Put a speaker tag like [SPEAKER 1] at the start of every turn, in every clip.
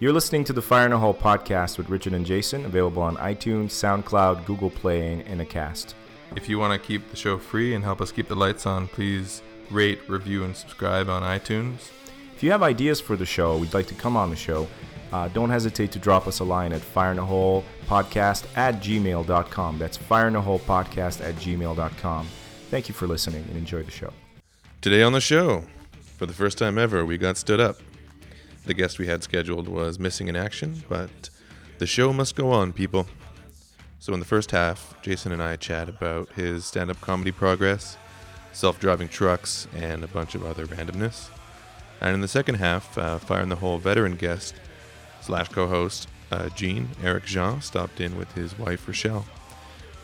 [SPEAKER 1] You're listening to the Fire in a Hole podcast with Richard and Jason, available on iTunes, SoundCloud, Google Play, and Acast.
[SPEAKER 2] If you want to keep the show free and help us keep the lights on, please rate, review, and subscribe on iTunes.
[SPEAKER 1] If you have ideas for the show, we'd like to come on the show, uh, don't hesitate to drop us a line at fireinaholepodcast at gmail.com. That's fireinaholepodcast at gmail.com. Thank you for listening and enjoy the show.
[SPEAKER 2] Today on the show, for the first time ever, we got stood up. The guest we had scheduled was missing in action, but the show must go on, people. So, in the first half, Jason and I chat about his stand up comedy progress, self driving trucks, and a bunch of other randomness. And in the second half, uh, Fire in the Hole veteran guest slash co host uh, Gene, Eric Jean, stopped in with his wife Rochelle.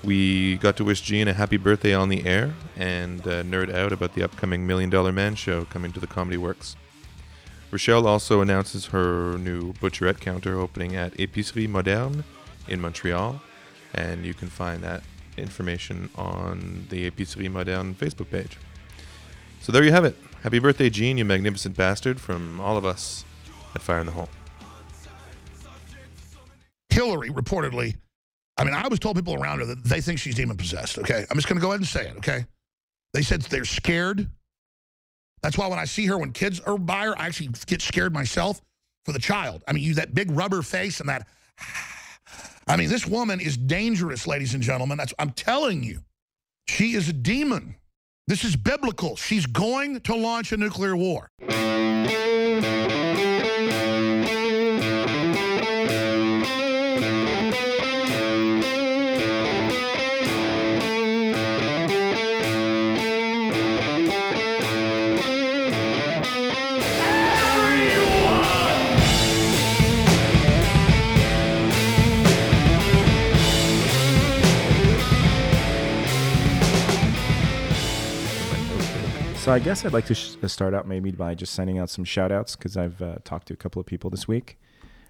[SPEAKER 2] We got to wish Gene a happy birthday on the air and uh, nerd out about the upcoming Million Dollar Man show coming to the Comedy Works. Rochelle also announces her new butcherette counter opening at Épicerie Moderne in Montreal, and you can find that information on the Épicerie Moderne Facebook page. So there you have it. Happy birthday, Gene, you magnificent bastard, from all of us at Fire in the Hole.
[SPEAKER 3] Hillary reportedly, I mean, I was told people around her that they think she's demon possessed, okay? I'm just going to go ahead and say it, okay? They said they're scared. That's why when I see her, when kids are by her, I actually get scared myself for the child. I mean, you that big rubber face and that. I mean, this woman is dangerous, ladies and gentlemen. That's I'm telling you. She is a demon. This is biblical. She's going to launch a nuclear war.
[SPEAKER 1] So, I guess I'd like to sh- start out maybe by just sending out some shout outs because I've uh, talked to a couple of people this week.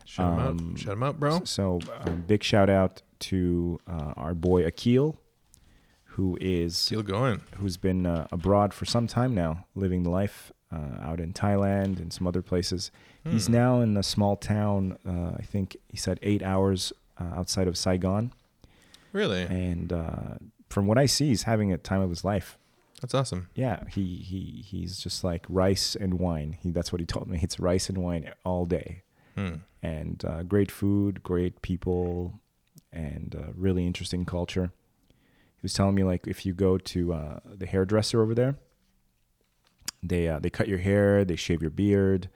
[SPEAKER 2] Shut him
[SPEAKER 1] Um,
[SPEAKER 2] out. Shut him out, bro.
[SPEAKER 1] So, um, big shout out to uh, our boy Akil, who is
[SPEAKER 2] Still going.
[SPEAKER 1] who's been uh, abroad for some time now, living the life uh, out in Thailand and some other places. He's now in a small town. Uh, I think he said eight hours uh, outside of Saigon,
[SPEAKER 2] Really?
[SPEAKER 1] and uh, from what I see, he's having a time of his life.
[SPEAKER 2] That's awesome.
[SPEAKER 1] Yeah, he he he's just like rice and wine. He that's what he told me. It's rice and wine all day, and uh, great food, great people, and uh, really interesting culture. He was telling me like if you go to uh, the hairdresser over there, they uh, they cut your hair, they shave your beard,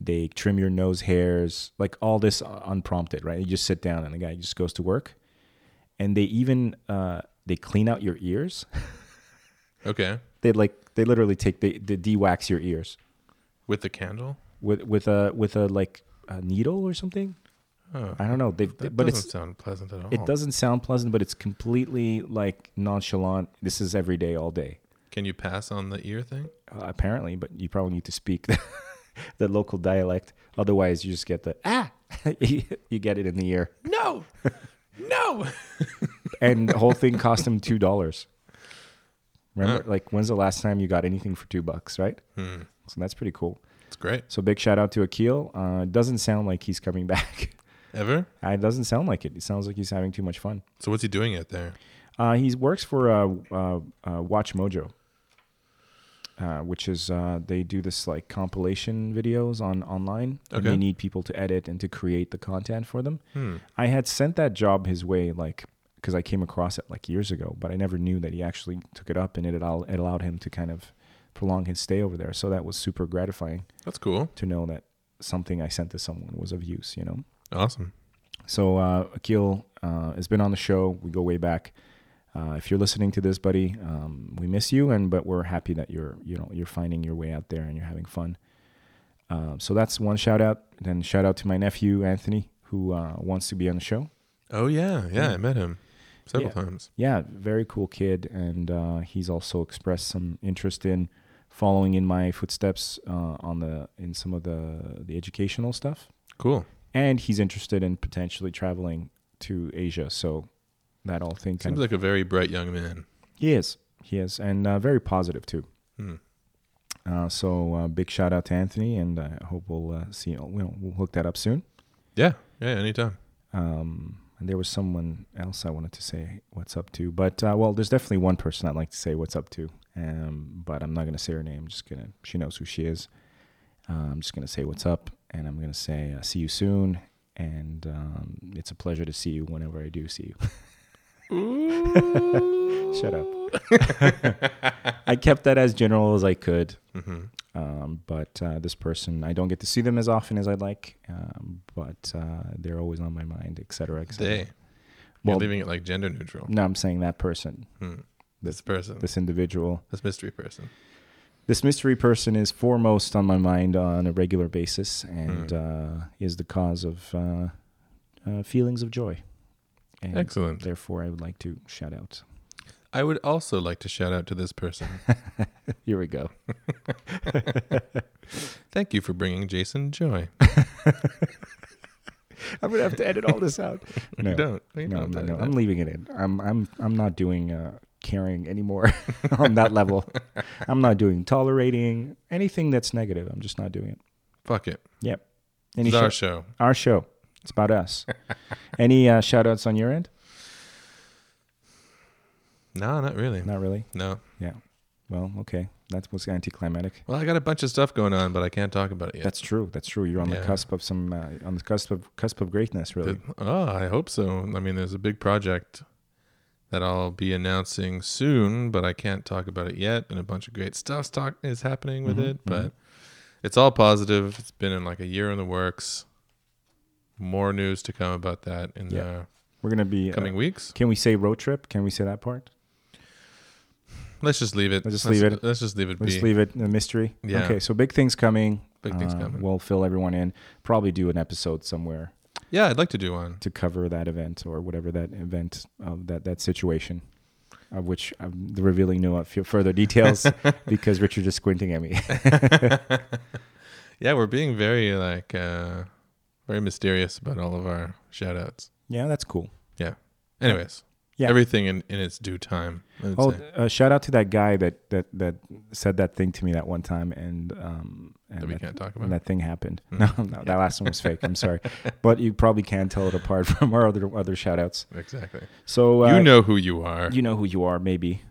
[SPEAKER 1] they trim your nose hairs, like all this uh, unprompted, right? You just sit down and the guy just goes to work, and they even uh, they clean out your ears
[SPEAKER 2] Okay.
[SPEAKER 1] they like they literally take they, they de-wax your ears
[SPEAKER 2] With the candle?
[SPEAKER 1] with with a with a like a needle or something.
[SPEAKER 2] Oh,
[SPEAKER 1] I don't know. They've
[SPEAKER 2] That
[SPEAKER 1] but
[SPEAKER 2] doesn't
[SPEAKER 1] it's
[SPEAKER 2] sound pleasant at all.
[SPEAKER 1] it doesn't sound pleasant, but it's completely like nonchalant. This is every day, all day,
[SPEAKER 2] Can you pass on the ear thing?
[SPEAKER 1] uh, apparently. But you probably need to speak the local dialect, otherwise you just get the ah, you get it in the ear,
[SPEAKER 2] No. no.
[SPEAKER 1] and the whole thing cost him two dollars. Remember, like when's the last time you got anything for two bucks, right?
[SPEAKER 2] Hmm.
[SPEAKER 1] So that's pretty cool.
[SPEAKER 2] It's great.
[SPEAKER 1] So big shout out to Akil. Uh, it doesn't sound like he's coming back. Uh,
[SPEAKER 2] Ever?
[SPEAKER 1] It doesn't sound like it. It sounds like he's having too much fun.
[SPEAKER 2] So what's he doing out there?
[SPEAKER 1] Uh, he works for uh, uh, uh, Watch Mojo, uh, which is uh, they do this like compilation videos on online, and
[SPEAKER 2] Okay.
[SPEAKER 1] they need people to edit and to create the content for them. I had sent that job his way, like because I came across it like years ago, but I never knew that he actually took it up, and it, al- it allowed him to kind of prolong his stay over there. So that was super gratifying
[SPEAKER 2] That's cool.
[SPEAKER 1] to know that something I sent to someone was of use, you know?
[SPEAKER 2] Awesome.
[SPEAKER 1] So uh, Akil uh, has been on the show. We go way back. Uh, if you're listening to this, buddy, um, we miss you, and but we're happy that you're you know you're finding your way out there and you're having fun. Uh, so that's one shout out. Then shout out to my nephew Anthony, who uh, wants to be on the show.
[SPEAKER 2] Oh yeah, yeah. I met him several
[SPEAKER 1] Yeah.
[SPEAKER 2] times.
[SPEAKER 1] Yeah, very cool kid, and uh, he's also expressed some interest in following in my footsteps uh, on the in some of the the educational stuff.
[SPEAKER 2] Cool.
[SPEAKER 1] and he's interested in potentially traveling to Asia. So that all thing kind
[SPEAKER 2] Seems
[SPEAKER 1] of
[SPEAKER 2] like Hmm. a very bright young man.
[SPEAKER 1] he is, he is, and uh, very positive too. Uh, so uh, big shout out to Anthony, and I hope we'll uh, see. We'll, we'll hook that up soon.
[SPEAKER 2] Yeah. Yeah. Anytime.
[SPEAKER 1] Um, and there was someone else I wanted to say what's up to, but uh, well, there's definitely one person I'd like to say what's up to, um, but I'm not gonna say her name. I'm just gonna she knows who she is. Uh, I'm just gonna say what's up, and I'm gonna say uh, see you soon, and um, it's a pleasure to see you whenever I do see you. Shut up. I kept that as general as I could, um, but uh, this person I don't get to see them as often as I'd like, um, but uh, they're always on my mind, etc. Et cetera.
[SPEAKER 2] They. You're
[SPEAKER 1] Well-
[SPEAKER 2] leaving it like gender neutral. Hmm.
[SPEAKER 1] No, I'm saying that person,
[SPEAKER 2] This person. This,
[SPEAKER 1] this individual,
[SPEAKER 2] mystery person.
[SPEAKER 1] this mystery person is foremost on my mind on a regular basis and
[SPEAKER 2] Hmm.
[SPEAKER 1] uh, is the cause of uh, uh, feelings of joy. And
[SPEAKER 2] Excellent.
[SPEAKER 1] Therefore, I would like to shout out.
[SPEAKER 2] I would also like to shout out to this person.
[SPEAKER 1] Here we go.
[SPEAKER 2] Thank you for bringing Jason joy.
[SPEAKER 1] I'm gonna have to edit all this out. No,
[SPEAKER 2] You don't. You
[SPEAKER 1] no,
[SPEAKER 2] don't
[SPEAKER 1] no,
[SPEAKER 2] do
[SPEAKER 1] no.
[SPEAKER 2] that.
[SPEAKER 1] I'm leaving it in. I'm I'm I'm not doing uh, caring anymore on that level. I'm not doing tolerating anything that's negative. I'm just not doing it.
[SPEAKER 2] Fuck it.
[SPEAKER 1] Yep. Any
[SPEAKER 2] It's our
[SPEAKER 1] sh-
[SPEAKER 2] show.
[SPEAKER 1] our show. It's about us. Any uh, shout outs on your end?
[SPEAKER 2] No, not really.
[SPEAKER 1] Not really.
[SPEAKER 2] No.
[SPEAKER 1] Yeah. Well, okay. That was anticlimactic.
[SPEAKER 2] Well, I got a bunch of stuff going on, but I can't talk about it yet.
[SPEAKER 1] That's true. That's true. You're on the
[SPEAKER 2] Yeah.
[SPEAKER 1] cusp of some uh, on the cusp of cusp of greatness, really.
[SPEAKER 2] oh, I hope so. I mean, there's a big project that I'll be announcing soon, but I can't talk about it yet. And a bunch of great stuff talk is happening with
[SPEAKER 1] Mm-hmm,
[SPEAKER 2] it, but it's all positive. It's been in like a year in the works. More news to come about that in
[SPEAKER 1] Yeah. We're gonna be
[SPEAKER 2] the coming
[SPEAKER 1] Uh,
[SPEAKER 2] weeks.
[SPEAKER 1] can we say road trip? Can we say that part?
[SPEAKER 2] Let's just leave it.
[SPEAKER 1] Let's just leave it.
[SPEAKER 2] Let's just leave it
[SPEAKER 1] Let's
[SPEAKER 2] be.
[SPEAKER 1] leave it Uh, a mystery.
[SPEAKER 2] Yeah.
[SPEAKER 1] Okay, so big things coming.
[SPEAKER 2] Big things coming.
[SPEAKER 1] We'll fill everyone in. Probably do an episode somewhere
[SPEAKER 2] Yeah, I'd like to do one.
[SPEAKER 1] to cover that event or whatever that event of that that situation. Of which I'm the revealing no few further details because Richard is squinting at me.
[SPEAKER 2] Yeah, we're being very like uh very mysterious about all of our shout outs.
[SPEAKER 1] yeah, that's cool.
[SPEAKER 2] Yeah. Anyways.
[SPEAKER 1] Yeah.
[SPEAKER 2] Everything in, in its due time. I would
[SPEAKER 1] Oh,
[SPEAKER 2] say.
[SPEAKER 1] uh, shout out to that guy that that that said that thing to me that one time, and um, and
[SPEAKER 2] That we can't talk
[SPEAKER 1] and
[SPEAKER 2] about. Hmm.
[SPEAKER 1] that thing happened. No, no, that last one was fake. I'm sorry, but you probably can tell it apart from our other other shout outs.
[SPEAKER 2] Exactly.
[SPEAKER 1] So uh,
[SPEAKER 2] you know who you are.
[SPEAKER 1] you know who you are, maybe.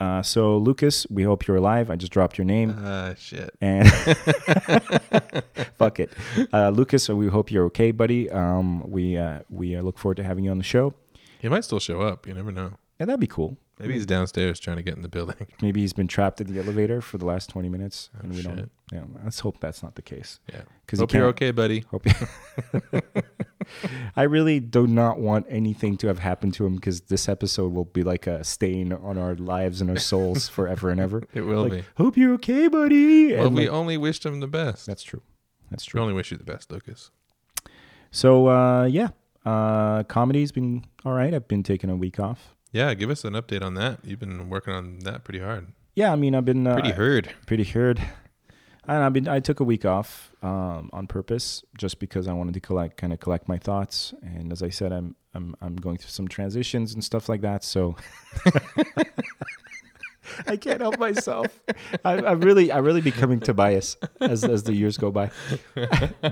[SPEAKER 1] Uh, so Lucas, we hope you're alive. I just dropped your name.
[SPEAKER 2] Ah, shit.
[SPEAKER 1] and fuck it, uh, Lucas. We hope you're okay, buddy. Um, we uh, we uh, look forward to having you on the show,
[SPEAKER 2] He might still show up. You never know.
[SPEAKER 1] and that'd be cool.
[SPEAKER 2] Maybe he's downstairs trying to get in the building.
[SPEAKER 1] Maybe he's been trapped in the elevator for the last 20 minutes, and we
[SPEAKER 2] Oh, shit.
[SPEAKER 1] don't. Yeah, let's hope that's not the case.
[SPEAKER 2] Yeah.
[SPEAKER 1] 'Cause he
[SPEAKER 2] Hope you're
[SPEAKER 1] can't-
[SPEAKER 2] okay, buddy.
[SPEAKER 1] Hope. I really do not want anything to have happened to him because this episode will be like a stain on our lives and our souls forever and ever.
[SPEAKER 2] It will
[SPEAKER 1] Like,
[SPEAKER 2] be.
[SPEAKER 1] Hope you're okay, buddy.
[SPEAKER 2] Well,
[SPEAKER 1] And,
[SPEAKER 2] we
[SPEAKER 1] like,
[SPEAKER 2] only wished him the best.
[SPEAKER 1] that's true. That's true.
[SPEAKER 2] We only wish you the best, Lucas.
[SPEAKER 1] So uh, yeah, uh, comedy's been all right. I've been taking a week off.
[SPEAKER 2] Yeah, give us an update on that. You've been working on that pretty hard.
[SPEAKER 1] Yeah, I mean I've been uh,
[SPEAKER 2] Pretty hard.
[SPEAKER 1] pretty hurt. And I've been I took a week off um, on purpose just because I wanted to collect kind of collect my thoughts. And as I said, I'm I'm I'm going through some transitions and stuff like that. So. I can't help myself. I, I'm really, I'm really becoming Tobias as as the years go by.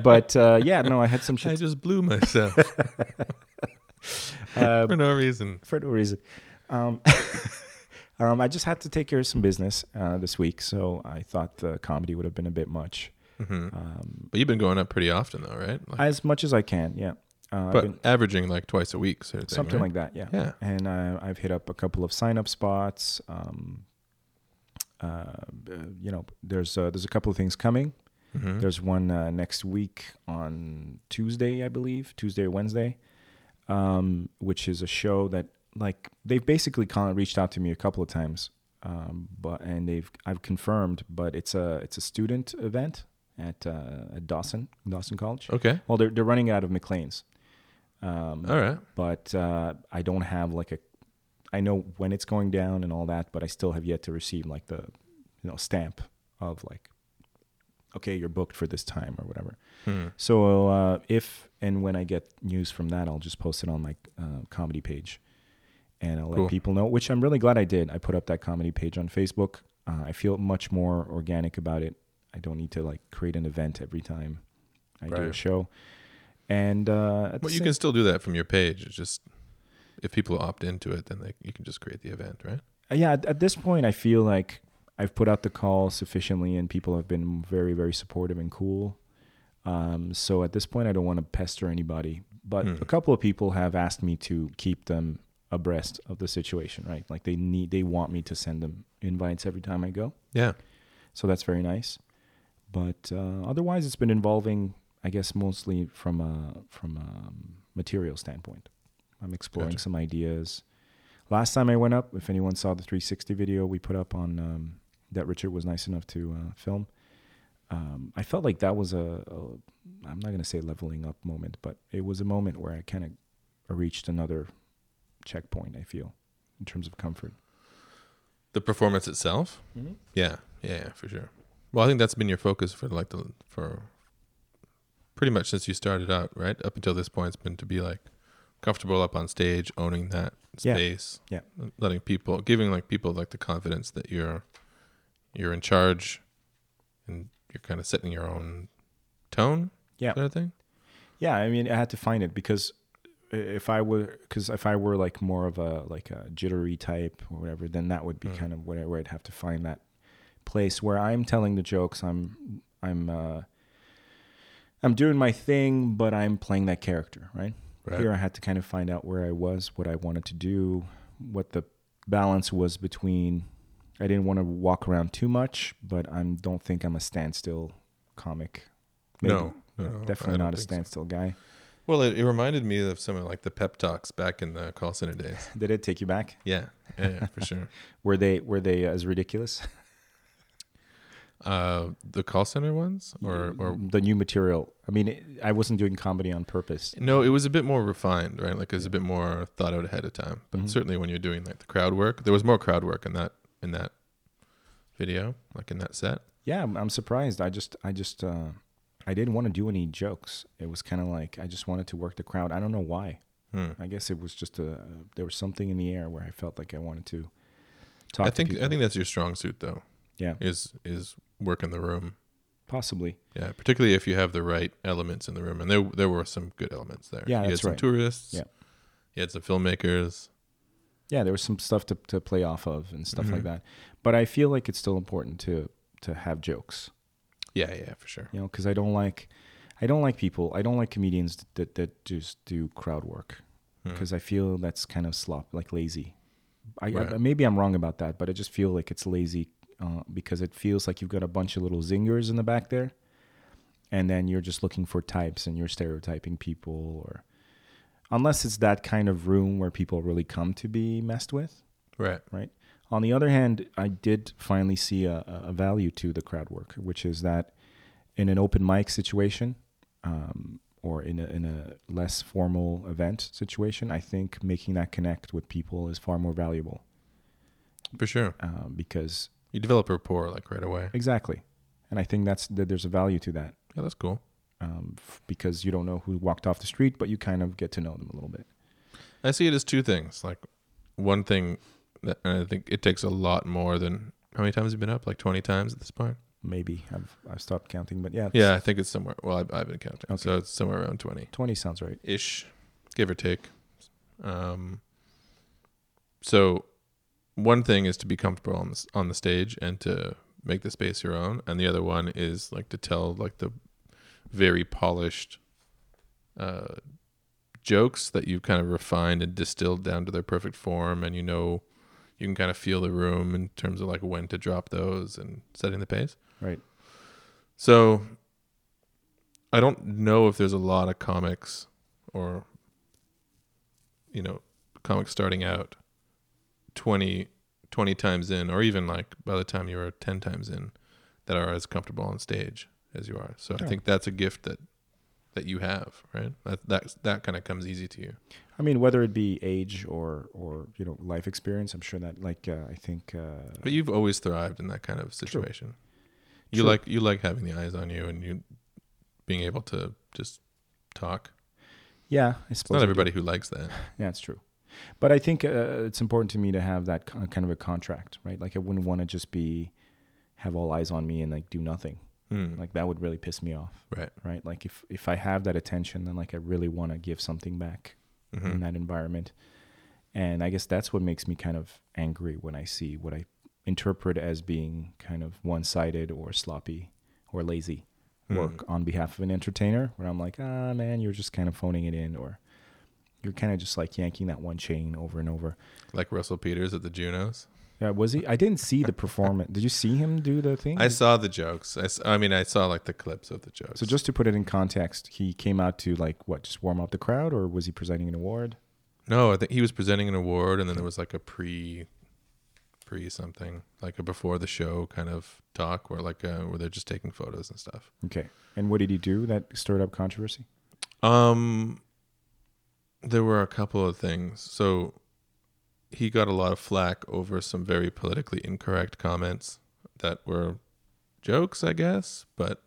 [SPEAKER 1] But uh, yeah, no, I had some
[SPEAKER 2] I
[SPEAKER 1] shit
[SPEAKER 2] just blew myself
[SPEAKER 1] uh,
[SPEAKER 2] for no reason.
[SPEAKER 1] for no reason. Um, um, I just had to take care of some business uh, this week, so I thought the comedy would have been a bit much. Um,
[SPEAKER 2] But you've been going up pretty often, though, right? Like,
[SPEAKER 1] as much as I can, yeah. Uh, I've
[SPEAKER 2] but
[SPEAKER 1] been-
[SPEAKER 2] averaging like twice a week, sort of thing,
[SPEAKER 1] something
[SPEAKER 2] right?
[SPEAKER 1] like that, yeah.
[SPEAKER 2] Yeah.
[SPEAKER 1] And uh, I've hit up a couple of sign-up spots. Um, uh, uh, you know, there's uh, there's a couple of things coming.
[SPEAKER 2] Mhm.
[SPEAKER 1] There's one uh, next week on Tuesday, I believe, Tuesday or Wednesday, um, which is a show that like they've basically kind of reached out to me a couple of times, um, but and they've I've confirmed, but it's a it's a student event at uh, at Dawson Dawson College.
[SPEAKER 2] Okay.
[SPEAKER 1] Well, they're they're running out of McLean's, um,
[SPEAKER 2] All right.
[SPEAKER 1] but uh, I don't have like a I know when it's going down and all that, but I still have yet to receive like the you know stamp of like okay you're booked for this time or whatever.
[SPEAKER 2] Hmm.
[SPEAKER 1] So uh, if and when I get news from that, I'll just post it on my uh, comedy page, and I'll
[SPEAKER 2] Cool.
[SPEAKER 1] let people know. Which I'm really glad I did. I put up that comedy page on Facebook. Uh, I feel much more organic about it. I don't need to like create an event every time I do a
[SPEAKER 2] Right.
[SPEAKER 1] show. And uh, at the
[SPEAKER 2] Well, you
[SPEAKER 1] same-
[SPEAKER 2] can still do that from your page. It's just if people opt into it, then they, you can just create the event, right?
[SPEAKER 1] Uh, yeah at, at this point i feel like i've put out the call sufficiently and people have been very very supportive and cool um, so at this point i don't want to pester anybody but a couple of people have asked me to keep them abreast of the situation right like they need they want me to send them invites every time i go
[SPEAKER 2] Yeah.
[SPEAKER 1] so that's very nice but uh, otherwise it's been involving i guess mostly from a from a um, material standpoint i'm exploring
[SPEAKER 2] Gotcha.
[SPEAKER 1] some ideas last time i went up if anyone saw the 360 video we put up on um, that richard was nice enough to uh, film um, i felt like that was a, a i'm not going to say leveling up moment but it was a moment where i kind of reached another checkpoint i feel in terms of comfort
[SPEAKER 2] The performance itself. Yeah. yeah, yeah, for sure. Well, I think that's been your focus for like the for pretty much since you started out, right? Up until this point, it's been to be like comfortable up on stage, owning that
[SPEAKER 1] Yeah.
[SPEAKER 2] space,
[SPEAKER 1] Yeah.
[SPEAKER 2] letting people, giving like people like the confidence that you're you're in charge, and you're kind of setting your own tone.
[SPEAKER 1] Yeah.
[SPEAKER 2] sort of thing.
[SPEAKER 1] Yeah, I mean, I had to find it because if I were because if I were like more of a like a jittery type or whatever, then that would be
[SPEAKER 2] Hmm.
[SPEAKER 1] kind of where, where I'd have to find that place where I'm telling the jokes. I'm I'm uh, I'm doing my thing, but I'm playing that character, right?
[SPEAKER 2] Right.
[SPEAKER 1] Here, I had to kind of find out where I was, what I wanted to do, what the balance was between. I didn't want to walk around too much, but I don't think I'm a standstill comic.
[SPEAKER 2] No, no, no, I
[SPEAKER 1] definitely
[SPEAKER 2] don't
[SPEAKER 1] not a
[SPEAKER 2] think so.
[SPEAKER 1] standstill guy.
[SPEAKER 2] Well, it, it reminded me of some of like the pep talks back in the call center days.
[SPEAKER 1] Did it take you back?
[SPEAKER 2] Yeah, yeah, yeah for sure.
[SPEAKER 1] Were they were they as ridiculous?
[SPEAKER 2] Uh, the call center ones, or or
[SPEAKER 1] the new material. I mean, it, I wasn't doing comedy on purpose.
[SPEAKER 2] no, it was a bit more refined, right? Like it was a bit more thought out ahead of time. But certainly when you're doing like the crowd work, there was more crowd work in that in that video, like in that set.
[SPEAKER 1] Yeah, I'm, I'm surprised. I just I just uh, I didn't want to do any jokes. It was kind of like I just wanted to work the crowd. I don't know why.
[SPEAKER 2] Hmm.
[SPEAKER 1] I guess it was just a there was something in the air where I felt like I wanted to talk.
[SPEAKER 2] I
[SPEAKER 1] to
[SPEAKER 2] think I
[SPEAKER 1] people.
[SPEAKER 2] think that's your strong suit though.
[SPEAKER 1] yeah,
[SPEAKER 2] Is is work in the room.
[SPEAKER 1] possibly.
[SPEAKER 2] Yeah, particularly if you have the right elements in the room, and there there were some good elements there.
[SPEAKER 1] Yeah,
[SPEAKER 2] you had
[SPEAKER 1] that's
[SPEAKER 2] some
[SPEAKER 1] right.
[SPEAKER 2] tourists.
[SPEAKER 1] Yeah.
[SPEAKER 2] you had some filmmakers.
[SPEAKER 1] yeah, there was some stuff to, to play off of and stuff
[SPEAKER 2] Mm-hmm.
[SPEAKER 1] like that. But I feel like it's still important to to have jokes.
[SPEAKER 2] Yeah, yeah, for sure.
[SPEAKER 1] you know because i don't like i don't like people i don't like comedians that that just do crowd work
[SPEAKER 2] Hmm.
[SPEAKER 1] because i feel that's kind of slop like lazy I, I
[SPEAKER 2] Right.
[SPEAKER 1] maybe i'm wrong about that but i just feel like it's lazy uh, because it feels like you've got a bunch of little zingers in the back there and then you're just looking for types and you're stereotyping people or unless it's that kind of room where people really come to be messed with
[SPEAKER 2] Right.
[SPEAKER 1] right? On the other hand, I did finally see a, a value to the crowd work, which is that in an open mic situation um, or in a, in a less formal event situation, I think making that connect with people is far more valuable
[SPEAKER 2] For sure.
[SPEAKER 1] um, because
[SPEAKER 2] You develop rapport like right away.
[SPEAKER 1] exactly, and I think that's that there's a value to that
[SPEAKER 2] Yeah, that's cool.
[SPEAKER 1] um, f- because you don't know who walked off the street, but you kind of get to know them a little bit.
[SPEAKER 2] I see it as two things. Like one thing that and I think it takes a lot more than how many times have you been up? Like twenty times at this point.
[SPEAKER 1] Maybe I've I've stopped counting, but yeah,
[SPEAKER 2] Yeah, I think it's somewhere. Well, I've, I've been counting, so it's somewhere around twenty
[SPEAKER 1] twenty sounds right.
[SPEAKER 2] ish, give or take. Um, so one thing is to be comfortable on the, s- on the stage and to make the space your own, and the other one is like to tell like the very polished uh, jokes that you've kind of refined and distilled down to their perfect form, and you know you can kind of feel the room in terms of like when to drop those and setting the pace.
[SPEAKER 1] Right.
[SPEAKER 2] So I don't know if there's a lot of comics or you know, comics starting out 20 20 times in or even like by the time you are 10 times in that are as comfortable on stage as you are. So I
[SPEAKER 1] Yeah.
[SPEAKER 2] think that's a gift that that you have, right? That that that kind of comes easy to you.
[SPEAKER 1] I mean, whether it be age or or you know life experience, I'm sure that like uh, I think uh,
[SPEAKER 2] But you've always thrived in that kind of situation. You
[SPEAKER 1] True.
[SPEAKER 2] like you like having the eyes on you and you being able to just talk.
[SPEAKER 1] yeah, I
[SPEAKER 2] It's not
[SPEAKER 1] suppose I do.
[SPEAKER 2] everybody who likes that.
[SPEAKER 1] Yeah, it's true. But I think uh, it's important to me to have that con- kind of a contract, right? Like I wouldn't want to just be have all eyes on me and like do nothing.
[SPEAKER 2] Hmm.
[SPEAKER 1] Like that would really piss me off,
[SPEAKER 2] Right.
[SPEAKER 1] right? Like if if I have that attention, then like I really want to give something back
[SPEAKER 2] mm-hmm.
[SPEAKER 1] in that environment. And I guess that's what makes me kind of angry when I see what I interpret as being kind of one-sided or sloppy or lazy work on behalf of an entertainer where I'm like, "Ah, man, you're just kind of phoning it in or you're kind of just like yanking that one chain over and over."
[SPEAKER 2] Like Russell Peters at the Junos.
[SPEAKER 1] Yeah, was he? I didn't see the performance. Did you see him do the thing?
[SPEAKER 2] I saw the jokes. I, s- I mean, I saw like the clips of the jokes.
[SPEAKER 1] so just to put it in context, he came out to like what, just warm up the crowd, or was he presenting an award?
[SPEAKER 2] no, I think he was presenting an award, and then there was like a pre, pre something like a before the show kind of talk, where like uh, where they're just taking photos and stuff.
[SPEAKER 1] Okay, and what did he do that stirred up controversy?
[SPEAKER 2] Um, there were a couple of things. So he got a lot of flack over some very politically incorrect comments that were jokes, I guess. But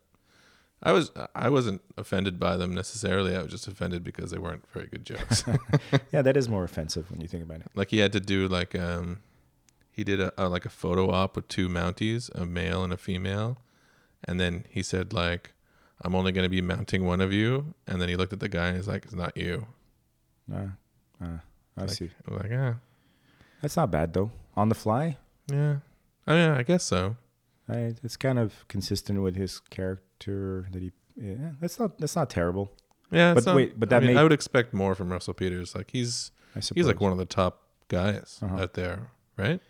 [SPEAKER 2] I was I wasn't offended by them necessarily. I was just offended because they weren't very good jokes.
[SPEAKER 1] Yeah, that is more offensive when you think about it.
[SPEAKER 2] like he had to do like um, he did a, a like a photo op with two Mounties, a male and a female, and then he said like. I'm only going to be mounting one of you. And then he looked at the guy and he's like, it's not you.
[SPEAKER 1] Uh, uh, I
[SPEAKER 2] Like-
[SPEAKER 1] see.
[SPEAKER 2] Like, ah, yeah,
[SPEAKER 1] That's not bad though. On the fly,
[SPEAKER 2] yeah. I mean, I guess so.
[SPEAKER 1] I, it's kind of consistent with his character that he. Yeah, that's not that's not terrible.
[SPEAKER 2] Yeah,
[SPEAKER 1] But
[SPEAKER 2] it's not-
[SPEAKER 1] wait, but
[SPEAKER 2] I
[SPEAKER 1] that
[SPEAKER 2] mean,
[SPEAKER 1] may-
[SPEAKER 2] I would expect more from Russell Peters. Like he's
[SPEAKER 1] I suppose.
[SPEAKER 2] he's like one of the top guys
[SPEAKER 1] Uh-huh.
[SPEAKER 2] out there, right?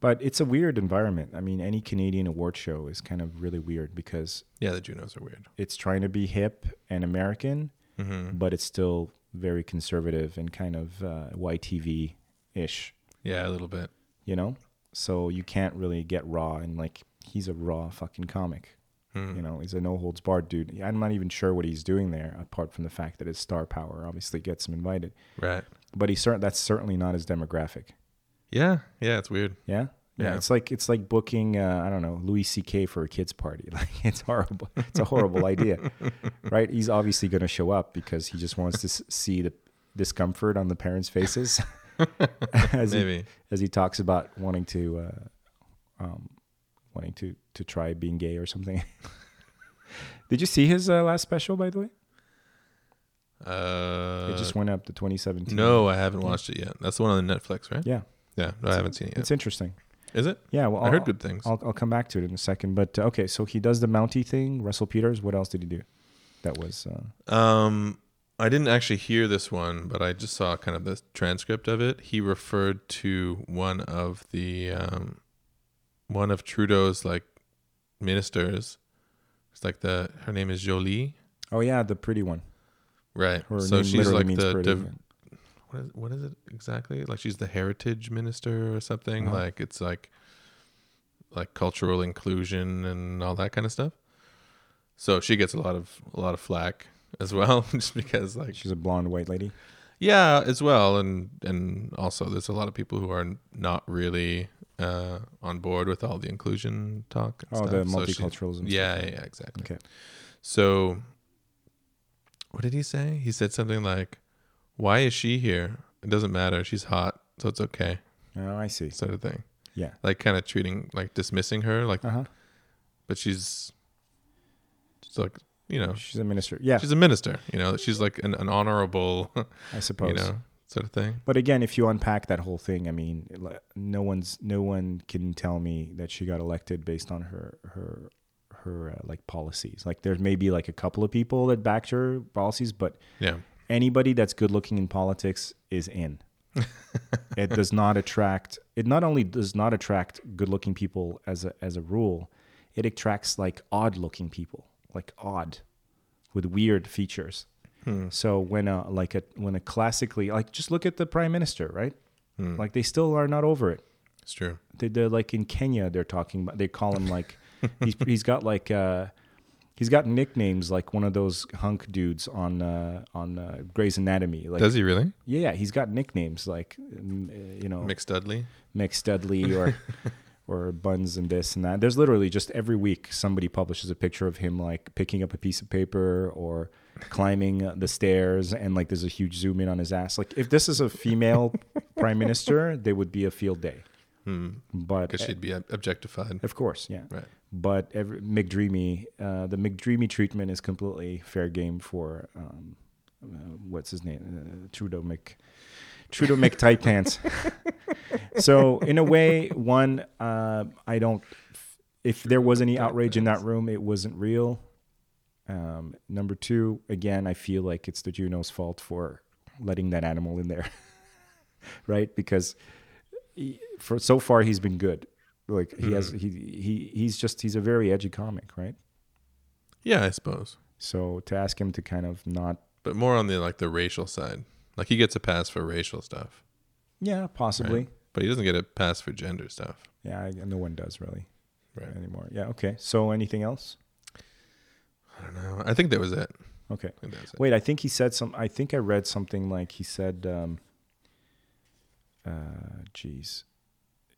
[SPEAKER 1] but it's a weird environment. I mean, any Canadian award show is kind of really weird because
[SPEAKER 2] Yeah, the Junos are weird.
[SPEAKER 1] it's trying to be hip and American,
[SPEAKER 2] Mm-hmm.
[SPEAKER 1] but it's still very conservative and kind of uh, YTV ish,
[SPEAKER 2] Yeah, a little bit.
[SPEAKER 1] you know? So you can't really get raw and like he's a raw fucking comic. You know, he's a no holds barred dude. I'm not even sure what he's doing there, apart from the fact that his star power obviously gets him invited.
[SPEAKER 2] Right.
[SPEAKER 1] But he's certain that's certainly not his demographic.
[SPEAKER 2] Yeah, yeah, it's weird.
[SPEAKER 1] Yeah? yeah,
[SPEAKER 2] Yeah.
[SPEAKER 1] It's like it's like booking uh, I don't know Louis C.K. for a kids party. Like it's horrible. It's a horrible idea, right? He's obviously going to show up because he just wants to s- see the discomfort on the parents' faces as he
[SPEAKER 2] Maybe.
[SPEAKER 1] as he talks about wanting to uh, um, wanting to to try being gay or something. Did you see his uh, last special? By the way,
[SPEAKER 2] Uh,
[SPEAKER 1] it just went up to 2017.
[SPEAKER 2] no, I haven't watched it yet. That's the one on Netflix, right?
[SPEAKER 1] Yeah,
[SPEAKER 2] Yeah, no, I haven't seen it yet.
[SPEAKER 1] it's interesting.
[SPEAKER 2] Is it?
[SPEAKER 1] Yeah, well,
[SPEAKER 2] I
[SPEAKER 1] I'll-
[SPEAKER 2] heard good things.
[SPEAKER 1] I'll, I'll come back to it in a second. But uh, okay, so he does the Mountie thing. Russell Peters. What else did he do? That was uh,
[SPEAKER 2] Um, I didn't actually hear this one, but I just saw kind of the transcript of it. He referred to one of the um, one of Trudeau's like ministers. It's like the her name is Jolie,
[SPEAKER 1] oh yeah, the pretty one.
[SPEAKER 2] right?
[SPEAKER 1] Her
[SPEAKER 2] so
[SPEAKER 1] name
[SPEAKER 2] she's
[SPEAKER 1] literally
[SPEAKER 2] like
[SPEAKER 1] means
[SPEAKER 2] the
[SPEAKER 1] pretty.
[SPEAKER 2] div- what is what is it exactly? Like she's the heritage minister or something.
[SPEAKER 1] Uh-huh.
[SPEAKER 2] Like it's like like cultural inclusion and all that kind of stuff. So she gets a lot of a lot of flack as well, just because like
[SPEAKER 1] She's a blonde white lady.
[SPEAKER 2] Yeah, as well, and and also there's a lot of people who are not really uh, on board with all the inclusion talk. And
[SPEAKER 1] Oh,
[SPEAKER 2] stuff.
[SPEAKER 1] the
[SPEAKER 2] So she-
[SPEAKER 1] multiculturalism.
[SPEAKER 2] yeah,
[SPEAKER 1] stuff.
[SPEAKER 2] yeah, yeah, exactly.
[SPEAKER 1] Okay.
[SPEAKER 2] So, what did he say? He said something like, "Why is she here? It doesn't matter. She's hot, so it's okay."
[SPEAKER 1] Oh, I see.
[SPEAKER 2] Sort of thing.
[SPEAKER 1] Yeah.
[SPEAKER 2] Like kind of treating, like dismissing her, like,
[SPEAKER 1] Uh huh.
[SPEAKER 2] but she's, she's like, you know,
[SPEAKER 1] She's a minister. Yeah,
[SPEAKER 2] she's a minister. You know, she's like an, an honorable,
[SPEAKER 1] I suppose.
[SPEAKER 2] you know, sort of thing.
[SPEAKER 1] But again, if you unpack that whole thing, I mean, l- no one's no one can tell me that she got elected based on her her her uh, like policies. Like there may be like a couple of people that backed her policies, but
[SPEAKER 2] Yeah.
[SPEAKER 1] anybody that's good looking in politics is in. it does not attract. It not only does not attract good looking people as a as a rule, it attracts like odd looking people, like odd, with weird features. So when a like a when a classically like just look at the prime minister, right? Like they still are not over it
[SPEAKER 2] It's true.
[SPEAKER 1] they, they're like in Kenya. They're talking about. They call him like he's he's got like uh, he's got nicknames like one of those hunk dudes on uh, on uh, Grey's Anatomy. Like
[SPEAKER 2] Does he really?
[SPEAKER 1] yeah, yeah, he's got nicknames like mm, uh, you know
[SPEAKER 2] Mick Dudley.
[SPEAKER 1] Mick Studley or or Buns and this and that. There's literally just every week somebody publishes a picture of him like picking up a piece of paper or climbing uh, the stairs and like there's a huge zoom in on his ass. Like if this is a female prime minister, they would be a field day. But
[SPEAKER 2] Hmm.
[SPEAKER 1] Eh.
[SPEAKER 2] Because she'd be ob- objectified.
[SPEAKER 1] of course, yeah.
[SPEAKER 2] Right.
[SPEAKER 1] But every, McDreamy, uh, the McDreamy treatment is completely fair game for um, uh, what's his name, uh, Trudeau Mc. Trudeau make tight pants. so in a way, one, uh, I don't. If there was any outrage in that room, it wasn't real. Um, number two, again, I feel like it's the Juno's fault for letting that animal in there, right? Because he, for so far he's been good. Like he has, he, he he's just he's a very edgy comic, right?
[SPEAKER 2] Yeah, I suppose.
[SPEAKER 1] So to ask him to kind of not,
[SPEAKER 2] But more on the like the racial side. Like he gets a pass for racial stuff,
[SPEAKER 1] yeah, possibly,
[SPEAKER 2] but he doesn't get a pass for gender stuff.
[SPEAKER 1] yeah, I, no one does really
[SPEAKER 2] Right.
[SPEAKER 1] anymore. Yeah, okay. So anything else?
[SPEAKER 2] I don't know. I think that was it.
[SPEAKER 1] Okay.
[SPEAKER 2] I think that was it.
[SPEAKER 1] Wait, I think he said some. I think I read something like he said, um, uh, "Geez,"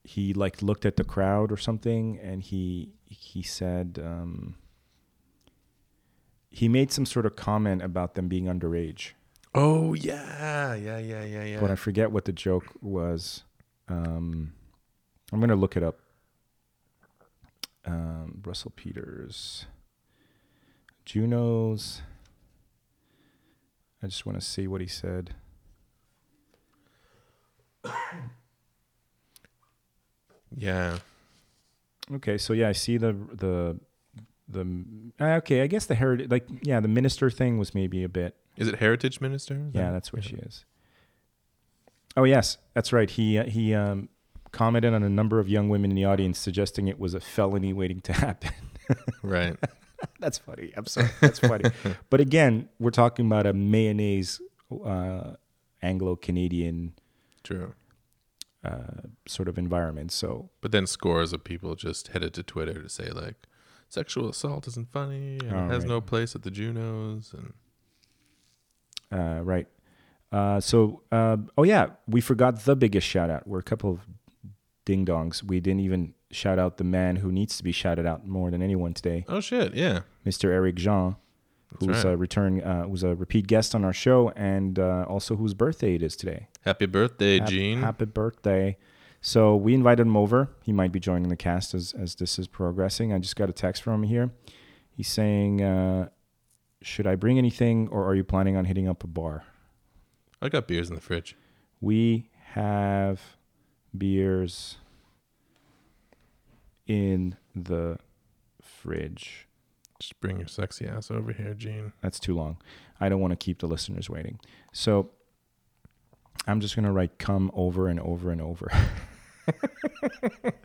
[SPEAKER 1] he like looked at the crowd or something, and he he said um, he made some sort of comment about them being underage,
[SPEAKER 2] Oh yeah, yeah, yeah, yeah, yeah.
[SPEAKER 1] but I forget what the joke was. Um, I'm gonna look it up. Um, Russell Peters, Junos. I just want to see what he said.
[SPEAKER 2] yeah.
[SPEAKER 1] Okay, so yeah, I see the the the uh, okay. I guess the heritage, like yeah, the minister thing was maybe a bit.
[SPEAKER 2] Is it heritage minister? Is
[SPEAKER 1] Yeah,
[SPEAKER 2] that-
[SPEAKER 1] that's where she is. Oh yes, that's right. He uh, he um, commented on a number of young women in the audience, suggesting it was a felony waiting to happen.
[SPEAKER 2] right.
[SPEAKER 1] that's funny. I'm sorry, that's funny. but again, we're talking about a mayonnaise uh, Anglo Canadian
[SPEAKER 2] True.
[SPEAKER 1] sort of environment. So
[SPEAKER 2] But then scores of people just headed to Twitter to say like, sexual assault isn't funny and
[SPEAKER 1] Oh,
[SPEAKER 2] it has
[SPEAKER 1] right.
[SPEAKER 2] no place at the Junos and
[SPEAKER 1] Uh, right. Uh, so, uh, oh yeah, we forgot the biggest shout out. We're a couple of ding dongs. We didn't even shout out the man who needs to be shouted out more than anyone today,
[SPEAKER 2] oh shit, yeah.
[SPEAKER 1] Mr. Eric Jean, who's
[SPEAKER 2] right.
[SPEAKER 1] a return, uh, who's a repeat guest on our show, and uh, also whose birthday it is today.
[SPEAKER 2] Happy birthday,
[SPEAKER 1] Hap-
[SPEAKER 2] Gene.
[SPEAKER 1] Happy birthday. So we invited him over. He might be joining the cast as, as this is progressing. I just got a text from him here. He's saying, uh, should I bring anything or are you planning on hitting up a bar?
[SPEAKER 2] I got beers in the fridge.
[SPEAKER 1] we have beers in the fridge.
[SPEAKER 2] Just bring your sexy ass over here, Gene.
[SPEAKER 1] That's too long. I don't want to keep the listeners waiting. So I'm just going to write come over and over and over.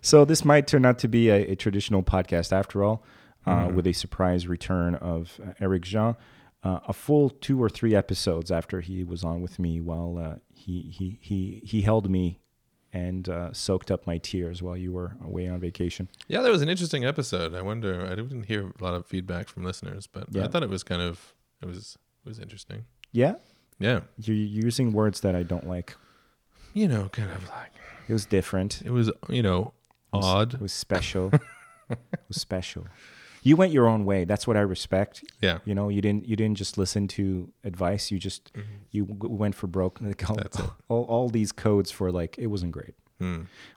[SPEAKER 1] so this might turn out to be a, a traditional podcast after all, uh, with a surprise return of uh, Eric Jean. Uh, a full two or three episodes after he was on with me, while uh, he he he he held me and uh, soaked up my tears while you were away on vacation.
[SPEAKER 2] Yeah, that was an interesting episode. I wonder. I didn't hear a lot of feedback from listeners, but I
[SPEAKER 1] Yeah.
[SPEAKER 2] thought it was kind of it was it was interesting.
[SPEAKER 1] Yeah,
[SPEAKER 2] Yeah,
[SPEAKER 1] you're using words that I don't like.
[SPEAKER 2] you know, kind of like
[SPEAKER 1] It was different.
[SPEAKER 2] it was you know
[SPEAKER 1] It
[SPEAKER 2] odd.
[SPEAKER 1] was special. it was special. You went your own way. That's what I respect.
[SPEAKER 2] Yeah,
[SPEAKER 1] You know, you didn't you didn't just listen to advice. You just you w- went for broke. Like all, all, all these codes for like it wasn't great.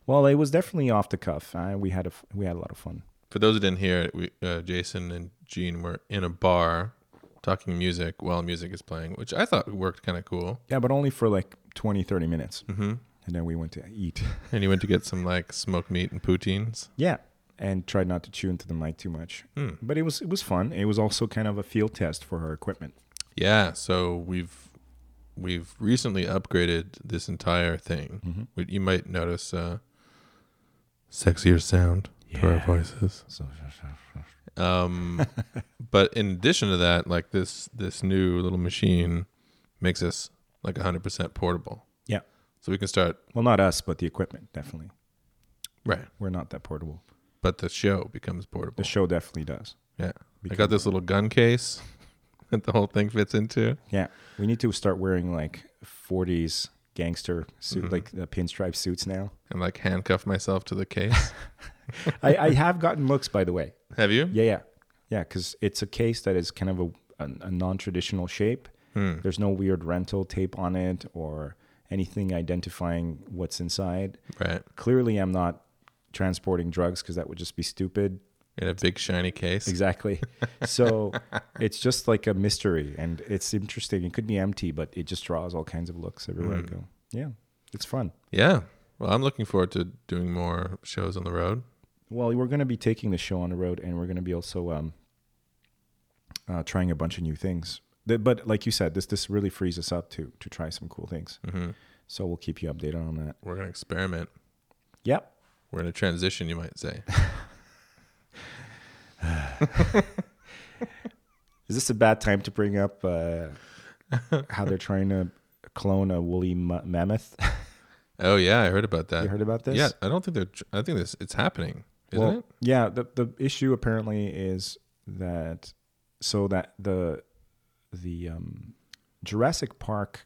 [SPEAKER 1] Well, it was definitely off the cuff. Uh, we had a f- we had a lot of fun.
[SPEAKER 2] for those who didn't hear it, we, uh, Jason and Gene were in a bar talking music while music is playing, which I thought worked kind of cool.
[SPEAKER 1] Yeah, but only for like 20, 30 minutes. Mm-hmm. And then we went to eat.
[SPEAKER 2] And you went to get some like smoked meat and poutines.
[SPEAKER 1] Yeah, and tried not to chew into the mic too much. But it was it was fun. It was also kind of a field test for her equipment.
[SPEAKER 2] Yeah, so we've we've recently upgraded this entire thing. We, you might notice uh, sexier sound to our voices.
[SPEAKER 1] So
[SPEAKER 2] Um, but in addition to that, like this this new little machine makes us like 100% portable,
[SPEAKER 1] yeah,
[SPEAKER 2] so we can start
[SPEAKER 1] well, not us, but the equipment definitely.
[SPEAKER 2] right.
[SPEAKER 1] We're not that portable.
[SPEAKER 2] But the show becomes portable.
[SPEAKER 1] The show definitely does.
[SPEAKER 2] yeah, I got this little gun case that the whole thing fits into.
[SPEAKER 1] Yeah, we need to start wearing like '40s gangster suit, like the pinstripe suits now.
[SPEAKER 2] and like handcuff myself to the case.
[SPEAKER 1] I, I have gotten looks, by the way.
[SPEAKER 2] Have you?
[SPEAKER 1] Yeah, yeah, yeah, because it's a case that is kind of a, a, a non-traditional shape. There's no weird rental tape on it or anything identifying what's inside.
[SPEAKER 2] Right.
[SPEAKER 1] Clearly, I'm not transporting drugs because that would just be stupid.
[SPEAKER 2] in a big shiny case.
[SPEAKER 1] Exactly. so it's just like a mystery and it's interesting. It could be empty, but it just draws all kinds of looks everywhere I go. Yeah, it's fun.
[SPEAKER 2] Yeah. Well, I'm looking forward to doing more shows on the road.
[SPEAKER 1] Well, we're going to be taking the show on the road and we're going to be also um, uh, trying a bunch of new things. Th- But like you said, this this really frees us up to to try some cool things. So we'll keep you updated on that.
[SPEAKER 2] We're gonna experiment.
[SPEAKER 1] Yep.
[SPEAKER 2] We're in a transition, you might say.
[SPEAKER 1] Is this a bad time to bring up uh, how they're trying to clone a woolly m- mammoth?
[SPEAKER 2] Oh yeah, I heard about that.
[SPEAKER 1] You heard about this?
[SPEAKER 2] Yeah, I don't think they're. tr- I think this it's happening, isn't
[SPEAKER 1] well,
[SPEAKER 2] it?
[SPEAKER 1] yeah. The the issue apparently is that so that the the um, Jurassic Park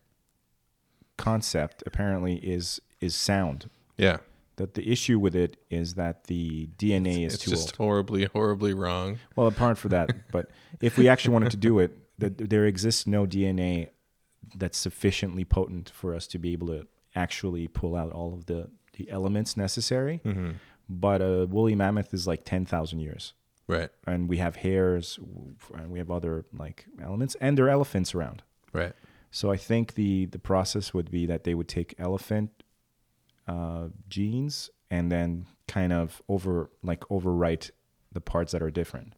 [SPEAKER 1] concept apparently is is sound.
[SPEAKER 2] Yeah,
[SPEAKER 1] That the issue with it is that the DNA is
[SPEAKER 2] it's
[SPEAKER 1] too
[SPEAKER 2] just
[SPEAKER 1] old.
[SPEAKER 2] horribly, horribly wrong.
[SPEAKER 1] Well, apart from that, but if we actually wanted to do it, that there exists no DNA that's sufficiently potent for us to be able to actually pull out all of the, the elements necessary.
[SPEAKER 2] Mm-hmm.
[SPEAKER 1] But a woolly mammoth is like 10,000 years.
[SPEAKER 2] Right,
[SPEAKER 1] And we have hairs w- and we have other like elements, and there are elephants around.
[SPEAKER 2] right.
[SPEAKER 1] So I think the, the process would be that they would take elephant uh, genes and then kind of over like overwrite the parts that are different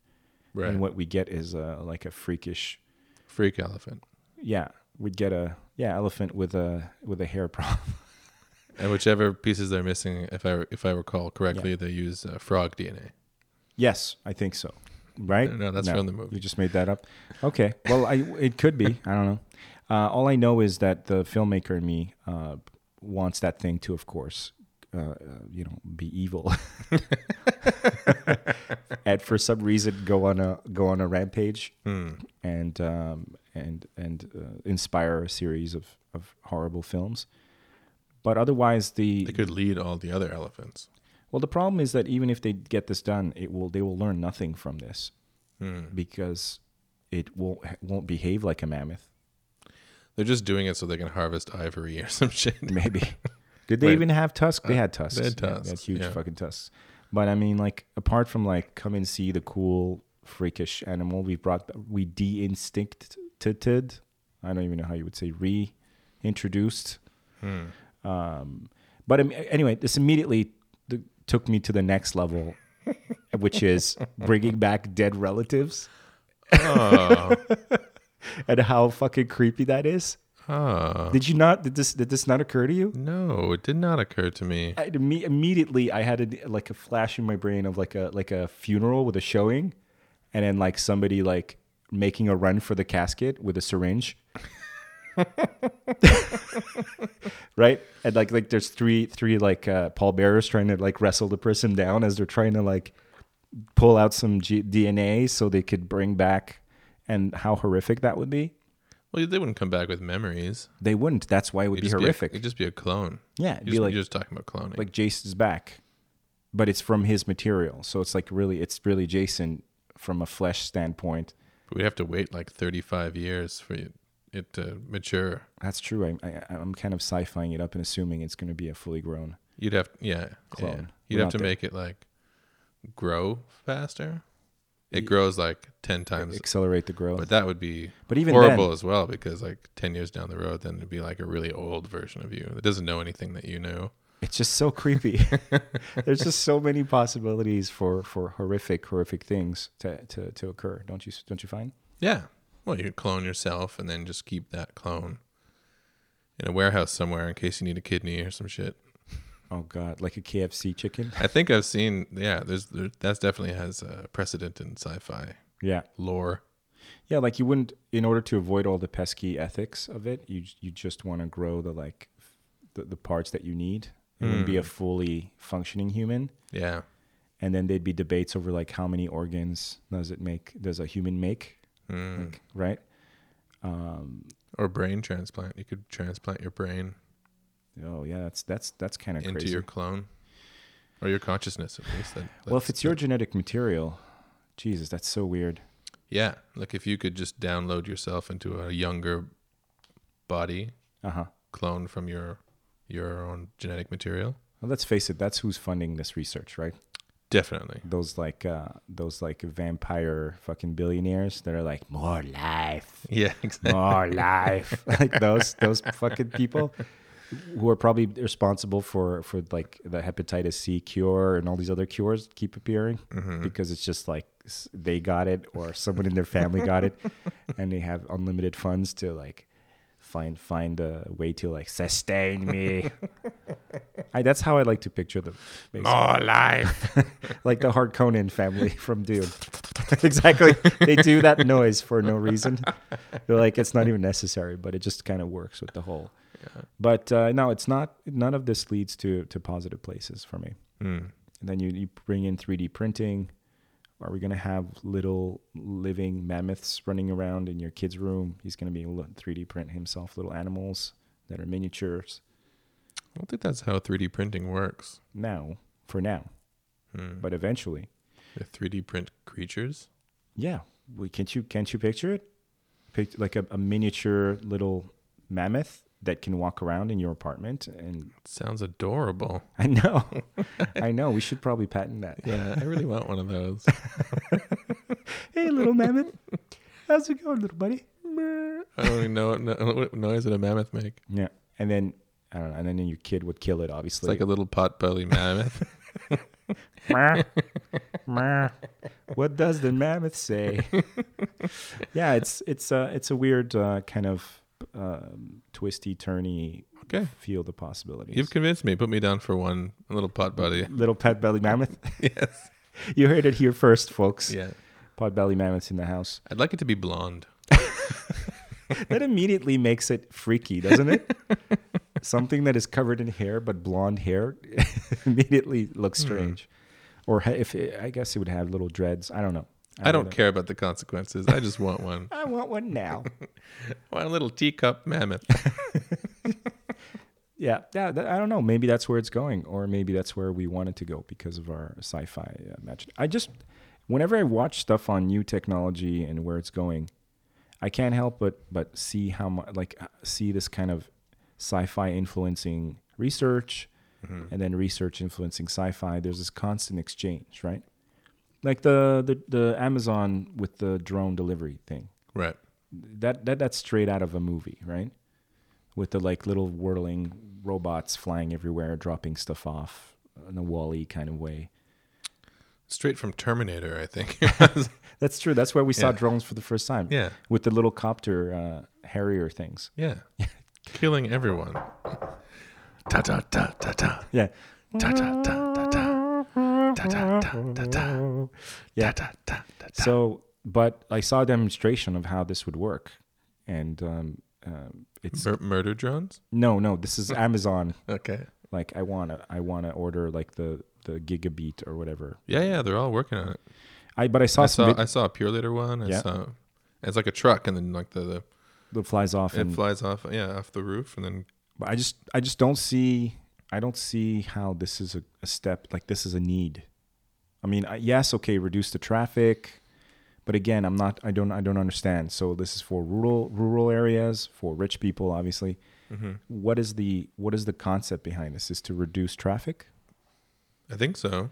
[SPEAKER 2] Right.
[SPEAKER 1] and what we get is uh, like a freakish
[SPEAKER 2] Freak elephant,
[SPEAKER 1] yeah we'd get a yeah elephant with a with a hair problem
[SPEAKER 2] and whichever pieces they're missing, if I if I recall correctly, they use uh, frog DNA.
[SPEAKER 1] yes i think so right
[SPEAKER 2] No, that's from the movie.
[SPEAKER 1] you just made that up okay well i it could be i don't know uh, all i know is that the filmmaker in me uh, wants that thing to of course uh, uh, you know be evil and for some reason go on a go on a rampage
[SPEAKER 2] Hmm.
[SPEAKER 1] and um, and and uh, inspire a series of, of horrible films but otherwise the
[SPEAKER 2] They could lead all the other elephants.
[SPEAKER 1] well, the problem is that even if they get this done, it will they will learn nothing from this because it won't won't behave like a mammoth.
[SPEAKER 2] They're just doing it so they can harvest ivory or some shit.
[SPEAKER 1] Maybe did they
[SPEAKER 2] Wait.
[SPEAKER 1] even have tusks? They had tusks.
[SPEAKER 2] uh, they had
[SPEAKER 1] Yeah, They had
[SPEAKER 2] tusks,
[SPEAKER 1] huge
[SPEAKER 2] yeah.
[SPEAKER 1] fucking tusks. But I mean, like apart from like come and see the cool freakish animal we brought, we de-instincted. I don't even know how you would say reintroduced.
[SPEAKER 2] Hmm.
[SPEAKER 1] Um, but I mean, anyway, this immediately th- took me to the next level, which is bringing back dead relatives
[SPEAKER 2] oh,
[SPEAKER 1] and how fucking creepy that is.
[SPEAKER 2] oh.
[SPEAKER 1] Did you not? Did this? Did this not occur to you?
[SPEAKER 2] no, it did not occur to me.
[SPEAKER 1] I, imme- immediately, I had a, like a flash in my brain of like a like a funeral with a showing, and then like somebody like making a run for the casket with a syringe. right and like like there's three three like uh pallbearers trying to like wrestle the person down as they're trying to like pull out some G- dna so they could bring back and how horrific that would be
[SPEAKER 2] Well, they wouldn't come back with memories.
[SPEAKER 1] they wouldn't that's why it would
[SPEAKER 2] It'd
[SPEAKER 1] be
[SPEAKER 2] just
[SPEAKER 1] horrific
[SPEAKER 2] Be a, it'd just be a clone.
[SPEAKER 1] yeah it'd be
[SPEAKER 2] You're just,
[SPEAKER 1] like
[SPEAKER 2] you're just talking about cloning.
[SPEAKER 1] like Jason's back, but it's from his material. So it's like really, it's really Jason from a flesh standpoint.
[SPEAKER 2] But we'd have to wait like 35 years for it, it to mature.
[SPEAKER 1] That's true. I, I, I'm kind of sci-fiing it up and assuming it's going to be a fully grown.
[SPEAKER 2] You'd have, yeah,
[SPEAKER 1] Clone.
[SPEAKER 2] yeah.
[SPEAKER 1] We're
[SPEAKER 2] You'd have
[SPEAKER 1] not
[SPEAKER 2] to
[SPEAKER 1] there.
[SPEAKER 2] make it like grow faster. It grows like 10 times,
[SPEAKER 1] Accelerate the growth.
[SPEAKER 2] but that would be
[SPEAKER 1] e, But even
[SPEAKER 2] horrible
[SPEAKER 1] then-
[SPEAKER 2] as well because like 10 years down the road, then it'd be like a really old version of you that doesn't know anything that you know.
[SPEAKER 1] It's just so creepy. There's just so many possibilities for for horrific, horrific things to, to, to occur. Don't you don't you find?
[SPEAKER 2] Yeah. Well, you clone yourself and then just keep that clone in a warehouse somewhere in case you need a kidney or some shit.
[SPEAKER 1] Oh God, like a KFC chicken.
[SPEAKER 2] I think I've seen, yeah, there's there, that's definitely has uh, precedent in sci-fi
[SPEAKER 1] Yeah,
[SPEAKER 2] lore.
[SPEAKER 1] yeah. Like you wouldn't, in order to avoid all the pesky ethics of it, you you just want to grow the like the, the parts that you need. It wouldn't
[SPEAKER 2] Hmm.
[SPEAKER 1] be a fully functioning human.
[SPEAKER 2] Yeah.
[SPEAKER 1] and then there'd be debates over like how many organs does it make does a human make
[SPEAKER 2] Hmm.
[SPEAKER 1] like, right
[SPEAKER 2] Or brain transplant. You could transplant your brain
[SPEAKER 1] oh yeah that's that's that's kind of
[SPEAKER 2] into
[SPEAKER 1] crazy
[SPEAKER 2] your clone or your consciousness, at least. That,
[SPEAKER 1] well
[SPEAKER 2] that's-
[SPEAKER 1] if it's your genetic material jesus that's so weird
[SPEAKER 2] yeah, like if you could just download yourself into a younger body
[SPEAKER 1] uh-huh
[SPEAKER 2] clone from your your own genetic material,
[SPEAKER 1] Well, let's face it, that's who's funding this research, right?
[SPEAKER 2] Definitely.
[SPEAKER 1] Those like uh, those like vampire fucking billionaires that are like more life,
[SPEAKER 2] Yeah, exactly.
[SPEAKER 1] more life, like those those fucking people who are probably responsible for for like the hepatitis C cure and all these other cures that keep appearing because it's just like s- they got it or someone in their family got it, and they have unlimited funds to like find find a way to like sustain me. I, that's how I like to picture them. basically
[SPEAKER 2] More life.
[SPEAKER 1] like the Hart Conan family from Dune. exactly. They do that noise for no reason. They're like it's not even necessary, but it just kind of works with the whole. But uh, no, it's not. None of this leads to to positive places for me. And then you, you bring in 3D printing. Are we going to have little living mammoths running around in your kid's room? He's going to be able to 3D print himself little animals that are miniatures.
[SPEAKER 2] I don't think that's how 3D printing works.
[SPEAKER 1] Now, for now, but eventually,
[SPEAKER 2] The 3D print creatures.
[SPEAKER 1] Yeah. We, can't you can't you picture it? Pic- like a, a miniature little mammoth that can walk around in your apartment and
[SPEAKER 2] Sounds adorable.
[SPEAKER 1] I know. I know. We should probably patent that.
[SPEAKER 2] Yeah, I really want one of those.
[SPEAKER 1] Hey little mammoth. How's it going, little buddy?
[SPEAKER 2] I don't even know what, no- what noise would a mammoth make.
[SPEAKER 1] Yeah. And then I don't know, and then your kid would kill it
[SPEAKER 2] It's
[SPEAKER 1] obviously.
[SPEAKER 2] like a little pot belly mammoth.
[SPEAKER 1] Meh. Meh. what does the mammoth say? yeah, it's it's uh it's a weird uh, kind of um, twisty turny
[SPEAKER 2] Okay.
[SPEAKER 1] field of possibilities.
[SPEAKER 2] You've convinced me. Put me down for one little pot belly.
[SPEAKER 1] little pet belly mammoth.
[SPEAKER 2] yes.
[SPEAKER 1] You heard it here first, folks.
[SPEAKER 2] Yeah.
[SPEAKER 1] Podbelly mammoths in the house.
[SPEAKER 2] I'd like it to be blonde.
[SPEAKER 1] That immediately makes it freaky, doesn't it? Something that is covered in hair but blonde hair immediately looks
[SPEAKER 2] Mm-hmm.
[SPEAKER 1] strange. Or ha- if it, I guess it would have little dreads. I don't know.
[SPEAKER 2] I don't care about the consequences. I just want one.
[SPEAKER 1] I want one now.
[SPEAKER 2] I want a little teacup mammoth.
[SPEAKER 1] yeah, yeah. That, I don't know. Maybe that's where it's going, or maybe that's where we wanted to go because of our sci-fi uh, match. I just, whenever I watch stuff on new technology and where it's going, I can't help but but see how much like uh, see this kind of sci-fi influencing research, and then research influencing sci-fi. There's this constant exchange, right? Like the the the Amazon with the drone delivery thing
[SPEAKER 2] Right.
[SPEAKER 1] that, that that's straight out of a movie, right? With the like little whirling robots flying everywhere, dropping stuff off in a Wally kind of way.
[SPEAKER 2] Straight from Terminator, I think.
[SPEAKER 1] That's true. That's where we saw drones for the first time.
[SPEAKER 2] Yeah.
[SPEAKER 1] With the little copter uh, Harrier things.
[SPEAKER 2] yeah. Killing everyone. Ta ta ta ta ta.
[SPEAKER 1] Yeah.
[SPEAKER 2] Ta ta ta ta ta. Ta ta ta ta ta.
[SPEAKER 1] Yeah.
[SPEAKER 2] Ta ta ta ta.
[SPEAKER 1] So, but I saw a demonstration of how this would work, and um, um it's
[SPEAKER 2] Mur- murder drones?
[SPEAKER 1] no, no. This is Amazon.
[SPEAKER 2] Okay.
[SPEAKER 1] like I wanna, I wanna order like the the gigabeat or whatever.
[SPEAKER 2] Yeah, yeah, they're all working on it.
[SPEAKER 1] I but I saw
[SPEAKER 2] I
[SPEAKER 1] some
[SPEAKER 2] saw
[SPEAKER 1] vid-
[SPEAKER 2] I saw a Pure Leader one. I
[SPEAKER 1] Yeah.
[SPEAKER 2] saw it's like a truck and then like the, the
[SPEAKER 1] that flies off
[SPEAKER 2] it
[SPEAKER 1] and
[SPEAKER 2] flies off yeah, off the roof and then
[SPEAKER 1] but I just I just don't see I don't see how this is a, a step like this is a need. I mean, I, yes, okay, reduce the traffic, but again, I'm not I don't I don't understand. So this is for rural rural areas for rich people, obviously. What is the what is the concept behind this? Is to reduce traffic?
[SPEAKER 2] I think so.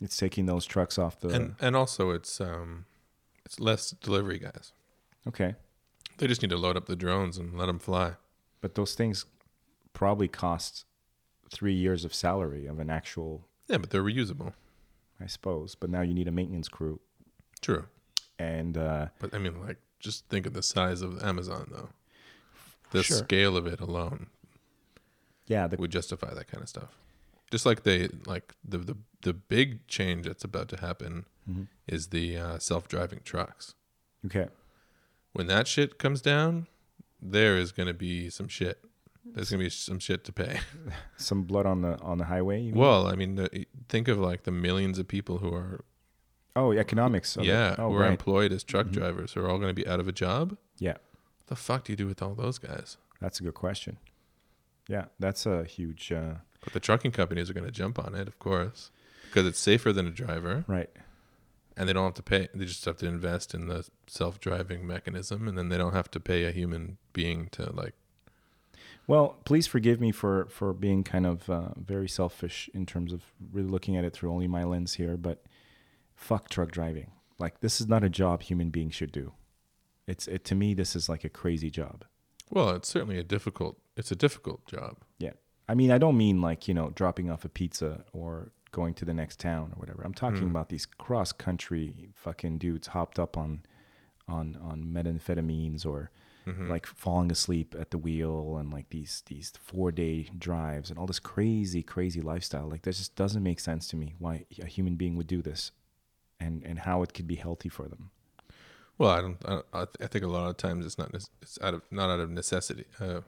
[SPEAKER 1] It's taking those trucks off the
[SPEAKER 2] And and also it's um it's less delivery guys.
[SPEAKER 1] okay,
[SPEAKER 2] They just need to load up the drones and let them fly.
[SPEAKER 1] but those things probably cost three years of salary of an actual,
[SPEAKER 2] Yeah, but they're reusable.
[SPEAKER 1] I suppose. But now you need a maintenance crew
[SPEAKER 2] True.
[SPEAKER 1] and. uh
[SPEAKER 2] But I mean like just think of the size of Amazon though. The
[SPEAKER 1] Sure.
[SPEAKER 2] scale of it alone
[SPEAKER 1] yeah, the
[SPEAKER 2] would justify that kind of stuff. Just like they like the the, the big change that's about to happen
[SPEAKER 1] Mm-hmm.
[SPEAKER 2] is the uh, self-driving trucks.
[SPEAKER 1] Okay.
[SPEAKER 2] when that shit comes down, there is going to be some shit. There's going to be some shit to pay.
[SPEAKER 1] Some blood on the on the highway. you mean?
[SPEAKER 2] well, I mean, the, think of like the millions of people who are,
[SPEAKER 1] Oh, economics. of it.
[SPEAKER 2] yeah,
[SPEAKER 1] Oh,
[SPEAKER 2] who are
[SPEAKER 1] right.
[SPEAKER 2] employed as truck drivers who are all going to be out of a job.
[SPEAKER 1] yeah.
[SPEAKER 2] The fuck do you do with all those guys?
[SPEAKER 1] That's a good question. Yeah, that's a huge. Uh,
[SPEAKER 2] But the trucking companies are going to jump on it, of course, because it's safer than a driver
[SPEAKER 1] right.
[SPEAKER 2] and they don't have to pay. They just have to invest in the self driving mechanism and then they don't have to pay a human being to like
[SPEAKER 1] Well, please forgive me for for being kind of uh, very selfish in terms of really looking at it through only my lens here, but fuck truck driving. Like this is not a job human beings should do. It's it to me this is like a crazy job.
[SPEAKER 2] Well, it's certainly a difficult. It's a difficult job.
[SPEAKER 1] Yeah. I mean, I don't mean like, you know, dropping off a pizza or going to the next town or whatever. I'm talking about these cross country fucking dudes hopped up on on on methamphetamines or like falling asleep at the wheel and like these these 4-day drives and all this crazy crazy lifestyle. Like that just doesn't make sense to me why a human being would do this and and how it could be healthy for them.
[SPEAKER 2] Well, I don't. I, don't- I, th- I think a lot of times it's not. nec- It's out of not out of necessity, uh,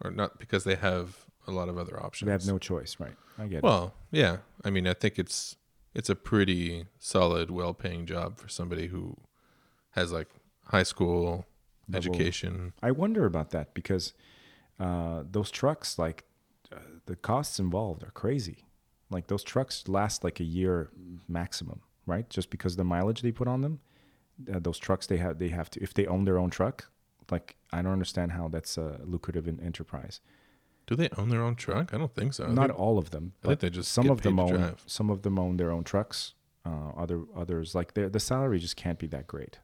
[SPEAKER 2] or not because they have a lot of other options.
[SPEAKER 1] They have no choice, right? I get it.
[SPEAKER 2] Well, yeah. I mean, I think it's it's a pretty solid, well-paying job for somebody who has like high school education.
[SPEAKER 1] I wonder about that because uh, those trucks, like uh, the costs involved, are crazy. Like those trucks last like a year maximum, right? Just because the mileage they put on them. Uh, those trucks they have they have to if they own their own truck. Like I don't understand how that's a lucrative en- enterprise.
[SPEAKER 2] Do they own their own truck? I don't think so. I
[SPEAKER 1] Not
[SPEAKER 2] think-
[SPEAKER 1] all of them.
[SPEAKER 2] I think
[SPEAKER 1] but
[SPEAKER 2] they just
[SPEAKER 1] some
[SPEAKER 2] get
[SPEAKER 1] of them
[SPEAKER 2] paid
[SPEAKER 1] own
[SPEAKER 2] to drive.
[SPEAKER 1] some of them own their own trucks. Uh, other others like their the salary just can't be that great.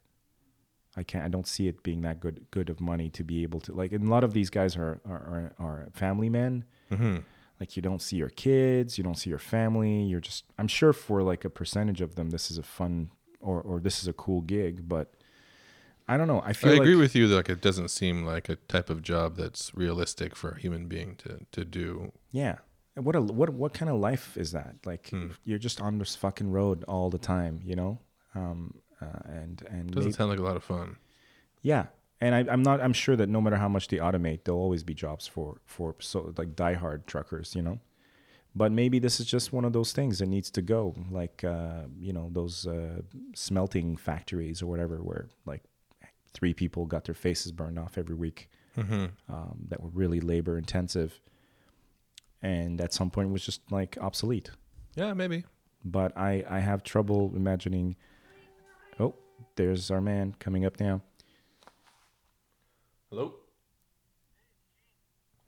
[SPEAKER 1] I can't. I don't see it being that good good of money to be able to like. And a lot of these guys are are are, are family men.
[SPEAKER 2] Mm-hmm.
[SPEAKER 1] Like you don't see your kids, you don't see your family. You're just. I'm sure for like a percentage of them, this is a fun or or this is a cool gig, but. I don't know. I
[SPEAKER 2] I
[SPEAKER 1] feel like
[SPEAKER 2] agree with you. that, Like, it doesn't seem like a type of job that's realistic for a human being to to do.
[SPEAKER 1] Yeah. And What a what what kind of life is that? Like you're just on this fucking road all the time, you know. Um, uh, and and
[SPEAKER 2] Doesn't
[SPEAKER 1] may-
[SPEAKER 2] sound like a lot of fun.
[SPEAKER 1] yeah, and I, I'm not. I'm sure that no matter how much they automate, there'll always be jobs for for so like diehard truckers, you know. But maybe this is just one of those things that needs to go, like uh, you know those uh, smelting factories or whatever, where like three people got their faces burned off every week, um, that were really labor intensive, and at some point was just like obsolete
[SPEAKER 2] Yeah, maybe.
[SPEAKER 1] but I, I have trouble imagining. Oh, there's our man coming up now.
[SPEAKER 2] Hello.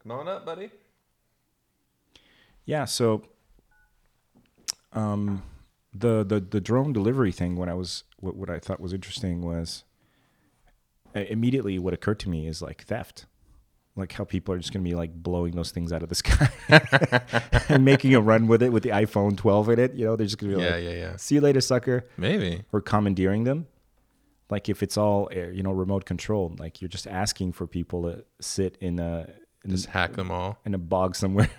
[SPEAKER 2] Come on up, buddy.
[SPEAKER 1] Yeah, so um, the, the the drone delivery thing. When I was what, what I thought was interesting was uh, immediately what occurred to me is like theft, like how people are just gonna be like blowing those things out of the sky and making a run with it with the iPhone 12 in it. You know, they're just gonna be
[SPEAKER 2] Yeah,
[SPEAKER 1] like,
[SPEAKER 2] yeah, yeah.
[SPEAKER 1] "See you later, sucker."
[SPEAKER 2] Maybe.
[SPEAKER 1] or commandeering them. Like if it's all uh, you know remote controlled, like you're just asking for people to sit in a in,
[SPEAKER 2] Just hack them all.
[SPEAKER 1] in a bog somewhere,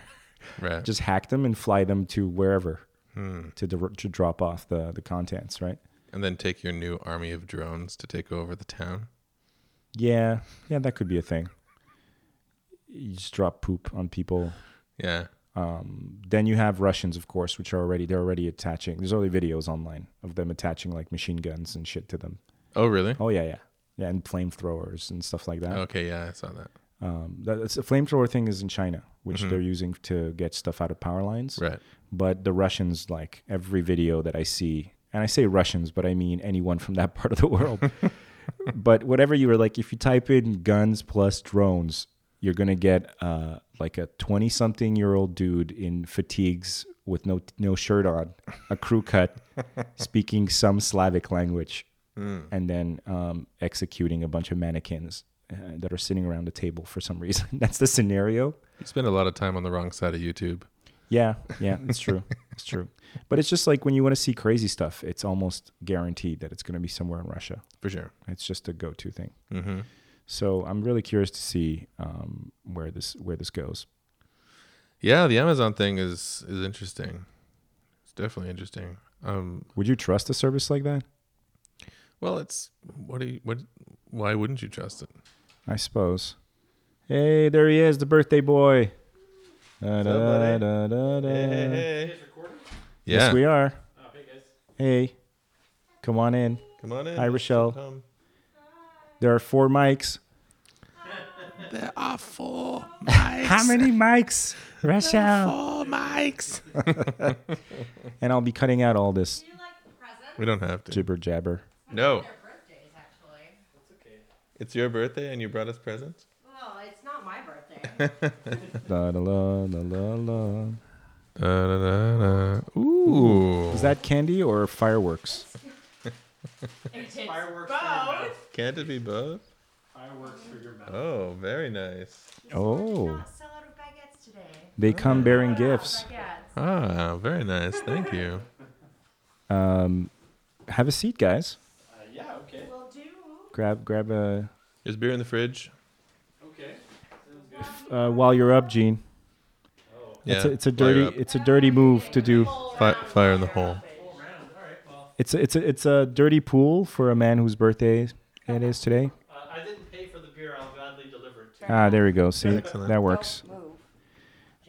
[SPEAKER 2] Right.
[SPEAKER 1] just hack them and fly them to wherever to dir- to drop off the the contents, right?
[SPEAKER 2] and then take your new army of drones to take over the town.
[SPEAKER 1] Yeah, yeah, that could be a thing. You just drop poop on people.
[SPEAKER 2] Yeah.
[SPEAKER 1] Then you have Russians, of course, which are already they're already attaching. There's already videos online of them attaching like machine guns and shit to them.
[SPEAKER 2] Oh, really?
[SPEAKER 1] Oh yeah, yeah, yeah, and flamethrowers and stuff like that.
[SPEAKER 2] Okay. Yeah, I saw that.
[SPEAKER 1] Um, that- that's the flamethrower thing is in China, which they're using to get stuff out of power lines.
[SPEAKER 2] Right.
[SPEAKER 1] But the Russians, like every video that I see, and I say Russians, but I mean anyone from that part of the world. but whatever you were like, if you type in guns plus drones, you're gonna get uh, like a twenty-something-year-old dude in fatigues with no no shirt on, a crew cut, speaking some Slavic language, and then um, executing a bunch of mannequins uh, that are sitting around a table for some reason. That's the scenario.
[SPEAKER 2] You spend a lot of time on the wrong side of YouTube.
[SPEAKER 1] Yeah, yeah, it's true. it's true. But it's just like when you want to see crazy stuff, it's almost guaranteed that it's going to be somewhere in Russia.
[SPEAKER 2] For sure.
[SPEAKER 1] It's just a go-to thing. So I'm really curious to see um, where this where this goes.
[SPEAKER 2] Yeah, the Amazon thing is is interesting. It's definitely interesting. Um,
[SPEAKER 1] Would you trust a service like that?
[SPEAKER 2] well, it's what do you what? Why wouldn't you trust it?
[SPEAKER 1] I suppose. Hey, there he is, the birthday boy. Da, da, da, da, da.
[SPEAKER 2] Yeah.
[SPEAKER 1] Yes, we are. Hey, come on in.
[SPEAKER 2] Come on in.
[SPEAKER 1] Hi, Rochelle. There are four mics.
[SPEAKER 2] There are four mics.
[SPEAKER 1] How many mics, Rochelle?
[SPEAKER 2] Four mics.
[SPEAKER 1] And I'll be cutting out all this
[SPEAKER 4] Do you like presents?
[SPEAKER 2] We don't have to.
[SPEAKER 1] jibber jabber.
[SPEAKER 2] No,
[SPEAKER 4] Their birthdays, actually.
[SPEAKER 2] it's your birthday and you brought us presents.
[SPEAKER 4] Well, it's not not my birthday.
[SPEAKER 1] La, la, la, la, la, la.
[SPEAKER 2] Da, da, da, da. Ooh.
[SPEAKER 1] Is that candy or fireworks?
[SPEAKER 4] It's
[SPEAKER 5] Fireworks
[SPEAKER 1] uh,
[SPEAKER 4] both.
[SPEAKER 2] Can't it be both?
[SPEAKER 5] Fireworks for your mouth.
[SPEAKER 2] Oh, very nice.
[SPEAKER 1] Oh.
[SPEAKER 4] Did not sell out of baguettes today.
[SPEAKER 1] They come bearing gifts.
[SPEAKER 4] Baguettes.
[SPEAKER 2] Ah, very nice. Thank you.
[SPEAKER 1] Have a seat, guys.
[SPEAKER 5] Uh, yeah, okay.
[SPEAKER 4] Will do.
[SPEAKER 1] Grab, grab a.
[SPEAKER 2] There's beer in the fridge.
[SPEAKER 5] Okay.
[SPEAKER 1] Uh, while you're up, Gene.
[SPEAKER 2] Yeah,
[SPEAKER 1] It's a, it's a
[SPEAKER 2] fire
[SPEAKER 1] dirty.
[SPEAKER 2] up.
[SPEAKER 1] It's a dirty move to do.
[SPEAKER 2] Fi- fire in the hole.
[SPEAKER 5] Round. All right. Well,
[SPEAKER 1] It's a, it's a, it's a dirty pool for a man whose birthday it is today.
[SPEAKER 5] uh, I didn't pay for the beer. I'll gladly deliver it. to
[SPEAKER 1] Ah, there we go. See,
[SPEAKER 2] Excellent.
[SPEAKER 1] that works.
[SPEAKER 6] Don't move,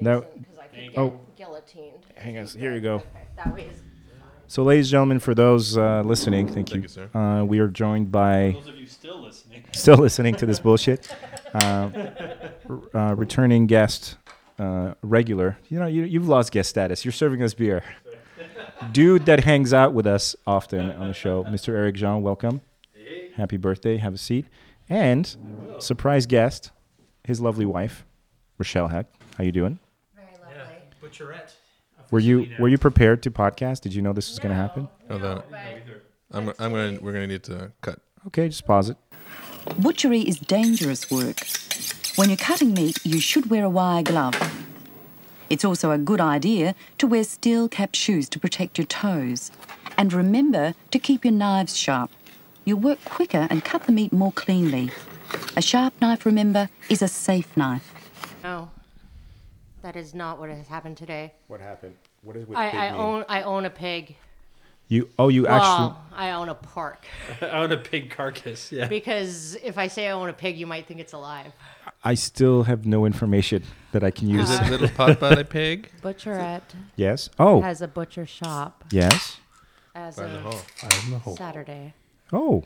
[SPEAKER 1] No.
[SPEAKER 6] Jason, because I could
[SPEAKER 5] Thank
[SPEAKER 6] get
[SPEAKER 1] you. Oh.
[SPEAKER 6] guillotined.
[SPEAKER 1] Hang on. Here you go.
[SPEAKER 6] Okay, That way is
[SPEAKER 1] So, ladies and gentlemen, for those uh, listening, thank,
[SPEAKER 2] Thank
[SPEAKER 1] you.
[SPEAKER 2] you, sir.
[SPEAKER 1] Uh, we are joined by
[SPEAKER 5] Those of you still listening.
[SPEAKER 1] still listening to this bullshit. Uh, r- uh, returning guest, uh, regular. You know, you, you've lost guest status. You're serving us beer. Dude that hangs out with us often on the show, Mr. Eric Jean, welcome. Happy birthday. Have a seat. And surprise guest, his lovely wife, Rochelle Heck. How you doing?
[SPEAKER 6] very
[SPEAKER 5] Yeah.
[SPEAKER 6] lovely.
[SPEAKER 5] Butcherette.
[SPEAKER 1] Were you
[SPEAKER 5] Officially
[SPEAKER 1] were
[SPEAKER 5] now.
[SPEAKER 1] you prepared to podcast? Did you know this was going to happen?
[SPEAKER 2] Hold on. I'm, I'm gonna. We're gonna need to cut.
[SPEAKER 1] Okay, just pause it.
[SPEAKER 7] Butchery is dangerous work. When you're cutting meat, you should wear a wire glove. It's also a good idea to wear steel capped shoes to protect your toes. And remember to keep your knives sharp. You'll work quicker and cut the meat more cleanly. A sharp knife, remember, is a safe knife.
[SPEAKER 6] No, that is not what has happened today.
[SPEAKER 1] What happened? What is with
[SPEAKER 6] I, I own I own a pig.
[SPEAKER 1] You oh you actually
[SPEAKER 6] Well, I own a pork
[SPEAKER 5] I own a pig carcass. Yeah.
[SPEAKER 6] because if I say I own a pig, you might think it's alive.
[SPEAKER 1] I still have no information that I can use.
[SPEAKER 2] Is it little pot potbelly pig?
[SPEAKER 6] Butcherette
[SPEAKER 1] yes. Oh.
[SPEAKER 6] has a butcher shop
[SPEAKER 1] Yes.
[SPEAKER 6] as
[SPEAKER 2] Fire in the
[SPEAKER 6] of
[SPEAKER 2] hole.
[SPEAKER 6] Saturday.
[SPEAKER 1] Oh.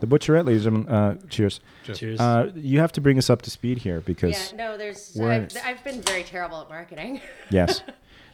[SPEAKER 1] The butcherette, ladies and gentlemen, uh, cheers.
[SPEAKER 5] Cheers.
[SPEAKER 1] Uh, you have to bring us up to speed here
[SPEAKER 6] Yeah,
[SPEAKER 1] because
[SPEAKER 6] no, there's
[SPEAKER 1] We're-
[SPEAKER 6] I've, I've been very terrible at marketing.
[SPEAKER 1] yes.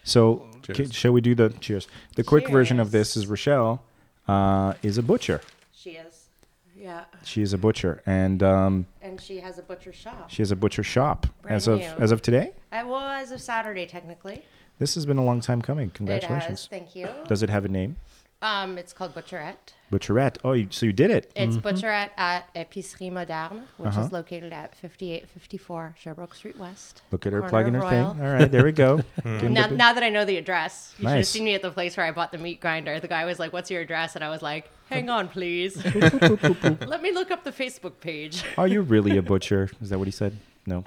[SPEAKER 1] So ca-
[SPEAKER 2] Cheers.
[SPEAKER 1] shall we do the cheers? The quick version of
[SPEAKER 6] Cheers.
[SPEAKER 1] this is Rochelle uh, is a butcher.
[SPEAKER 6] she is, yeah,
[SPEAKER 1] She is a butcher, and um,
[SPEAKER 6] and she has a butcher shop.
[SPEAKER 1] she has a butcher shop as of
[SPEAKER 6] Brand new.
[SPEAKER 1] as of today.
[SPEAKER 6] I well, as of Saturday, technically.
[SPEAKER 1] This has been a long time coming.
[SPEAKER 6] It has.
[SPEAKER 1] Congratulations.
[SPEAKER 6] Thank you.
[SPEAKER 1] Does it have a name?
[SPEAKER 6] Um, it's called Butcherette.
[SPEAKER 1] Butcherette. Oh, you, so you did it.
[SPEAKER 6] It's Butcherette at Epicerie Moderne, which
[SPEAKER 1] Uh-huh.
[SPEAKER 6] is located at 5854 Sherbrooke Street West.
[SPEAKER 1] Look at her
[SPEAKER 6] corner
[SPEAKER 1] plugging her
[SPEAKER 6] of
[SPEAKER 1] thing.
[SPEAKER 6] Royal.
[SPEAKER 1] All right, there we go. Getting
[SPEAKER 6] Now,
[SPEAKER 1] the-
[SPEAKER 6] now that I know the address, you should have
[SPEAKER 1] Nice.
[SPEAKER 6] seen me at the place where I bought the meat grinder. The guy was like, "What's your address?" And I was like, "Hang on, please. Let me look up the Facebook page."
[SPEAKER 1] Are you really a butcher? Is that what he said? No.
[SPEAKER 6] Um,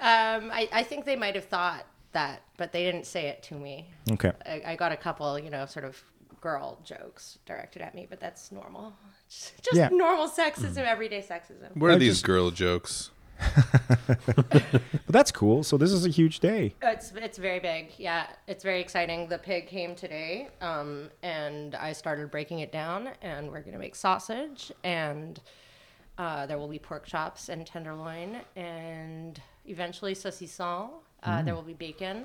[SPEAKER 6] I, I think they might have thought that, but they didn't say it to me.
[SPEAKER 1] Okay.
[SPEAKER 6] I, I got a couple, you know, sort of girl jokes directed at me, but that's normal. Just, just
[SPEAKER 1] Yeah.
[SPEAKER 6] normal sexism, everyday sexism.
[SPEAKER 2] Where are
[SPEAKER 1] I
[SPEAKER 2] these
[SPEAKER 1] just-
[SPEAKER 2] girl jokes?
[SPEAKER 1] But that's cool. So this is a huge day.
[SPEAKER 6] It's it's very big, yeah. It's very exciting. The pig came today, um, and I started breaking it down, and we're gonna make sausage, and uh, there will be pork chops and tenderloin, and eventually saucisson. Uh,
[SPEAKER 5] Mm.
[SPEAKER 6] There will be bacon,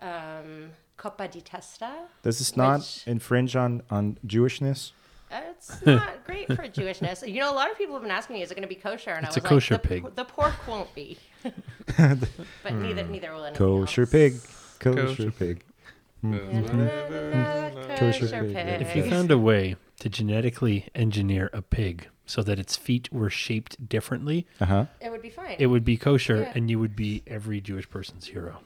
[SPEAKER 6] um, copa di testa.
[SPEAKER 1] Does this not
[SPEAKER 6] Which-
[SPEAKER 1] infringe on on Jewishness?
[SPEAKER 6] Uh, It's not great for Jewishness. You know, a lot of people have been asking me, is it going to be kosher? And
[SPEAKER 5] It's
[SPEAKER 6] I
[SPEAKER 5] a
[SPEAKER 6] was
[SPEAKER 5] kosher
[SPEAKER 6] like, the,
[SPEAKER 5] pig.
[SPEAKER 6] por- the pork won't be. but neither neither will anything
[SPEAKER 1] Kosher
[SPEAKER 6] else.
[SPEAKER 1] pig. Kosher pig.
[SPEAKER 6] Kosher,
[SPEAKER 1] Kosher pig,
[SPEAKER 6] pig.
[SPEAKER 1] yeah.
[SPEAKER 8] If you found a way to genetically engineer a pig so that its feet were shaped differently,
[SPEAKER 1] Uh huh.
[SPEAKER 6] it would be fine.
[SPEAKER 8] it would be kosher
[SPEAKER 6] Yeah.
[SPEAKER 8] and you would be every Jewish person's hero.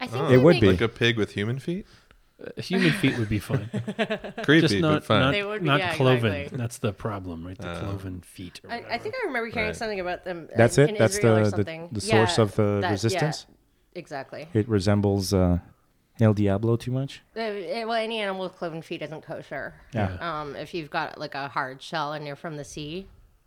[SPEAKER 6] I think
[SPEAKER 1] It
[SPEAKER 6] they
[SPEAKER 1] would
[SPEAKER 6] make-
[SPEAKER 1] be.
[SPEAKER 2] Like a pig with human feet?
[SPEAKER 8] Uh, Human feet would be fine. Just
[SPEAKER 2] Creepy,
[SPEAKER 8] not,
[SPEAKER 2] but fine.
[SPEAKER 8] not,
[SPEAKER 6] They would be-
[SPEAKER 8] not
[SPEAKER 6] yeah,
[SPEAKER 8] cloven.
[SPEAKER 6] exactly.
[SPEAKER 8] That's the problem, right? The
[SPEAKER 5] Uh,
[SPEAKER 8] cloven feet. Or
[SPEAKER 6] I, I think I remember hearing
[SPEAKER 2] Right.
[SPEAKER 6] something about them. um,
[SPEAKER 1] That's it?
[SPEAKER 6] in, in
[SPEAKER 1] That's
[SPEAKER 6] Israel or
[SPEAKER 1] the- the-
[SPEAKER 6] something.
[SPEAKER 1] the source of the
[SPEAKER 6] yeah,
[SPEAKER 1] resistance?
[SPEAKER 6] exactly.
[SPEAKER 1] It resembles uh, El Diablo too much.
[SPEAKER 6] Uh, uh, well, any animal with cloven feet isn't kosher.
[SPEAKER 1] Yeah.
[SPEAKER 6] Um, if you've got like a hard shell and you're from the sea,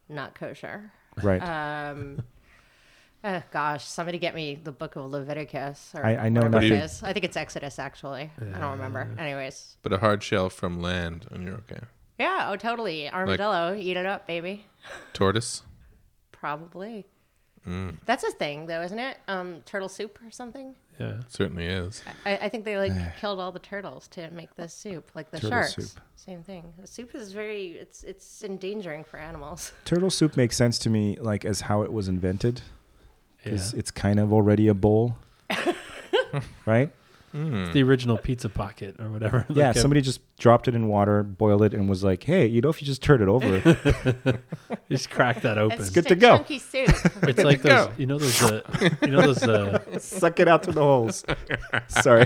[SPEAKER 6] not kosher.
[SPEAKER 1] Right.
[SPEAKER 6] Um, oh gosh, somebody get me the book of Leviticus. Or
[SPEAKER 1] I- I know
[SPEAKER 6] whatever it
[SPEAKER 1] nothing.
[SPEAKER 6] is. I think it's Exodus, actually. I don't remember. Anyways,
[SPEAKER 2] But a hard shell from land, and you're okay.
[SPEAKER 6] yeah, oh, totally. Armadillo, eat it up, baby.
[SPEAKER 2] Tortoise.
[SPEAKER 6] Probably.
[SPEAKER 1] Mm.
[SPEAKER 6] That's a thing, though, isn't it? Um, turtle soup or something.
[SPEAKER 8] yeah.
[SPEAKER 2] Certainly is. Oh,
[SPEAKER 6] I, I think they like killed all the turtles to make this soup, like the sharks.
[SPEAKER 1] Eh. soup.
[SPEAKER 6] Same thing. The soup is very it's it's endangering for animals.
[SPEAKER 1] Turtle soup makes sense to me, like as how it was invented. because it's kind of already a bowl, right?
[SPEAKER 8] It's the original pizza pocket or whatever.
[SPEAKER 1] yeah,
[SPEAKER 8] Like a-
[SPEAKER 1] somebody just dropped it in water, boiled it, and was like, "Hey, you know, if you just turn it over,
[SPEAKER 8] just crack that open.
[SPEAKER 6] It's
[SPEAKER 8] It's,
[SPEAKER 1] good
[SPEAKER 6] just
[SPEAKER 1] to
[SPEAKER 6] a
[SPEAKER 1] go.
[SPEAKER 6] Chunky soup.
[SPEAKER 8] like those, you know those, uh, you know those, uh,
[SPEAKER 1] suck it out through the holes." Sorry,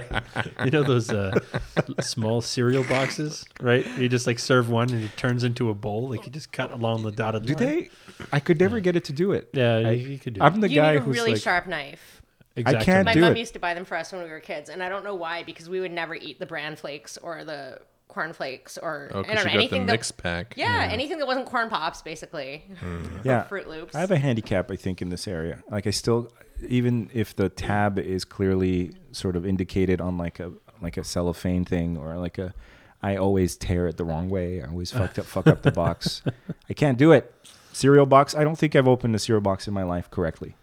[SPEAKER 8] you know those uh, small cereal boxes, right? You just like serve one and it turns into a bowl. Like you just cut along the dotted
[SPEAKER 1] do
[SPEAKER 8] line.
[SPEAKER 1] they? I could never get it to do it.
[SPEAKER 8] Yeah,
[SPEAKER 1] I,
[SPEAKER 8] you, you could do.
[SPEAKER 1] I'm
[SPEAKER 8] it.
[SPEAKER 1] the
[SPEAKER 6] you
[SPEAKER 1] guy
[SPEAKER 6] need a
[SPEAKER 1] who's
[SPEAKER 6] really
[SPEAKER 1] like,
[SPEAKER 6] sharp knife.
[SPEAKER 1] I can't
[SPEAKER 6] My
[SPEAKER 1] do
[SPEAKER 6] mom
[SPEAKER 1] it.
[SPEAKER 6] used to buy them for us when we were kids, and I don't know why because we would never eat the bran flakes or the corn flakes or
[SPEAKER 2] Oh,
[SPEAKER 6] I
[SPEAKER 2] because
[SPEAKER 6] don't
[SPEAKER 2] you
[SPEAKER 6] know
[SPEAKER 2] got the
[SPEAKER 6] anything
[SPEAKER 2] mix
[SPEAKER 6] that.
[SPEAKER 2] pack.
[SPEAKER 6] Yeah, anything that wasn't corn pops, basically.
[SPEAKER 1] Oh. yeah,
[SPEAKER 6] Fruit Loops.
[SPEAKER 1] I have a handicap, I think, in this area. Like, I still, even if the tab is clearly sort of indicated on like a like a cellophane thing or like a, I always tear it the wrong way. I always fucked up, fuck up the box. I can't do it. Cereal box. I don't think I've opened a cereal box in my life correctly.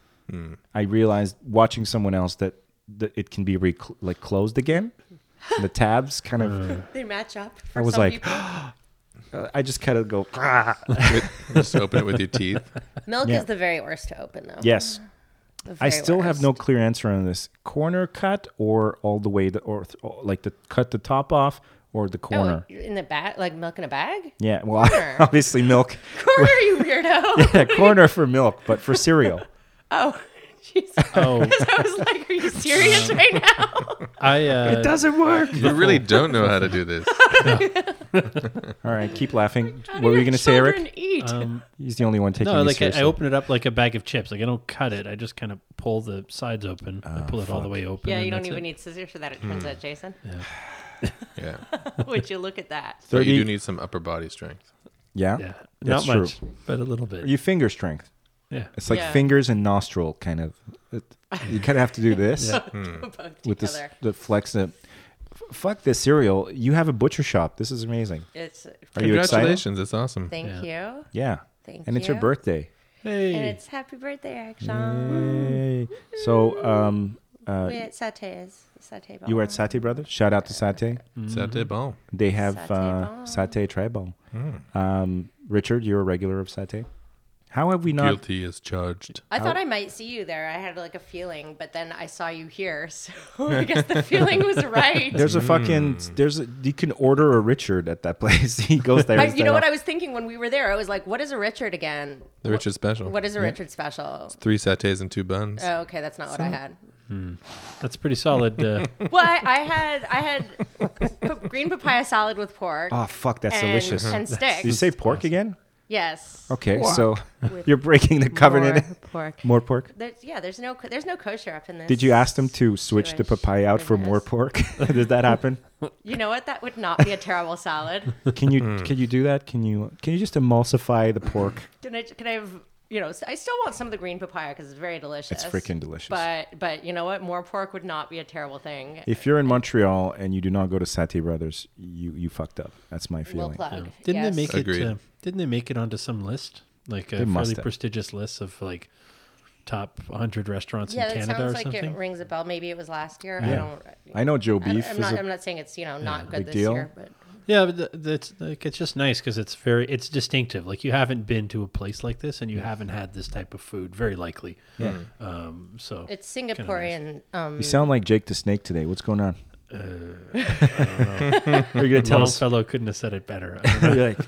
[SPEAKER 1] I realized watching someone else that, that it can be re- like closed again. And the tabs kind of.
[SPEAKER 6] They match up. For
[SPEAKER 1] I was
[SPEAKER 6] some
[SPEAKER 1] like, uh,
[SPEAKER 6] people.
[SPEAKER 1] I just kind of go. "Ah."
[SPEAKER 2] Just open it with your teeth.
[SPEAKER 6] milk
[SPEAKER 1] yeah.
[SPEAKER 6] is the very worst to open, though.
[SPEAKER 1] Yes.
[SPEAKER 6] The
[SPEAKER 1] I
[SPEAKER 6] very
[SPEAKER 1] still have
[SPEAKER 6] worst.
[SPEAKER 1] no clear answer on this corner cut or all the way to, or, th- or like the cut the top off or the
[SPEAKER 6] Oh,
[SPEAKER 1] corner.
[SPEAKER 6] in the bag, like milk in a bag.
[SPEAKER 1] Yeah, well,
[SPEAKER 6] Corner.
[SPEAKER 1] obviously milk.
[SPEAKER 6] Corner, you weirdo.
[SPEAKER 1] Yeah, corner for milk, but for cereal.
[SPEAKER 6] Oh, jeez.
[SPEAKER 8] Oh,
[SPEAKER 6] I was like, are you
[SPEAKER 1] Um,
[SPEAKER 6] serious right now?
[SPEAKER 8] I. Uh, it does.
[SPEAKER 1] work.
[SPEAKER 2] You really don't know how to do this.
[SPEAKER 1] All right, keep laughing.
[SPEAKER 6] How
[SPEAKER 1] what
[SPEAKER 6] do
[SPEAKER 1] were you
[SPEAKER 6] your
[SPEAKER 1] going to say, Eric?
[SPEAKER 6] children Eat.
[SPEAKER 8] Um,
[SPEAKER 1] He's the only one taking
[SPEAKER 8] No,
[SPEAKER 1] me
[SPEAKER 8] like I, I
[SPEAKER 1] seriously.
[SPEAKER 8] open it up like a bag of chips. Like I don't cut it. I just kind of pull the sides open.
[SPEAKER 1] Oh,
[SPEAKER 8] I pull it all the way open.
[SPEAKER 6] yeah,
[SPEAKER 8] and
[SPEAKER 6] you don't
[SPEAKER 8] that's
[SPEAKER 6] even
[SPEAKER 8] it.
[SPEAKER 6] need scissors for that. It
[SPEAKER 1] Hmm.
[SPEAKER 6] turns out, Jason.
[SPEAKER 2] Yeah.
[SPEAKER 6] Would you look at that?
[SPEAKER 2] But you
[SPEAKER 1] 30
[SPEAKER 2] do need some upper body strength.
[SPEAKER 1] yeah,
[SPEAKER 8] Yeah,
[SPEAKER 1] That's
[SPEAKER 8] not much,
[SPEAKER 1] true.
[SPEAKER 8] but a little bit.
[SPEAKER 1] You finger strength.
[SPEAKER 8] yeah,
[SPEAKER 1] It's like
[SPEAKER 6] Yeah.
[SPEAKER 1] fingers and nostril kind of. It- You kind of have to do this
[SPEAKER 8] Hmm.
[SPEAKER 6] Both
[SPEAKER 1] with this
[SPEAKER 6] together.
[SPEAKER 1] the flex. The, f- fuck this cereal. You have a butcher shop. This is amazing.
[SPEAKER 6] It's
[SPEAKER 1] Are you excited?
[SPEAKER 2] Congratulations, it's awesome.
[SPEAKER 6] thank you.
[SPEAKER 1] Yeah.
[SPEAKER 6] Thank
[SPEAKER 1] and it's your
[SPEAKER 6] you.
[SPEAKER 1] birthday.
[SPEAKER 6] And it's happy birthday, Eric Sean.
[SPEAKER 1] Yay. So um,
[SPEAKER 6] we at Sate's. Satay
[SPEAKER 1] you were at Satay Brothers. Shout out to Satay.
[SPEAKER 2] Sate bon.
[SPEAKER 1] They have
[SPEAKER 6] Satay
[SPEAKER 1] uh,
[SPEAKER 6] Bar.
[SPEAKER 1] Satay Tribal. Um, Richard, you're a regular of Satay. How have we not?
[SPEAKER 2] Guilty is charged.
[SPEAKER 6] I thought I might see you there. I had like a feeling, but then I saw you here, so I guess the feeling was right.
[SPEAKER 1] There's a fucking. There's a, you can order a Richard at that place. he goes there.
[SPEAKER 6] I,
[SPEAKER 1] and
[SPEAKER 6] you know
[SPEAKER 1] stuff.
[SPEAKER 6] what I was thinking when we were there? I was like, "What is a Richard again?
[SPEAKER 2] The Richard special.
[SPEAKER 6] What is a Richard special?"
[SPEAKER 2] Three satés and two buns.
[SPEAKER 6] Oh, okay, that's not what I had.
[SPEAKER 8] that's pretty solid. Uh,
[SPEAKER 6] Well, I, I had I had p- green papaya salad with pork
[SPEAKER 1] Oh fuck, that's
[SPEAKER 6] and,
[SPEAKER 1] delicious.
[SPEAKER 6] and
[SPEAKER 1] Did you
[SPEAKER 6] sticks.
[SPEAKER 1] say pork again?
[SPEAKER 6] Yes,
[SPEAKER 1] Okay, so you're breaking the covenant.
[SPEAKER 6] More pork.
[SPEAKER 1] More pork.
[SPEAKER 6] There's, yeah, there's no co- there's no kosher up in this.
[SPEAKER 1] Did you ask them to switch the
[SPEAKER 6] Jewish
[SPEAKER 1] papaya out for more
[SPEAKER 6] goodness.
[SPEAKER 1] pork? Did that happen?
[SPEAKER 6] You know what? That would not be a terrible salad.
[SPEAKER 1] Can you can you do that? Can you can you just emulsify the pork?
[SPEAKER 6] Can I? Can I have? You know, I still want some of the green papaya because it's very delicious.
[SPEAKER 1] freaking delicious.
[SPEAKER 6] But but you know what? More pork would not be a terrible thing.
[SPEAKER 1] If you're in Montreal and you do not go to Satay Brothers, you you fucked up. That's my
[SPEAKER 6] We'll
[SPEAKER 1] feeling.
[SPEAKER 6] plug.
[SPEAKER 8] didn't
[SPEAKER 6] yes.
[SPEAKER 8] they make
[SPEAKER 2] Agreed.
[SPEAKER 8] it? Uh, didn't they make it onto some list, like a
[SPEAKER 1] They must
[SPEAKER 8] fairly
[SPEAKER 1] have.
[SPEAKER 8] prestigious list of like top 100 restaurants
[SPEAKER 6] Yeah,
[SPEAKER 8] in
[SPEAKER 6] that
[SPEAKER 8] Canada
[SPEAKER 6] sounds
[SPEAKER 8] or
[SPEAKER 6] like
[SPEAKER 8] something?
[SPEAKER 6] it rings a bell. Maybe it was last year. I don't.
[SPEAKER 1] I know Joe
[SPEAKER 6] I,
[SPEAKER 1] Beef
[SPEAKER 6] I'm
[SPEAKER 1] is
[SPEAKER 6] not.
[SPEAKER 1] a-
[SPEAKER 6] I'm not saying it's you know not good
[SPEAKER 1] big
[SPEAKER 6] this
[SPEAKER 1] deal.
[SPEAKER 6] year, but
[SPEAKER 8] Yeah, but th- that's like it's just nice because it's very it's distinctive. Like you haven't been to a place like this, and you haven't had this type of food, very likely.
[SPEAKER 1] Yeah.
[SPEAKER 8] Um. So
[SPEAKER 6] it's Singaporean. Um,
[SPEAKER 1] You sound like Jake the Snake today. What's going on? Are you gonna tell us?
[SPEAKER 8] Longfellow couldn't have said it better. I don't know.
[SPEAKER 1] You're like,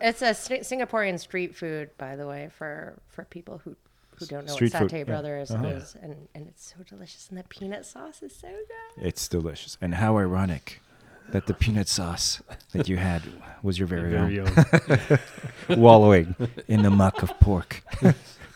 [SPEAKER 6] it's a Sing- Singaporean street food, by the way, for for people who who don't know
[SPEAKER 1] Street food,
[SPEAKER 6] what
[SPEAKER 1] yeah.
[SPEAKER 6] satay brothers is, and and it's so delicious, and the peanut sauce is so good.
[SPEAKER 1] it's delicious. And how ironic that the peanut sauce that you had was your very,
[SPEAKER 8] Very
[SPEAKER 1] own.
[SPEAKER 8] own.
[SPEAKER 1] Wallowing in the muck of pork.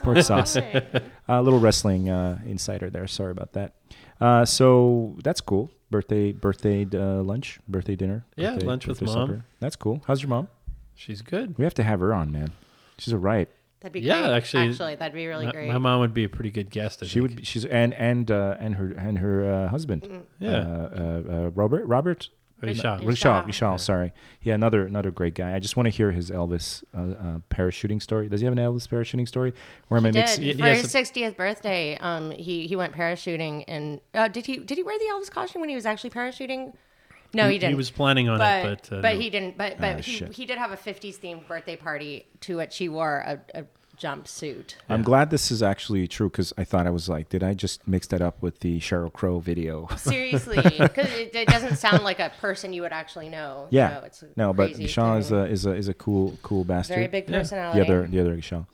[SPEAKER 1] pork sauce. A little wrestling uh, insider there. Sorry about that. Uh, so that's cool. Birthday, birthday uh, lunch, birthday dinner.
[SPEAKER 8] Yeah,
[SPEAKER 1] birthday-
[SPEAKER 8] lunch with
[SPEAKER 1] birthday
[SPEAKER 8] mom.
[SPEAKER 1] That's cool. How's your mom?
[SPEAKER 8] She's good.
[SPEAKER 1] We have to have her on, man. She's a riot.
[SPEAKER 6] That'd be
[SPEAKER 8] Yeah,
[SPEAKER 6] great.
[SPEAKER 8] actually-
[SPEAKER 6] that'd be really
[SPEAKER 8] My-
[SPEAKER 6] great.
[SPEAKER 8] My mom would be a pretty good guest. I
[SPEAKER 1] She
[SPEAKER 8] think.
[SPEAKER 1] would. Be, she's and and uh, and her and her uh, husband.
[SPEAKER 8] Mm. Yeah.
[SPEAKER 1] Uh, uh, uh, Robert. Robert.
[SPEAKER 8] Richard.
[SPEAKER 1] Richard.
[SPEAKER 6] Richard.
[SPEAKER 1] Richard. Sorry. Yeah. Another another great guy. I just want to hear his Elvis uh, uh, parachuting story. Does he have an Elvis parachuting story? Where am I
[SPEAKER 6] did
[SPEAKER 1] mixing?
[SPEAKER 8] Y-
[SPEAKER 6] for
[SPEAKER 8] yes,
[SPEAKER 6] his
[SPEAKER 8] it-
[SPEAKER 6] sixtieth birthday. Um, he he went parachuting, and uh, did he did he wear the Elvis costume when he was actually parachuting? No, he didn't.
[SPEAKER 8] He was planning on
[SPEAKER 6] but
[SPEAKER 8] it, but uh, no.
[SPEAKER 6] he didn't. But but he,
[SPEAKER 1] Ah, shit.
[SPEAKER 6] he did have a '50s themed birthday party to which he wore a, a jumpsuit.
[SPEAKER 1] I'm glad this is actually true because I thought I was like, did I just mix that up with the Cheryl Crow video?
[SPEAKER 6] Seriously, because it, it doesn't sound like a person you would actually know.
[SPEAKER 1] yeah.
[SPEAKER 6] so it's
[SPEAKER 1] no, but
[SPEAKER 6] crazy
[SPEAKER 1] Sean is
[SPEAKER 6] thing.
[SPEAKER 1] a is a is a cool cool bastard.
[SPEAKER 6] very big
[SPEAKER 1] The
[SPEAKER 6] personality.
[SPEAKER 1] other the other Sean,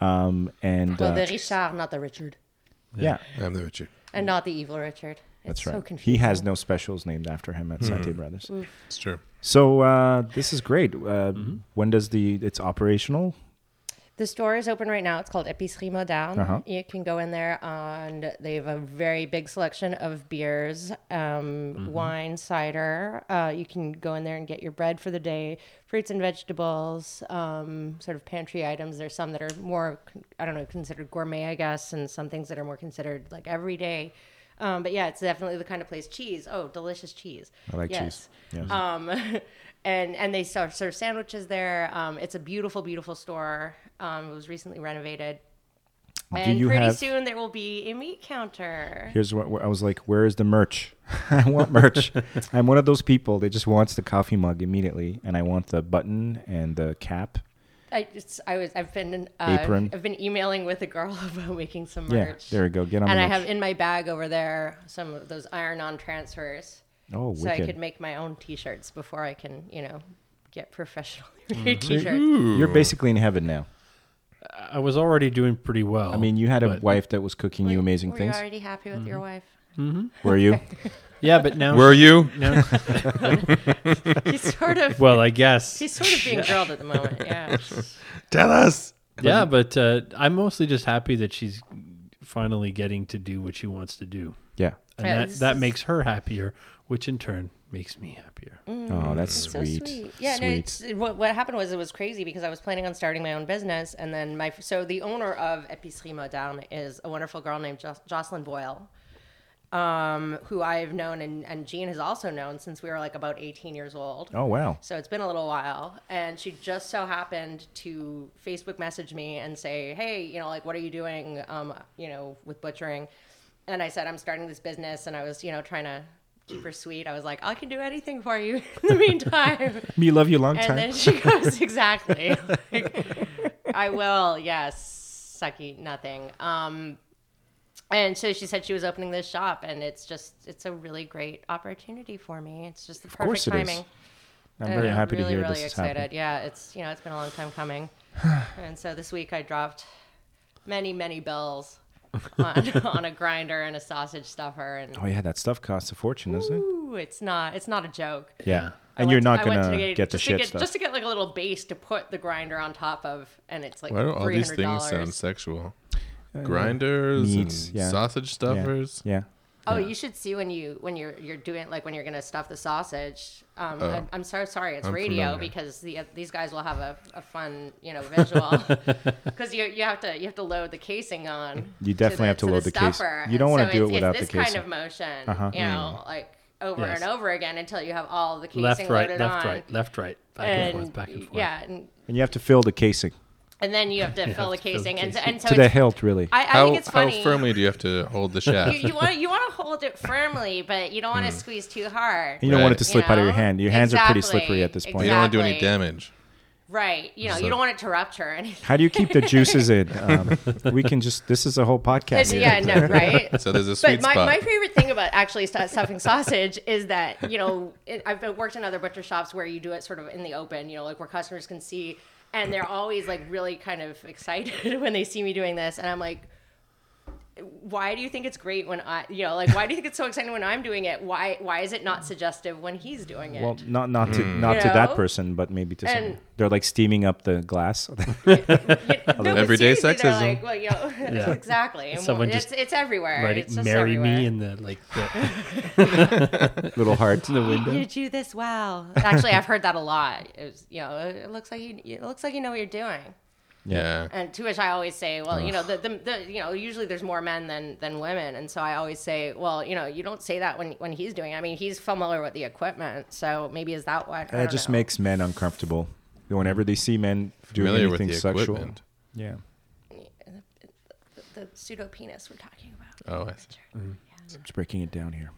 [SPEAKER 1] um, and
[SPEAKER 6] well,
[SPEAKER 1] uh,
[SPEAKER 6] the Richard, not the Richard,
[SPEAKER 1] yeah,
[SPEAKER 2] I'm the Richard.
[SPEAKER 6] and not the evil Richard. It's
[SPEAKER 1] that's right.
[SPEAKER 6] So
[SPEAKER 1] he
[SPEAKER 6] confusing. Hmm.
[SPEAKER 1] has no specials named after him at Sante Brothers.
[SPEAKER 2] It's true.
[SPEAKER 1] So uh, this is great. Uh,
[SPEAKER 6] Mm-hmm.
[SPEAKER 1] When does the it's operational?
[SPEAKER 6] The store is open right now. It's called Epicerie Moderne.
[SPEAKER 1] Uh-huh.
[SPEAKER 6] You can go in there, and they have a very big selection of beers, um,
[SPEAKER 1] Mm-hmm.
[SPEAKER 6] wine, cider. Uh, you can go in there and get your bread for the day, fruits and vegetables, um, sort of pantry items. There's some that are more, I don't know, considered gourmet, I guess, and some things that are more considered like everyday. Um, but yeah, it's definitely the kind of place. Cheese, oh, delicious cheese.
[SPEAKER 1] I like
[SPEAKER 6] Yes.
[SPEAKER 1] cheese. Yes.
[SPEAKER 6] Um, and and they serve, serve sandwiches there. Um, it's a beautiful, beautiful store. Um, it was recently renovated. And
[SPEAKER 1] you
[SPEAKER 6] pretty
[SPEAKER 1] have-
[SPEAKER 6] soon there will be a meat counter.
[SPEAKER 1] Here's what where I was like. Where is the merch? I want merch. I'm one of those people that just wants the coffee mug immediately, and I want the button and the cap.
[SPEAKER 6] I just I was I've been uh,
[SPEAKER 1] Apron.
[SPEAKER 6] I've been emailing with a girl about making some
[SPEAKER 1] Yeah,
[SPEAKER 6] merch.
[SPEAKER 1] there we go. Get on.
[SPEAKER 6] and
[SPEAKER 1] the
[SPEAKER 6] I
[SPEAKER 1] merch.
[SPEAKER 6] have in my bag over there some of those iron-on transfers,
[SPEAKER 1] oh,
[SPEAKER 6] so
[SPEAKER 1] wicked.
[SPEAKER 6] I could make my own T-shirts before I can you know get professionally
[SPEAKER 1] Mm-hmm.
[SPEAKER 6] made T-shirts.
[SPEAKER 1] You're basically in heaven now.
[SPEAKER 8] I was already doing pretty well.
[SPEAKER 1] I mean, you had a
[SPEAKER 8] But-
[SPEAKER 1] wife that was cooking you amazing
[SPEAKER 6] Were
[SPEAKER 1] things. Mm-hmm.
[SPEAKER 6] you already happy with your wife?
[SPEAKER 1] Were you?
[SPEAKER 8] yeah, but
[SPEAKER 1] Oh.
[SPEAKER 8] now
[SPEAKER 2] Were you?
[SPEAKER 8] now-
[SPEAKER 6] She's sort of
[SPEAKER 8] well, I guess.
[SPEAKER 6] she's sort of being grilled at the moment. Yeah.
[SPEAKER 2] Tell us.
[SPEAKER 8] yeah, but uh, I'm mostly just happy that she's finally getting to do what she wants to do,
[SPEAKER 1] Yeah.
[SPEAKER 8] and
[SPEAKER 6] Yeah,
[SPEAKER 8] that
[SPEAKER 6] this
[SPEAKER 8] that
[SPEAKER 6] is-
[SPEAKER 8] makes her happier, which in turn makes me happier.
[SPEAKER 1] Oh, that's
[SPEAKER 6] So
[SPEAKER 1] sweet.
[SPEAKER 6] Yeah, no,
[SPEAKER 1] Sweet.
[SPEAKER 6] it's, what, what happened was it was crazy because I was planning on starting my own business. And then my, so the owner of Epicerie Moderne is a wonderful girl named Jos- Jocelyn Boyle, um, who I've known and, and Jean has also known since we were like about 18 years old.
[SPEAKER 1] oh wow.
[SPEAKER 6] So it's been a little while. And she just so happened to Facebook message me and say, Hey, you know, like, what are you doing, um, you know, with butchering? And I said, I'm starting this business. And I was, you know, trying to keep her sweet. I was like, I can do anything for you in the meantime.
[SPEAKER 1] Me love you long
[SPEAKER 6] and
[SPEAKER 1] time.
[SPEAKER 6] then she goes, Exactly. Like, I will, yes, sucky, nothing. Um, and so she said she was opening this shop, and it's just, it's a really great opportunity for me. It's just the perfect
[SPEAKER 1] course it is.
[SPEAKER 6] timing.
[SPEAKER 1] I'm
[SPEAKER 6] And
[SPEAKER 1] very
[SPEAKER 6] I'm
[SPEAKER 1] happy
[SPEAKER 6] really,
[SPEAKER 1] to hear
[SPEAKER 6] really
[SPEAKER 1] this is
[SPEAKER 6] excited.
[SPEAKER 1] happening.
[SPEAKER 6] Yeah, it's you know it's been a long time coming, and so this week I dropped many many bills on, on a grinder and a sausage stuffer, and
[SPEAKER 1] Oh yeah, that stuff costs a fortune, doesn't it?
[SPEAKER 6] ooh, it's not it's not a joke.
[SPEAKER 1] Yeah.
[SPEAKER 6] I
[SPEAKER 1] And
[SPEAKER 6] went
[SPEAKER 1] you're
[SPEAKER 6] to-
[SPEAKER 1] not
[SPEAKER 6] I went
[SPEAKER 1] gonna
[SPEAKER 6] to
[SPEAKER 1] get, the
[SPEAKER 6] just
[SPEAKER 1] shit
[SPEAKER 6] to get,
[SPEAKER 1] stuff.
[SPEAKER 6] just to get like a little base to put the grinder on top of, and it's like
[SPEAKER 2] Why do all
[SPEAKER 6] three
[SPEAKER 2] these
[SPEAKER 6] hundred
[SPEAKER 2] things sound
[SPEAKER 6] dollars.
[SPEAKER 2] sexual? Grinders
[SPEAKER 1] Uh, meats,
[SPEAKER 2] and
[SPEAKER 1] yeah.
[SPEAKER 2] sausage
[SPEAKER 1] yeah.
[SPEAKER 2] stuffers.
[SPEAKER 1] Yeah.
[SPEAKER 6] Oh, you should see when you when you're you're doing like when you're gonna stuff the sausage. Um, I'm, I'm so sorry, it's
[SPEAKER 2] I'm
[SPEAKER 6] radio
[SPEAKER 2] familiar.
[SPEAKER 6] because the, these guys will have a, a fun you know visual because you you have to you have to load the casing on.
[SPEAKER 1] You definitely have to load the case.
[SPEAKER 6] stuffer.
[SPEAKER 1] You don't
[SPEAKER 6] And
[SPEAKER 1] wanna
[SPEAKER 6] so
[SPEAKER 1] do it
[SPEAKER 6] it's-
[SPEAKER 1] without
[SPEAKER 6] it's
[SPEAKER 1] the
[SPEAKER 6] this
[SPEAKER 1] casing.
[SPEAKER 6] kind of motion,
[SPEAKER 1] Uh-huh.
[SPEAKER 6] you know, like over
[SPEAKER 8] Yes.
[SPEAKER 6] and over again until you have all the casing
[SPEAKER 8] Left, right,
[SPEAKER 6] loaded
[SPEAKER 8] left,
[SPEAKER 6] on.
[SPEAKER 8] right, left, right, back and,
[SPEAKER 6] And,
[SPEAKER 8] forth, back and forth.
[SPEAKER 6] yeah, and,
[SPEAKER 1] And you have to fill the casing
[SPEAKER 6] and then you have to fill the
[SPEAKER 8] have to fill the
[SPEAKER 6] casing, and so,
[SPEAKER 8] casing.
[SPEAKER 6] and so
[SPEAKER 1] to the
[SPEAKER 6] Oh, it's,
[SPEAKER 1] hilt, really.
[SPEAKER 6] I, I
[SPEAKER 2] How
[SPEAKER 6] think it's funny.
[SPEAKER 2] how firmly do you have to hold the shaft?
[SPEAKER 6] you, you want you want to hold it firmly, but you don't want to squeeze too hard.
[SPEAKER 1] And you don't want
[SPEAKER 2] Right.
[SPEAKER 1] it to slip out of your
[SPEAKER 6] know?
[SPEAKER 1] hand. Your hands are pretty slippery
[SPEAKER 6] Exactly,
[SPEAKER 1] at this point.
[SPEAKER 2] You don't want to do any
[SPEAKER 6] Exactly.
[SPEAKER 2] damage.
[SPEAKER 6] Right. You know,
[SPEAKER 2] So-
[SPEAKER 6] you don't want it to rupture or anything.
[SPEAKER 1] How do you keep the juices in? Um, we can just. This is a whole podcast. here.
[SPEAKER 6] yeah, no, right?
[SPEAKER 2] So there's a
[SPEAKER 6] But
[SPEAKER 2] sweet
[SPEAKER 6] my,
[SPEAKER 2] spot.
[SPEAKER 6] my favorite thing about actually stu- stuffing sausage is that, you know, it, I've been- worked in other butcher shops where you do it sort of in the open, you know, like where customers can see. And they're always like really kind of excited when they see me doing this. And I'm like, why do you think it's great when I, you know, like, why do you think it's so exciting when I'm doing it? Why, why is it not suggestive when he's doing it?
[SPEAKER 1] Well, not not to
[SPEAKER 2] Mm.
[SPEAKER 1] not to that
[SPEAKER 6] know?
[SPEAKER 1] person, but maybe to some.
[SPEAKER 6] And-
[SPEAKER 1] They're like steaming up the glass.
[SPEAKER 6] You- no, but
[SPEAKER 2] Everyday
[SPEAKER 6] seriously, they're
[SPEAKER 2] sexism.
[SPEAKER 6] Like, well, you know, exactly. And
[SPEAKER 8] Someone
[SPEAKER 6] well,
[SPEAKER 8] just
[SPEAKER 6] it's, it's everywhere.
[SPEAKER 8] Right,
[SPEAKER 6] it's just
[SPEAKER 8] marry
[SPEAKER 6] everywhere.
[SPEAKER 8] me in the like the,
[SPEAKER 1] Little heart.
[SPEAKER 8] the window.
[SPEAKER 6] You do this well. Actually, I've heard that a lot. It was, you know, it looks like you it looks like you know what you're doing.
[SPEAKER 2] yeah.
[SPEAKER 6] And to which I always say, well, you know, the, the, the you know, usually there's more men than than women, and so I always say, well, you know, you don't say that when when he's doing. it. I mean, he's familiar with the equipment, so maybe is that what? I
[SPEAKER 1] That
[SPEAKER 6] don't
[SPEAKER 1] just
[SPEAKER 6] know.
[SPEAKER 1] makes men uncomfortable. Whenever they see men doing
[SPEAKER 2] Familiar with
[SPEAKER 1] anything
[SPEAKER 2] the
[SPEAKER 1] sexual.
[SPEAKER 2] equipment.
[SPEAKER 1] Yeah.
[SPEAKER 6] the pseudo penis we're talking about.
[SPEAKER 2] Oh, I see.
[SPEAKER 1] Mm-hmm.
[SPEAKER 6] Sure. Yeah.
[SPEAKER 1] It's breaking it down here.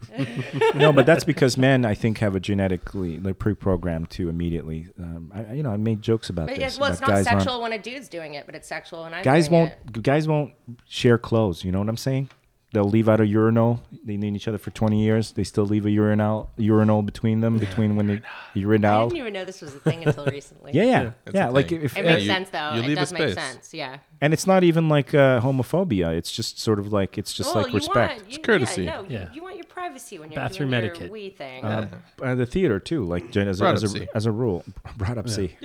[SPEAKER 1] no, but that's because men, I think, have a genetically like pre-programmed to immediately. Um, I, I- you know, I made jokes about
[SPEAKER 6] But
[SPEAKER 1] this.
[SPEAKER 6] it's, well, it's
[SPEAKER 1] about
[SPEAKER 6] not
[SPEAKER 1] guys aren't-
[SPEAKER 6] sexual when a dude's doing it, but it's sexual when I'm
[SPEAKER 1] guys
[SPEAKER 6] doing
[SPEAKER 1] won't guys won't share clothes. You know what I'm saying? They'll leave out a urinal. They need each other for 20 years. They still leave a urinal urinal between them between when they
[SPEAKER 6] it. I
[SPEAKER 1] urinal.
[SPEAKER 6] didn't even know this was a thing until recently.
[SPEAKER 1] Yeah, yeah, yeah.
[SPEAKER 2] That's the
[SPEAKER 1] like
[SPEAKER 2] thing.
[SPEAKER 1] if
[SPEAKER 6] It
[SPEAKER 2] Yeah,
[SPEAKER 6] makes
[SPEAKER 2] you-
[SPEAKER 6] sense though.
[SPEAKER 2] you
[SPEAKER 6] It
[SPEAKER 2] leave a
[SPEAKER 6] does make
[SPEAKER 2] space.
[SPEAKER 6] sense. Yeah.
[SPEAKER 1] and it's not even like uh, homophobia. It's just sort of like it's just
[SPEAKER 6] well,
[SPEAKER 1] like
[SPEAKER 6] Oh, you
[SPEAKER 1] respect.
[SPEAKER 6] want you,
[SPEAKER 2] courtesy.
[SPEAKER 6] Yeah, no, you-
[SPEAKER 8] Yeah.
[SPEAKER 6] You, want your privacy when you're
[SPEAKER 8] Bathroom
[SPEAKER 6] doing
[SPEAKER 8] etiquette.
[SPEAKER 6] your wee thing.
[SPEAKER 1] uh, the theater too, like gen- as, a- as,
[SPEAKER 2] Brought up C.
[SPEAKER 1] a, as a rule, brought up C.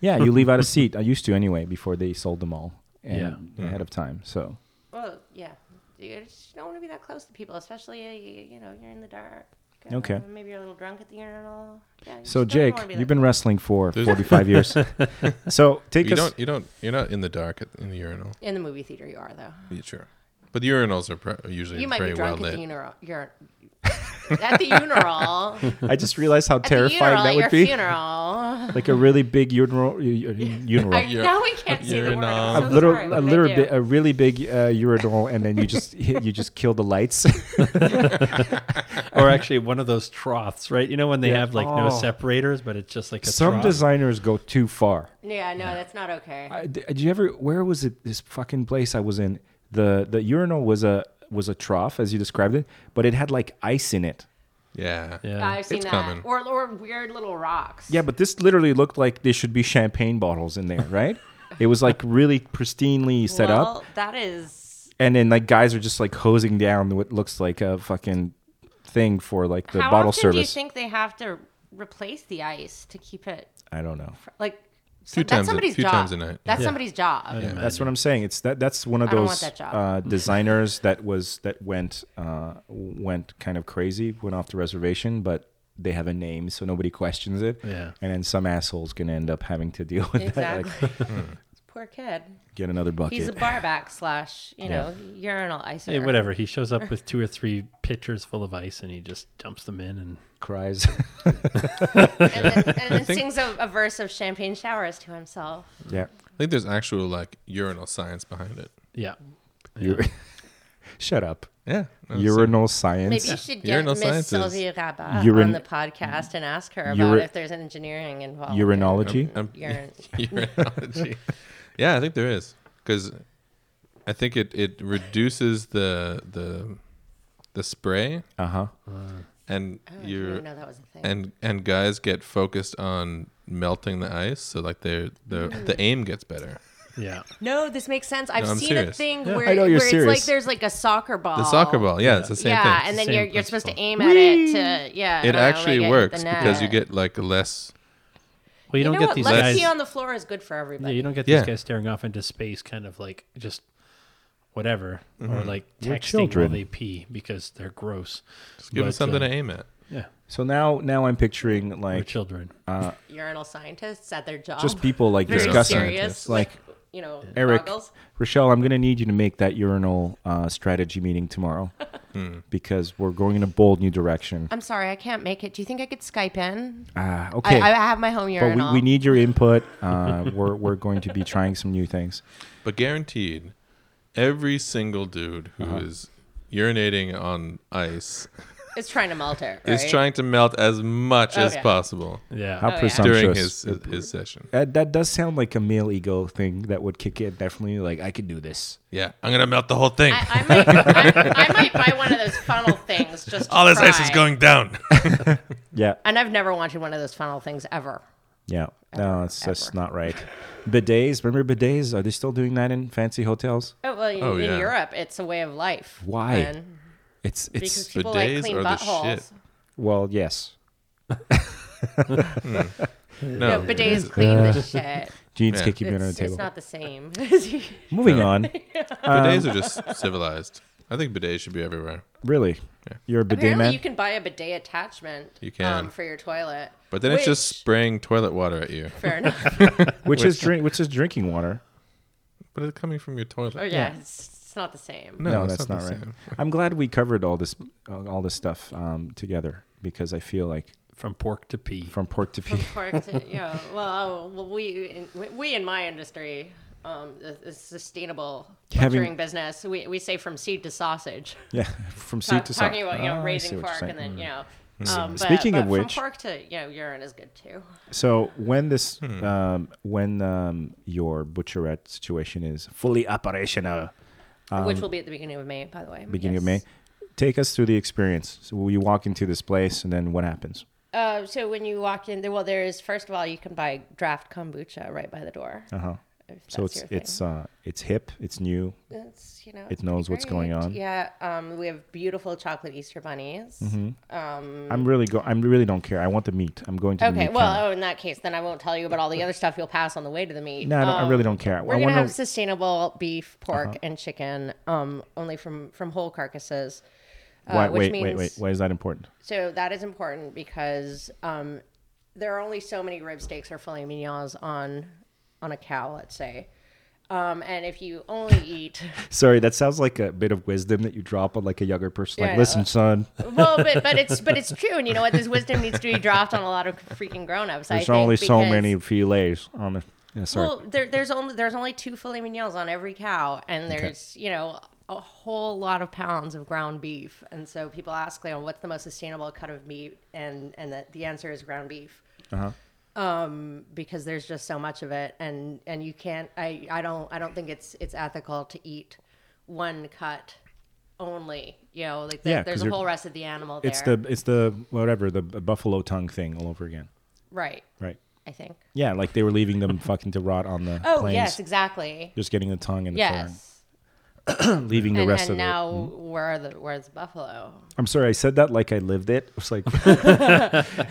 [SPEAKER 1] Yeah. you leave out a seat. I used to anyway before they sold them all and ahead of time. So
[SPEAKER 6] well, yeah. You just don't want to be that close to people, especially uh, you, you know you're in the dark. uh,
[SPEAKER 1] Okay.
[SPEAKER 6] Maybe you're a little drunk at the urinal. Yeah,
[SPEAKER 1] so
[SPEAKER 6] you just don't
[SPEAKER 1] Jake,
[SPEAKER 6] wanna be
[SPEAKER 1] you've
[SPEAKER 6] that-
[SPEAKER 1] been wrestling for
[SPEAKER 2] There's-
[SPEAKER 1] 45 years. So take
[SPEAKER 2] You
[SPEAKER 1] us.
[SPEAKER 2] don't. You don't. You're not in the dark at, in the urinal.
[SPEAKER 6] in the movie theater. You are though.
[SPEAKER 2] Yeah, sure. But the urinals are pre- usually
[SPEAKER 6] You might
[SPEAKER 2] very
[SPEAKER 6] be drunk
[SPEAKER 2] well
[SPEAKER 6] at the
[SPEAKER 2] lit.
[SPEAKER 6] urinal. You're at the urinal.
[SPEAKER 1] I just realized how
[SPEAKER 6] at the
[SPEAKER 1] terrifying
[SPEAKER 6] urinal
[SPEAKER 1] that
[SPEAKER 6] at your
[SPEAKER 1] would be.
[SPEAKER 6] funeral.
[SPEAKER 1] Like a really big urinal. u- u- urinal.
[SPEAKER 6] I, now we can't see the word.
[SPEAKER 2] Urinal.
[SPEAKER 6] I'm
[SPEAKER 1] uh, a
[SPEAKER 6] so
[SPEAKER 1] little,
[SPEAKER 6] sorry.
[SPEAKER 1] a
[SPEAKER 6] What did I
[SPEAKER 1] little
[SPEAKER 6] do?
[SPEAKER 1] bit, a really big uh, urinal, and then you just hit, you just kill the lights.
[SPEAKER 8] or actually one of those troughs, right? You know when they
[SPEAKER 1] Yeah.
[SPEAKER 8] have like no
[SPEAKER 1] Oh.
[SPEAKER 8] separators, but it's just like a
[SPEAKER 1] Some
[SPEAKER 8] trough.
[SPEAKER 1] designers go too far.
[SPEAKER 6] Yeah, no, that's not okay.
[SPEAKER 1] I, d- did you ever? Where was it? This fucking place I was in. The the urinal was a was a trough, as you described it, but it had like ice in it.
[SPEAKER 2] Yeah.
[SPEAKER 8] Yeah.
[SPEAKER 6] I've seen
[SPEAKER 2] It's
[SPEAKER 6] that.
[SPEAKER 2] common.
[SPEAKER 6] Or or weird little rocks.
[SPEAKER 1] Yeah, but this literally looked like there should be champagne bottles in there, right? it was like really pristinely set up.
[SPEAKER 6] Well, that is
[SPEAKER 1] and then like guys are just like hosing down what looks like a fucking thing for like the
[SPEAKER 6] how
[SPEAKER 1] bottle
[SPEAKER 6] often do you
[SPEAKER 1] service.
[SPEAKER 6] think they have to replace the ice to keep it
[SPEAKER 1] I don't know.
[SPEAKER 6] like so-
[SPEAKER 2] Few
[SPEAKER 6] that's
[SPEAKER 2] times a-
[SPEAKER 6] somebody's
[SPEAKER 2] few
[SPEAKER 6] job.
[SPEAKER 2] times a night.
[SPEAKER 6] That's somebody's job.
[SPEAKER 1] That's what I'm saying. It's that that's one of
[SPEAKER 6] I don't want
[SPEAKER 1] those
[SPEAKER 6] that job.
[SPEAKER 1] uh, designers that was that went uh, went kind of crazy, went off the reservation, but they have a name, so nobody questions it.
[SPEAKER 8] Yeah.
[SPEAKER 1] And then some asshole's gonna end up having to deal with that. Like,
[SPEAKER 6] Exactly.
[SPEAKER 2] Hmm.
[SPEAKER 6] Poor kid.
[SPEAKER 1] get another bucket.
[SPEAKER 6] He's a barback slash, you know, urinal icer.
[SPEAKER 8] Hey, whatever. He shows up with two or three pitchers full of ice, and he just dumps them in, and
[SPEAKER 1] Cries.
[SPEAKER 6] And then, and then sings a, a verse of champagne showers to himself.
[SPEAKER 1] yeah.
[SPEAKER 2] I think there's actual like urinal science behind it.
[SPEAKER 8] yeah.
[SPEAKER 1] You- Shut up.
[SPEAKER 2] Yeah. No, it's-
[SPEAKER 1] Urinal
[SPEAKER 6] Maybe
[SPEAKER 1] science.
[SPEAKER 6] you should get
[SPEAKER 2] Urinal
[SPEAKER 6] Miss
[SPEAKER 2] sciences.
[SPEAKER 6] Sylvia Rabba
[SPEAKER 1] Urin-
[SPEAKER 6] on the podcast and ask her about
[SPEAKER 1] Uri-
[SPEAKER 6] if there's engineering involved.
[SPEAKER 1] Urinology.
[SPEAKER 2] I'm-
[SPEAKER 6] Urine.
[SPEAKER 2] urinology. Um, yeah, I think there is because I think it it reduces the the the spray
[SPEAKER 1] Uh huh.
[SPEAKER 2] and
[SPEAKER 6] Oh, I
[SPEAKER 2] you're
[SPEAKER 6] didn't know that was a thing.
[SPEAKER 2] and and guys get focused on melting the ice, so like their the
[SPEAKER 6] Mm.
[SPEAKER 2] the aim gets better.
[SPEAKER 8] Yeah.
[SPEAKER 6] No, this makes sense. I've
[SPEAKER 2] No, I'm
[SPEAKER 6] seen a
[SPEAKER 2] serious.
[SPEAKER 6] thing where,
[SPEAKER 1] I know
[SPEAKER 6] where
[SPEAKER 1] you're
[SPEAKER 6] it's like
[SPEAKER 1] serious.
[SPEAKER 6] there's like a soccer ball.
[SPEAKER 2] The soccer ball, yeah, it's the same
[SPEAKER 6] yeah,
[SPEAKER 2] thing.
[SPEAKER 6] and
[SPEAKER 8] the
[SPEAKER 6] then
[SPEAKER 8] same
[SPEAKER 6] you're you're supposed to aim
[SPEAKER 8] principle.
[SPEAKER 6] at it to yeah. I
[SPEAKER 2] it
[SPEAKER 6] don't know, like
[SPEAKER 2] actually
[SPEAKER 6] at the
[SPEAKER 2] works because you
[SPEAKER 6] net.
[SPEAKER 2] get like less.
[SPEAKER 8] Well, you,
[SPEAKER 6] You
[SPEAKER 8] don't
[SPEAKER 6] know
[SPEAKER 8] get
[SPEAKER 6] what?
[SPEAKER 8] these
[SPEAKER 6] Let's
[SPEAKER 8] guys.
[SPEAKER 6] pee on the floor is good for
[SPEAKER 8] yeah,
[SPEAKER 6] everybody.
[SPEAKER 8] you don't get these
[SPEAKER 2] Yeah.
[SPEAKER 8] guys staring off into space, kind of like just whatever, or like
[SPEAKER 1] Mm-hmm. We're
[SPEAKER 8] texting while
[SPEAKER 1] children.
[SPEAKER 8] they pee because they're gross.
[SPEAKER 2] Give them
[SPEAKER 8] But,
[SPEAKER 2] something
[SPEAKER 8] uh,
[SPEAKER 2] to aim at.
[SPEAKER 8] Yeah,
[SPEAKER 1] So now now I'm picturing
[SPEAKER 8] we're
[SPEAKER 1] like
[SPEAKER 8] children.
[SPEAKER 1] Uh,
[SPEAKER 6] Urinal scientists at their job.
[SPEAKER 1] just people like
[SPEAKER 6] Oh. very
[SPEAKER 1] discussing it.
[SPEAKER 6] serious.
[SPEAKER 1] like
[SPEAKER 6] you know,
[SPEAKER 1] Eric,
[SPEAKER 6] goggles.
[SPEAKER 1] Rochelle, I'm gonna need you to make that urinal uh, strategy meeting tomorrow
[SPEAKER 6] Hmm.
[SPEAKER 1] because we're going in a bold new direction.
[SPEAKER 6] I'm sorry, I can't make it. Do you think I could Skype in?
[SPEAKER 1] Uh, okay,
[SPEAKER 6] I, I have my home
[SPEAKER 1] but
[SPEAKER 6] urinal.
[SPEAKER 1] we, we need your input. Uh, we're we're going to be trying some new things.
[SPEAKER 2] But guaranteed, every single dude who is
[SPEAKER 1] Uh-huh.
[SPEAKER 2] urinating on ice
[SPEAKER 6] It's trying to melt it.
[SPEAKER 2] is
[SPEAKER 6] right?
[SPEAKER 2] trying to melt as much as
[SPEAKER 6] Okay.
[SPEAKER 2] possible
[SPEAKER 8] Yeah,
[SPEAKER 1] How
[SPEAKER 6] Oh, yeah.
[SPEAKER 1] presumptuous!
[SPEAKER 2] during his, his his session.
[SPEAKER 1] that, that does sound like a male ego thing that would kick in. Definitely, like I could do this.
[SPEAKER 2] Yeah, I'm gonna melt the whole thing.
[SPEAKER 6] I, I might, I, I might buy one of those funnel things. Just to
[SPEAKER 2] All this ice
[SPEAKER 6] try.
[SPEAKER 2] is going down.
[SPEAKER 1] Yeah,
[SPEAKER 6] And I've never wanted one of those funnel things ever.
[SPEAKER 1] yeah. No, it's just not right. Bidets. Remember bidets? Are they still doing that in fancy hotels?
[SPEAKER 6] Oh, well, in,
[SPEAKER 2] Oh,
[SPEAKER 6] in
[SPEAKER 2] yeah.
[SPEAKER 6] Europe, it's a way of life.
[SPEAKER 1] Why?
[SPEAKER 6] And
[SPEAKER 1] It's
[SPEAKER 6] because
[SPEAKER 1] it's
[SPEAKER 6] people
[SPEAKER 2] Bidets
[SPEAKER 6] like clean
[SPEAKER 2] are the
[SPEAKER 6] buttholes.
[SPEAKER 2] shit.
[SPEAKER 1] well, yes.
[SPEAKER 2] No,
[SPEAKER 6] No,
[SPEAKER 1] Oh,
[SPEAKER 6] bidets clean the
[SPEAKER 1] Uh,
[SPEAKER 6] shit.
[SPEAKER 1] Gene's
[SPEAKER 2] Yeah.
[SPEAKER 1] kicking me under the
[SPEAKER 6] It's,
[SPEAKER 1] table.
[SPEAKER 6] it's not the same.
[SPEAKER 1] Moving on. um,
[SPEAKER 2] bidets are just civilized. I think bidets should be everywhere.
[SPEAKER 1] Really? You're a bidet
[SPEAKER 6] Apparently,
[SPEAKER 1] man?
[SPEAKER 6] you can buy a bidet attachment.
[SPEAKER 2] You can.
[SPEAKER 6] um, for your toilet.
[SPEAKER 2] But then it's just
[SPEAKER 6] which-
[SPEAKER 2] spraying toilet water at you.
[SPEAKER 6] fair enough.
[SPEAKER 1] which is drink which is drinking water.
[SPEAKER 2] But it's coming from your toilet.
[SPEAKER 6] Oh yeah, it's, it's not the same.
[SPEAKER 1] No,
[SPEAKER 2] it's
[SPEAKER 1] that's
[SPEAKER 2] not
[SPEAKER 1] not,
[SPEAKER 2] the
[SPEAKER 1] right.
[SPEAKER 2] same.
[SPEAKER 1] I'm glad we covered all this all this stuff um, together because I feel like
[SPEAKER 8] from pork to pee.
[SPEAKER 1] from pork to pee.
[SPEAKER 6] oh, Pork to- yeah, well, well, we in, we in my industry um, the, the sustainable
[SPEAKER 1] Having-
[SPEAKER 6] butchering business. We, we say from seed to sausage.
[SPEAKER 1] Yeah, from seed
[SPEAKER 6] Talk-
[SPEAKER 1] to
[SPEAKER 6] talking
[SPEAKER 1] sock.
[SPEAKER 6] about you know
[SPEAKER 1] Ah, I see what
[SPEAKER 6] raising
[SPEAKER 1] you're
[SPEAKER 6] pork and
[SPEAKER 1] saying. Mm.
[SPEAKER 6] then you know. Um, but,
[SPEAKER 1] Speaking
[SPEAKER 6] but
[SPEAKER 1] of which-
[SPEAKER 6] from pork to you know urine is good too.
[SPEAKER 1] So when this,
[SPEAKER 2] Hmm.
[SPEAKER 1] um, when um, your butcherette situation is fully operational,
[SPEAKER 6] which will be at the beginning of May, by the way.
[SPEAKER 1] Um, beginning of
[SPEAKER 6] Yes.
[SPEAKER 1] May, take us through the experience. So you walk into this place, and then what happens?
[SPEAKER 6] Uh, so when you walk in, there, well, there is first of all you can buy draft kombucha right by the door.
[SPEAKER 1] Uh huh.
[SPEAKER 6] if
[SPEAKER 1] So
[SPEAKER 6] that's
[SPEAKER 1] it's
[SPEAKER 6] your thing.
[SPEAKER 1] it's uh, it's hip, it's new.
[SPEAKER 6] it's you know
[SPEAKER 1] It knows what's going
[SPEAKER 6] great.
[SPEAKER 1] on.
[SPEAKER 6] Yeah, um, we have beautiful chocolate Easter bunnies.
[SPEAKER 1] Mm-hmm. I'm really go. I'm really don't care. I want the meat. I'm going to the
[SPEAKER 6] Mm. Okay,
[SPEAKER 1] meat.
[SPEAKER 6] well,
[SPEAKER 1] counter.
[SPEAKER 6] oh, in that case, then I won't tell you about all the other stuff you'll pass on the way to the meet.
[SPEAKER 1] no, I, don't, I
[SPEAKER 6] Um,
[SPEAKER 1] really don't care.
[SPEAKER 6] We're
[SPEAKER 1] I Uh-huh.
[SPEAKER 6] gonna
[SPEAKER 1] want
[SPEAKER 6] have sustainable beef, pork, and chicken, um, only from from whole carcasses. Uh,
[SPEAKER 1] why,
[SPEAKER 6] which
[SPEAKER 1] wait,
[SPEAKER 6] means,
[SPEAKER 1] wait, wait. Why is that important?
[SPEAKER 6] So that is important because um, there are only so many rib steaks or filet mignons on on a cow, let's say. Um, and if you only eat
[SPEAKER 1] Sorry, that sounds like a bit of wisdom that you drop on like a younger person.
[SPEAKER 6] Yeah, uh,
[SPEAKER 1] like,
[SPEAKER 6] I know.
[SPEAKER 1] listen, son,
[SPEAKER 6] well, but but it's but it's true, and you know what? This wisdom needs to be dropped on a lot of freaking grown ups. I
[SPEAKER 1] there's
[SPEAKER 6] think
[SPEAKER 1] only so
[SPEAKER 6] because-
[SPEAKER 1] many fillets on the. Yeah, sorry.
[SPEAKER 6] Well, there, there's only there's only two filet mignons on every cow, and there's you know a whole lot of pounds of ground beef, and so people ask, you know, what's the most sustainable cut of meat, and and that the answer is ground beef.
[SPEAKER 1] Uh-huh.
[SPEAKER 6] Um, because there's just so much of it, and and you can't. I I don't I don't think it's it's ethical to eat one cut only. You know, like there,
[SPEAKER 1] Yeah, 'cause
[SPEAKER 6] there's a
[SPEAKER 1] you're-
[SPEAKER 6] whole rest of the animal there.
[SPEAKER 1] It's the it's the whatever the b- buffalo tongue thing all over again,
[SPEAKER 6] right.
[SPEAKER 1] right?
[SPEAKER 6] I think.
[SPEAKER 1] Yeah, like they were leaving them fucking to rot on the
[SPEAKER 6] Oh
[SPEAKER 1] plains,
[SPEAKER 6] yes, exactly.
[SPEAKER 1] just getting the tongue and the
[SPEAKER 6] Yes.
[SPEAKER 1] fur, leaving the
[SPEAKER 6] and
[SPEAKER 1] rest
[SPEAKER 6] and
[SPEAKER 1] of
[SPEAKER 6] now
[SPEAKER 1] it. Mm-hmm.
[SPEAKER 6] where are the where's buffalo?
[SPEAKER 1] I'm sorry, I said that like I lived it. It was like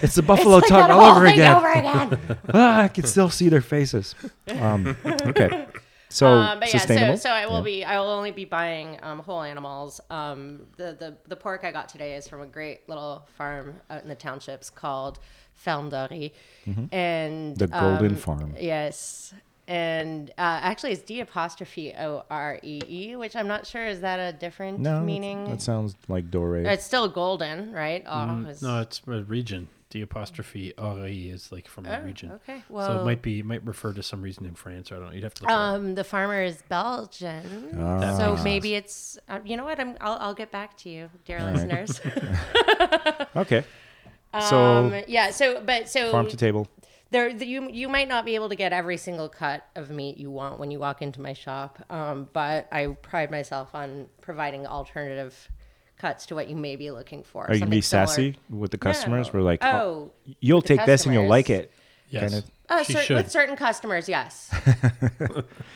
[SPEAKER 1] it's the buffalo tongue
[SPEAKER 6] that
[SPEAKER 1] all
[SPEAKER 6] whole
[SPEAKER 1] over
[SPEAKER 6] thing
[SPEAKER 1] again.
[SPEAKER 6] over again.
[SPEAKER 1] ah, I can still see their faces. Um, okay, so
[SPEAKER 6] um, but yeah, so,
[SPEAKER 1] sustainable.
[SPEAKER 6] so I will
[SPEAKER 1] Yeah.
[SPEAKER 6] be. I will only be buying um, whole animals. Um, the, the the pork I got today is from a great little farm out in the townships called Felmdori, and
[SPEAKER 1] Mm-hmm. The Golden
[SPEAKER 6] um,
[SPEAKER 1] Farm.
[SPEAKER 6] Yes. And uh, actually, it's D apostrophe O R E E, which I'm not sure is that a different
[SPEAKER 1] no that-
[SPEAKER 6] meaning.
[SPEAKER 1] That sounds like Dore.
[SPEAKER 6] it's still golden, right? Oh, it's-
[SPEAKER 8] No, it's a region. The apostrophe RE is like from a region.
[SPEAKER 6] Oh, okay.
[SPEAKER 8] so
[SPEAKER 6] Well-
[SPEAKER 8] it might be it might refer to some reason in France. I don't know. You'd have to look it up.
[SPEAKER 6] Um, the farmer is Belgian,
[SPEAKER 1] Ah. That
[SPEAKER 6] so
[SPEAKER 8] makes
[SPEAKER 6] maybe it's. Uh, you know what? I'm. I'll, I'll get back to you, dear
[SPEAKER 1] All right.
[SPEAKER 6] listeners.
[SPEAKER 1] okay, so
[SPEAKER 6] um, yeah. So, but so
[SPEAKER 1] farm to table.
[SPEAKER 6] there, the, you you might not be able to get every single cut of meat you want when you walk into my shop. Um, but I pride myself on providing alternative cuts to what you may be looking for.
[SPEAKER 1] Are you gonna
[SPEAKER 6] something
[SPEAKER 1] be
[SPEAKER 6] similar.
[SPEAKER 1] sassy with the customers?
[SPEAKER 6] No.
[SPEAKER 1] We're like,
[SPEAKER 6] oh,
[SPEAKER 1] you'll
[SPEAKER 6] the
[SPEAKER 1] take this and you'll like
[SPEAKER 6] customers.
[SPEAKER 1] it.
[SPEAKER 8] yes.
[SPEAKER 1] kind
[SPEAKER 6] uh,
[SPEAKER 8] she
[SPEAKER 6] cer-
[SPEAKER 8] should.
[SPEAKER 6] with certain customers, yes.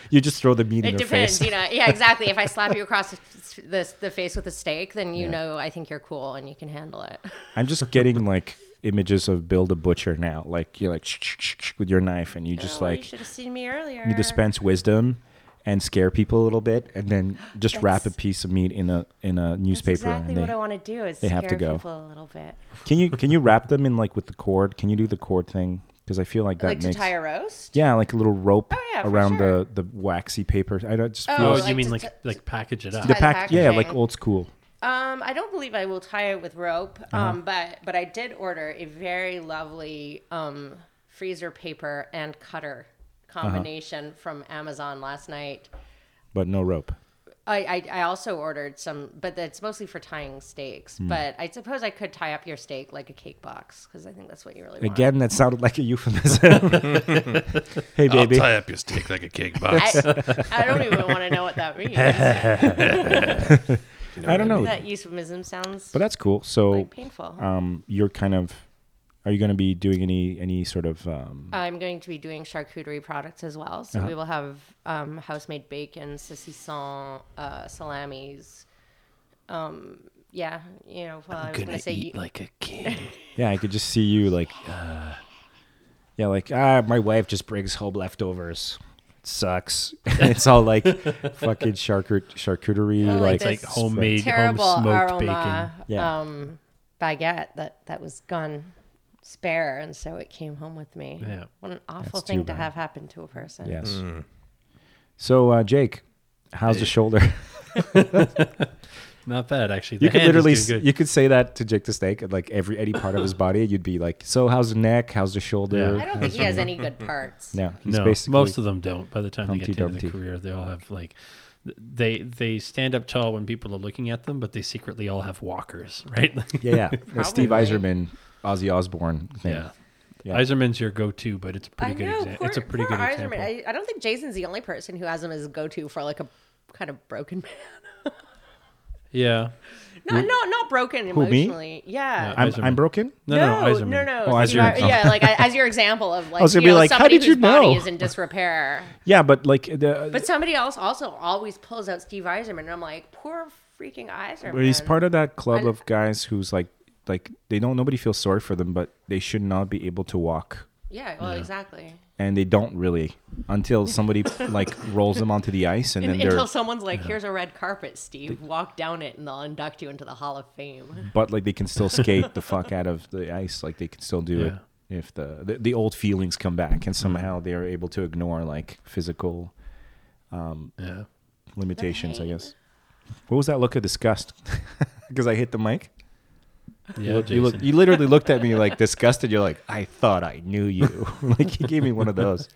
[SPEAKER 1] You just throw the meat in
[SPEAKER 6] It
[SPEAKER 1] their
[SPEAKER 6] depends,
[SPEAKER 1] face.
[SPEAKER 6] you know. Yeah, exactly. If I slap you across the, the, the face with a steak, then you know I think you're cool and you can handle it.
[SPEAKER 1] I'm just getting like images of Bill the Butcher now. Like you're like with your knife and you just
[SPEAKER 6] Well, Oh, you
[SPEAKER 1] like
[SPEAKER 6] should have seen me earlier.
[SPEAKER 1] you dispense wisdom and scare people a little bit and then just wrap a piece of meat in a in a
[SPEAKER 6] That's
[SPEAKER 1] newspaper
[SPEAKER 6] exactly
[SPEAKER 1] and
[SPEAKER 6] what
[SPEAKER 1] they,
[SPEAKER 6] I want to do. Is
[SPEAKER 1] they
[SPEAKER 6] scare
[SPEAKER 1] have to go.
[SPEAKER 6] people a little bit,
[SPEAKER 1] Can you can you wrap them in like with the cord? Can you do the cord thing? Cuz I feel like that
[SPEAKER 6] like
[SPEAKER 1] makes
[SPEAKER 6] to tie a roast.
[SPEAKER 1] Yeah, like a little rope
[SPEAKER 6] Oh, yeah, for
[SPEAKER 1] around
[SPEAKER 6] sure.
[SPEAKER 1] the the waxy paper. I don't just
[SPEAKER 6] Oh,
[SPEAKER 1] feel
[SPEAKER 8] Oh,
[SPEAKER 1] like
[SPEAKER 8] you
[SPEAKER 6] like
[SPEAKER 8] mean
[SPEAKER 6] to-
[SPEAKER 8] like
[SPEAKER 6] to-
[SPEAKER 8] like package it up?
[SPEAKER 1] the
[SPEAKER 6] tie the
[SPEAKER 1] pack yeah, like
[SPEAKER 6] packaging.
[SPEAKER 1] old school.
[SPEAKER 6] Um, I don't believe I will tie it with rope.
[SPEAKER 1] Uh-huh.
[SPEAKER 6] Um, but but I did order a very lovely um freezer paper and cutter
[SPEAKER 1] Uh-huh.
[SPEAKER 6] combination from Amazon last night.
[SPEAKER 1] But no rope.
[SPEAKER 6] I, I, I also ordered some, but that's mostly for tying steaks.
[SPEAKER 1] Hmm.
[SPEAKER 6] But I suppose I could tie up your steak like a cake box because I think that's what you really want.
[SPEAKER 1] Again, that sounded like a euphemism. hey baby.
[SPEAKER 2] I'll tie up your steak like a cake box.
[SPEAKER 6] I, I don't even want to know what that means. that
[SPEAKER 1] I don't know.
[SPEAKER 6] euphemism sounds
[SPEAKER 1] But that's cool. So
[SPEAKER 6] like painful.
[SPEAKER 1] um, you're kind of are you going to be doing any any sort of um,
[SPEAKER 6] I'm going to be doing charcuterie products as well. So
[SPEAKER 1] Uh-huh.
[SPEAKER 6] we will have um, house-made bacon, saucisson, uh, salamis. Um, yeah, you know, well, I was going to say you-
[SPEAKER 8] like a king.
[SPEAKER 1] yeah i could just see you like uh, yeah like ah my wife just brings home leftovers it sucks it's all like fucking charcut- charcuterie
[SPEAKER 6] Oh,
[SPEAKER 1] like,
[SPEAKER 6] like
[SPEAKER 8] like
[SPEAKER 6] This
[SPEAKER 8] homemade home
[SPEAKER 6] terrible
[SPEAKER 8] smoked
[SPEAKER 6] aroma
[SPEAKER 8] bacon.
[SPEAKER 1] Yeah.
[SPEAKER 6] um, baguette that that was gone spare, and so it came home with me.
[SPEAKER 8] Yeah.
[SPEAKER 6] What an awful
[SPEAKER 1] too
[SPEAKER 6] thing to
[SPEAKER 1] bad.
[SPEAKER 6] have happen to a person.
[SPEAKER 1] yes
[SPEAKER 8] Mm.
[SPEAKER 1] so uh, jake how's the shoulder
[SPEAKER 8] Not bad, actually. The
[SPEAKER 1] You could
[SPEAKER 8] hand is
[SPEAKER 1] literally,
[SPEAKER 8] doing
[SPEAKER 1] s-
[SPEAKER 8] good.
[SPEAKER 1] you could say that to Jake the Snake, at, like every any part of his body. You'd be like, so how's the neck? How's the shoulder?
[SPEAKER 6] I don't think he has any good parts.
[SPEAKER 1] No, he's
[SPEAKER 8] no,
[SPEAKER 1] basically
[SPEAKER 8] most of them don't. By the time they
[SPEAKER 1] Humpty
[SPEAKER 8] get to the end of their
[SPEAKER 1] Dumpty.
[SPEAKER 8] career, they all have like th- they they stand up tall when people are looking at them, but they secretly all have walkers, right?
[SPEAKER 1] yeah, yeah. The Steve
[SPEAKER 6] Probably.
[SPEAKER 1] Eiserman, Ozzy Osbourne thing.
[SPEAKER 8] yeah.
[SPEAKER 1] Yeah.
[SPEAKER 8] Eiserman's your go-to, but it's a pretty
[SPEAKER 6] I
[SPEAKER 8] good
[SPEAKER 6] know.
[SPEAKER 8] example.
[SPEAKER 6] poor,
[SPEAKER 8] It's a pretty
[SPEAKER 6] poor
[SPEAKER 8] good
[SPEAKER 6] Iron
[SPEAKER 8] example.
[SPEAKER 6] Man. I, I don't think Jason's the only person who has him as go-to for like a kind of broken man.
[SPEAKER 8] Yeah.
[SPEAKER 6] No, no, not broken
[SPEAKER 1] Who, me?
[SPEAKER 6] emotionally. Yeah.
[SPEAKER 1] I'm,
[SPEAKER 8] Eiserman.
[SPEAKER 1] I'm broken.
[SPEAKER 8] No, no, no,
[SPEAKER 6] no,
[SPEAKER 8] Eiserman.
[SPEAKER 6] no.
[SPEAKER 1] Oh, as
[SPEAKER 6] Steve
[SPEAKER 1] your
[SPEAKER 6] Ar- yeah, like I- as your example of like,
[SPEAKER 1] was
[SPEAKER 6] you
[SPEAKER 1] gonna be
[SPEAKER 6] know,
[SPEAKER 1] like, how
[SPEAKER 6] somebody
[SPEAKER 1] did
[SPEAKER 6] whose
[SPEAKER 1] you
[SPEAKER 6] body
[SPEAKER 1] know?
[SPEAKER 6] is in disrepair.
[SPEAKER 1] Yeah, but like the
[SPEAKER 6] But somebody else also always pulls out Steve Eiserman, and I'm like, poor freaking Eiserman.
[SPEAKER 1] But he's part of that club
[SPEAKER 6] I-
[SPEAKER 1] of guys who's like, like they don't. Nobody feels sorry for them, but they should not be able to walk,
[SPEAKER 6] Yeah, well, exactly.
[SPEAKER 1] and they don't really until somebody like rolls them onto the ice, and
[SPEAKER 6] Un-
[SPEAKER 1] then they're.
[SPEAKER 6] until someone's like, "Here's a red carpet, Steve. Walk down it, and they'll induct you into the Hall of Fame."
[SPEAKER 1] But like they can still skate the fuck out of the ice, like they can still do it if the, the the old feelings come
[SPEAKER 6] Mm-hmm.
[SPEAKER 1] back, and somehow they are able to ignore like physical
[SPEAKER 8] Yeah.
[SPEAKER 1] limitations. I guess. What was that look of disgust? Because I hit the mic.
[SPEAKER 8] Yeah,
[SPEAKER 1] You look.
[SPEAKER 8] Jason.
[SPEAKER 1] You literally looked at me like disgusted. You're like, I thought I knew you. like you gave me one of those.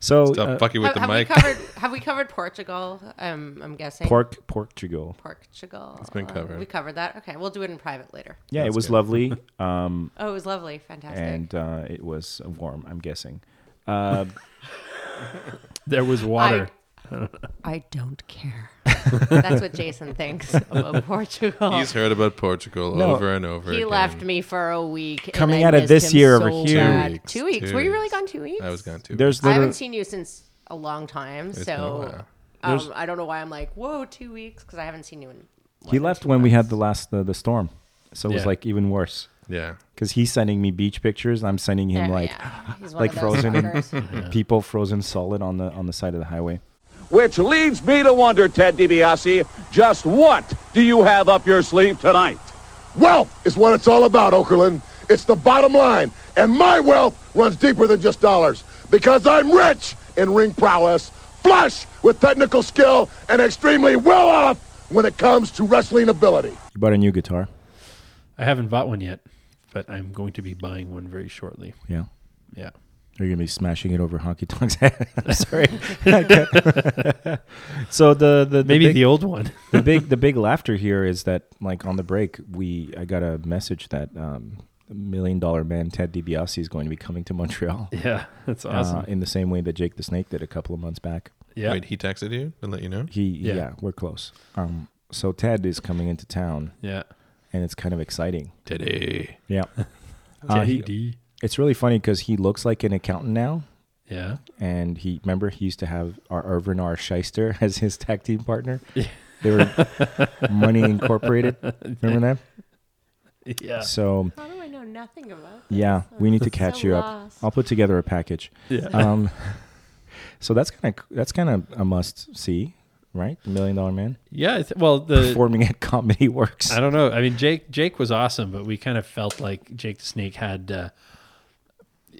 [SPEAKER 1] So
[SPEAKER 2] Stop
[SPEAKER 1] uh,
[SPEAKER 2] fucking with the
[SPEAKER 6] have
[SPEAKER 2] mic.
[SPEAKER 6] we covered? Have we covered Portugal? Um, I'm guessing
[SPEAKER 1] pork, Portugal.
[SPEAKER 6] Portugal. It's
[SPEAKER 2] been covered.
[SPEAKER 6] we covered that. Okay, we'll do it in private later.
[SPEAKER 1] Yeah, it
[SPEAKER 2] That's
[SPEAKER 1] was
[SPEAKER 2] good.
[SPEAKER 1] lovely, um,
[SPEAKER 6] Oh, it was lovely, fantastic.
[SPEAKER 1] and uh, it was warm. I'm guessing. Uh,
[SPEAKER 8] There was water.
[SPEAKER 6] I don't care. That's what Jason thinks about Portugal.
[SPEAKER 2] He's heard about Portugal
[SPEAKER 1] No.
[SPEAKER 2] over and over.
[SPEAKER 6] he
[SPEAKER 2] again.
[SPEAKER 6] left me for a week. and
[SPEAKER 1] Coming
[SPEAKER 6] I
[SPEAKER 1] out of
[SPEAKER 6] missed
[SPEAKER 1] this
[SPEAKER 6] him
[SPEAKER 1] year over
[SPEAKER 6] so
[SPEAKER 1] here. Two
[SPEAKER 6] bad.
[SPEAKER 2] weeks,
[SPEAKER 6] Two weeks.
[SPEAKER 2] two
[SPEAKER 6] Were you really
[SPEAKER 2] weeks.
[SPEAKER 6] gone two weeks?
[SPEAKER 2] I was gone too.
[SPEAKER 1] there's
[SPEAKER 6] I haven't
[SPEAKER 1] literally
[SPEAKER 6] seen you since a long time,
[SPEAKER 2] been a
[SPEAKER 6] so
[SPEAKER 2] while.
[SPEAKER 6] um, I don't know why I'm like, whoa, two weeks because I haven't seen you in.
[SPEAKER 1] he left when we had the last the, the storm, so it was
[SPEAKER 8] Yeah.
[SPEAKER 1] like even worse
[SPEAKER 2] Yeah.
[SPEAKER 1] because he's sending me beach pictures. I'm sending him
[SPEAKER 6] Yeah,
[SPEAKER 1] like
[SPEAKER 6] yeah. He's one
[SPEAKER 1] like
[SPEAKER 6] of those
[SPEAKER 1] frozen
[SPEAKER 6] fuckers.
[SPEAKER 1] and people frozen solid on the on the side of the highway.
[SPEAKER 9] Which leads me to wonder, Ted DiBiase, just what do you have up your sleeve tonight?
[SPEAKER 10] Wealth is what it's all about, Okerlund. It's the bottom line. And my wealth runs deeper than just dollars because I'm rich in ring prowess, flush with technical skill, and extremely well off when it comes to wrestling ability.
[SPEAKER 1] You bought a new guitar.
[SPEAKER 8] I haven't bought one yet, but I'm going to be buying one very shortly.
[SPEAKER 1] Yeah.
[SPEAKER 8] Yeah.
[SPEAKER 1] You're gonna be smashing it over Honky Tonk's head. I'm Sorry. so the the, the
[SPEAKER 8] Maybe
[SPEAKER 1] big-
[SPEAKER 8] the old one.
[SPEAKER 1] the big the big laughter here is that like on the break we I got a message that um, million dollar man Ted DiBiase is going to be coming to Montreal
[SPEAKER 8] yeah, that's
[SPEAKER 1] uh,
[SPEAKER 8] awesome.
[SPEAKER 1] in the same way that Jake the Snake did a couple of months back.
[SPEAKER 8] yeah.
[SPEAKER 2] Wait, he texted you to let you know?
[SPEAKER 1] He yeah,
[SPEAKER 8] Yeah.
[SPEAKER 1] we're close. Um, so Ted is coming into town
[SPEAKER 8] Yeah.
[SPEAKER 1] and it's kind of exciting.
[SPEAKER 2] Today.
[SPEAKER 1] Yeah, uh, he,
[SPEAKER 8] JD.
[SPEAKER 1] it's really funny because he looks like an accountant now.
[SPEAKER 8] Yeah.
[SPEAKER 1] and he remember he used to have our Irvin R. Shyster as his tag team partner. They were Money Incorporated. Remember
[SPEAKER 8] Yeah.
[SPEAKER 1] that? So
[SPEAKER 6] How do I know nothing about? This?
[SPEAKER 1] yeah, we need to catch
[SPEAKER 6] so
[SPEAKER 1] you up.
[SPEAKER 6] lost.
[SPEAKER 1] I'll put together a package.
[SPEAKER 8] Yeah.
[SPEAKER 1] Um, so that's kind of that's kind of a must see, right? The Million Dollar Man
[SPEAKER 8] Yeah. I th- well, the
[SPEAKER 1] performing at Comedy Works.
[SPEAKER 8] I don't know. I mean, Jake Jake was awesome, but we kind of felt like Jake the Snake had uh,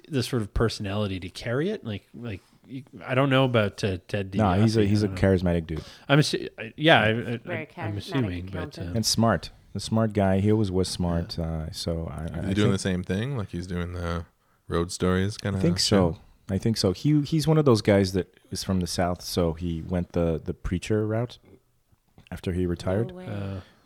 [SPEAKER 8] this sort of personality to carry it. Like like you- I don't know about uh, Ted.
[SPEAKER 1] No,
[SPEAKER 8] DiBiase.
[SPEAKER 1] he's a he's
[SPEAKER 8] I
[SPEAKER 1] a
[SPEAKER 8] don't know.
[SPEAKER 1] charismatic dude
[SPEAKER 8] I'm assu- I- yeah. I,
[SPEAKER 6] Very
[SPEAKER 8] I, I'm
[SPEAKER 6] charismatic
[SPEAKER 8] assuming, but
[SPEAKER 6] accountant.
[SPEAKER 8] uh,
[SPEAKER 1] and smart. A smart guy. He always was smart. Uh, so I, I, I
[SPEAKER 2] Is he doing the same thing? Like he's doing the road stories kind of
[SPEAKER 1] I think so. I think so. He he's one of those guys that is from the south, so he went the the preacher route after he retired.
[SPEAKER 6] Way.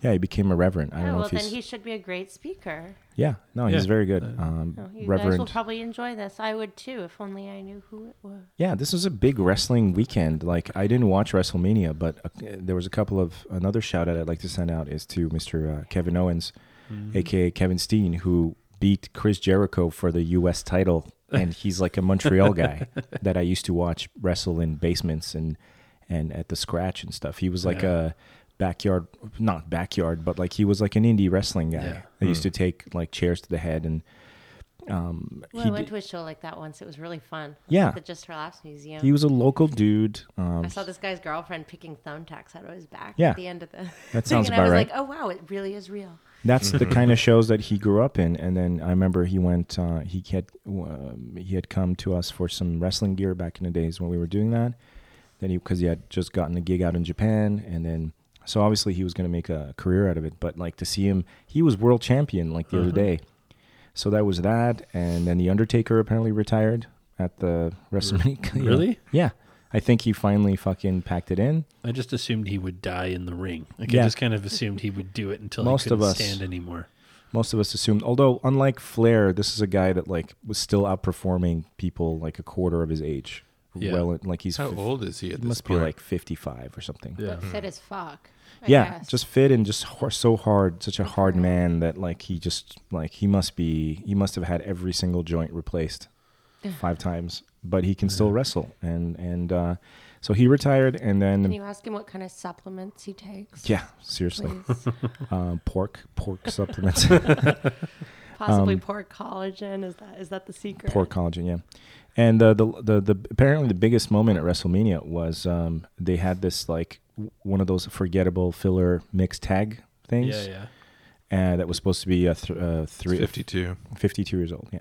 [SPEAKER 1] yeah, he became a reverend. I don't
[SPEAKER 6] Oh,
[SPEAKER 1] know
[SPEAKER 6] well,
[SPEAKER 1] if he's
[SPEAKER 6] then he should be a great speaker.
[SPEAKER 1] yeah. No, he's
[SPEAKER 8] Yeah.
[SPEAKER 1] very good. Um,
[SPEAKER 6] Oh, You guys will
[SPEAKER 1] reverend.
[SPEAKER 6] probably enjoy this. I would too, if only I knew who it was.
[SPEAKER 1] yeah, this was a big wrestling weekend. Like I didn't watch WrestleMania, but uh, there was a couple of another shout out I'd like to send out is to Mr. Uh, Kevin Owens, aka Kevin Steen, who beat Chris Jericho for the U.S. title, and he's like a Montreal guy that I used to watch wrestle in basements and and at the scratch and stuff. He was like a backyard, not backyard, but like he was like an indie wrestling guy.
[SPEAKER 8] Yeah.
[SPEAKER 1] They used to take like chairs to the head and. um,
[SPEAKER 6] Well, I went to a show like that once. It was really fun.
[SPEAKER 1] Yeah.
[SPEAKER 6] the Just Relapse Museum.
[SPEAKER 1] He was a local dude. Um,
[SPEAKER 6] I saw this guy's girlfriend picking thumbtacks out of his back
[SPEAKER 1] Yeah.
[SPEAKER 6] at the end of the.
[SPEAKER 1] That
[SPEAKER 6] thing,
[SPEAKER 1] sounds
[SPEAKER 6] and
[SPEAKER 1] about
[SPEAKER 6] I was
[SPEAKER 1] right.
[SPEAKER 6] like, oh wow, it really is real.
[SPEAKER 1] That's the kind of shows that he grew up in. And then I remember he went. Uh, he had um, he had come to us for some wrestling gear back in the days when we were doing that. Then he because he had just gotten a gig out in Japan, and then So obviously he was going to make a career out of it, but like to see him, he was world champion like the other
[SPEAKER 11] Mhm.
[SPEAKER 1] day. So that was that, and then the Undertaker apparently retired at the WrestleMania. you know.
[SPEAKER 8] really?
[SPEAKER 1] Yeah, I think he finally fucking packed it in.
[SPEAKER 8] uh, I just assumed he would die in the ring. Like
[SPEAKER 1] Yeah.
[SPEAKER 8] I just kind of assumed he would do it until
[SPEAKER 1] Most
[SPEAKER 8] he
[SPEAKER 1] of
[SPEAKER 8] couldn't
[SPEAKER 1] us.
[SPEAKER 8] stand anymore.
[SPEAKER 1] Most of us assumed, although unlike Flair, this is a guy that like was still outperforming people like a quarter of his age.
[SPEAKER 2] Yeah.
[SPEAKER 1] Well, like he's
[SPEAKER 2] How
[SPEAKER 1] fif-
[SPEAKER 2] old is he
[SPEAKER 1] he
[SPEAKER 2] at this
[SPEAKER 1] must
[SPEAKER 2] point?
[SPEAKER 1] be like fifty-five or something.
[SPEAKER 2] Yeah.
[SPEAKER 6] But fit as fuck. I
[SPEAKER 1] Hmm. yeah,
[SPEAKER 6] guess.
[SPEAKER 1] just fit and just hor- so hard, such a hard man that like he just like he must be he must have had every single joint replaced five times, but he can still wrestle and and uh, so he retired and then
[SPEAKER 6] Can you ask him what kind of supplements he takes?
[SPEAKER 1] yeah, seriously,
[SPEAKER 6] Please.
[SPEAKER 1] uh, pork pork supplements,
[SPEAKER 6] Possibly
[SPEAKER 1] Um,
[SPEAKER 6] pork collagen. Is that is that the secret?
[SPEAKER 1] Poor collagen, yeah. And uh, the, the the apparently the biggest moment at WrestleMania was um, they had this like w- one of those forgettable filler mixed tag things.
[SPEAKER 2] Yeah, yeah.
[SPEAKER 1] And that was supposed to be a th- uh, three
[SPEAKER 2] 52.
[SPEAKER 1] 52 years old. Yeah.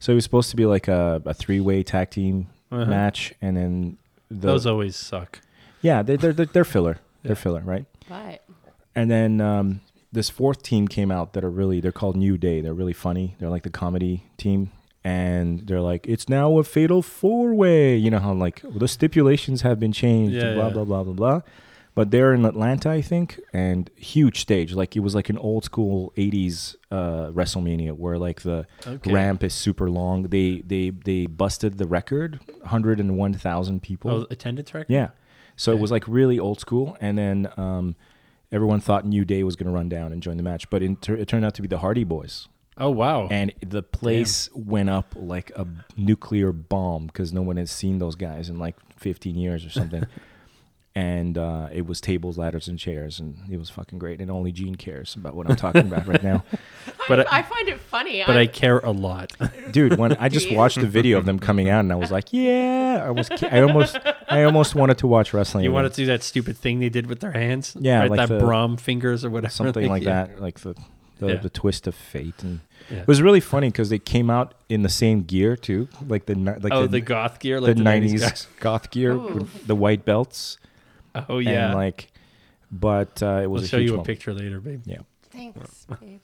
[SPEAKER 1] So it was supposed to be like a, a three way tag team
[SPEAKER 8] Uh-huh.
[SPEAKER 1] match, and then the,
[SPEAKER 8] Those always suck.
[SPEAKER 1] yeah they they're, they're, they're filler
[SPEAKER 8] Yeah.
[SPEAKER 1] they're filler right.
[SPEAKER 6] Right.
[SPEAKER 1] And then um, this fourth team came out that are really they're called New Day. They're really funny. They're like the comedy team, and they're like it's now a fatal four way. You know how like the stipulations have been changed.
[SPEAKER 8] Yeah,
[SPEAKER 1] blah
[SPEAKER 8] yeah.
[SPEAKER 1] blah blah blah blah. But they're in Atlanta, I think, and huge stage. Like it was like an old school '80s uh, WrestleMania, where like the
[SPEAKER 8] Okay.
[SPEAKER 1] ramp is super long. They they they busted the record, 101,000 people.
[SPEAKER 8] Oh, attendance record?
[SPEAKER 1] Yeah. So it was like really old school, and then um, everyone thought New Day was going to run down and join the match, but it, tur- it turned out to be the Hardy Boys.
[SPEAKER 8] Oh wow!
[SPEAKER 1] And the place went up like a nuclear bomb because no one had seen those guys in like 15 years or something. and uh, it was tables, ladders, and chairs, and it was fucking great. And only Gene cares about what I'm talking about right now.
[SPEAKER 8] But
[SPEAKER 6] I find it funny.
[SPEAKER 8] But
[SPEAKER 6] I-
[SPEAKER 8] I care a lot.
[SPEAKER 1] dude when i just watched the video of them coming out and i was like yeah i was ki- i almost i almost wanted to watch wrestling
[SPEAKER 8] You
[SPEAKER 1] again.
[SPEAKER 8] wanted to do that stupid thing they did with their hands?
[SPEAKER 1] yeah
[SPEAKER 8] right?
[SPEAKER 1] like
[SPEAKER 8] that
[SPEAKER 1] the-
[SPEAKER 8] Brahm fingers or whatever.
[SPEAKER 1] something like
[SPEAKER 8] yeah.
[SPEAKER 1] that like the the,
[SPEAKER 8] Yeah.
[SPEAKER 1] the twist of fate and
[SPEAKER 8] Yeah.
[SPEAKER 1] it was really funny because they came out in the same gear too like the ni- like
[SPEAKER 8] Oh, the goth gear, like the 90s
[SPEAKER 1] 90s
[SPEAKER 8] guys.
[SPEAKER 1] goth gear
[SPEAKER 6] Oh.
[SPEAKER 8] Ooh.
[SPEAKER 1] with the white belts
[SPEAKER 8] Oh, yeah.
[SPEAKER 1] and like but uh, it was
[SPEAKER 8] We'll
[SPEAKER 1] a
[SPEAKER 8] show
[SPEAKER 1] huge
[SPEAKER 8] you a
[SPEAKER 1] moment.
[SPEAKER 8] picture later, babe.
[SPEAKER 1] yeah
[SPEAKER 6] Thanks, babe.